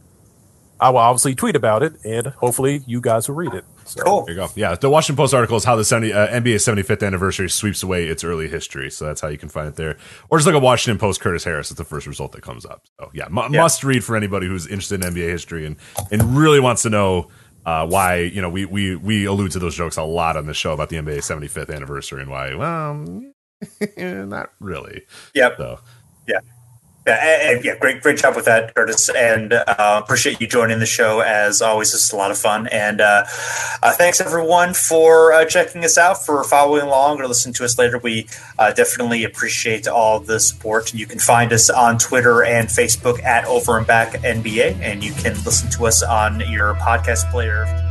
C: I will obviously tweet about it, and hopefully, you guys will read it. So,
B: There you go. Yeah, the Washington Post article is how the 70, uh, NBA 75th anniversary sweeps away its early history. So that's how you can find it there. Or just look at Washington Post Curtis Harris. It's the first result that comes up. So yeah, mu must read for anybody who's interested in NBA history and and really wants to know uh, why. You know, we we we allude to those jokes a lot on the show about the NBA 75th anniversary and why. Well, not really.
A: Yep.
B: So
A: Yeah. Yeah, and- and, yeah, great, great job with that, Curtis, and uh, appreciate you joining the show as always. It's a lot of fun, and uh, uh, thanks everyone for uh, checking us out, for following along, or listening to us later. We uh, definitely appreciate all the support. You can find us on Twitter and Facebook at Over and Back NBA, and you can listen to us on your podcast player.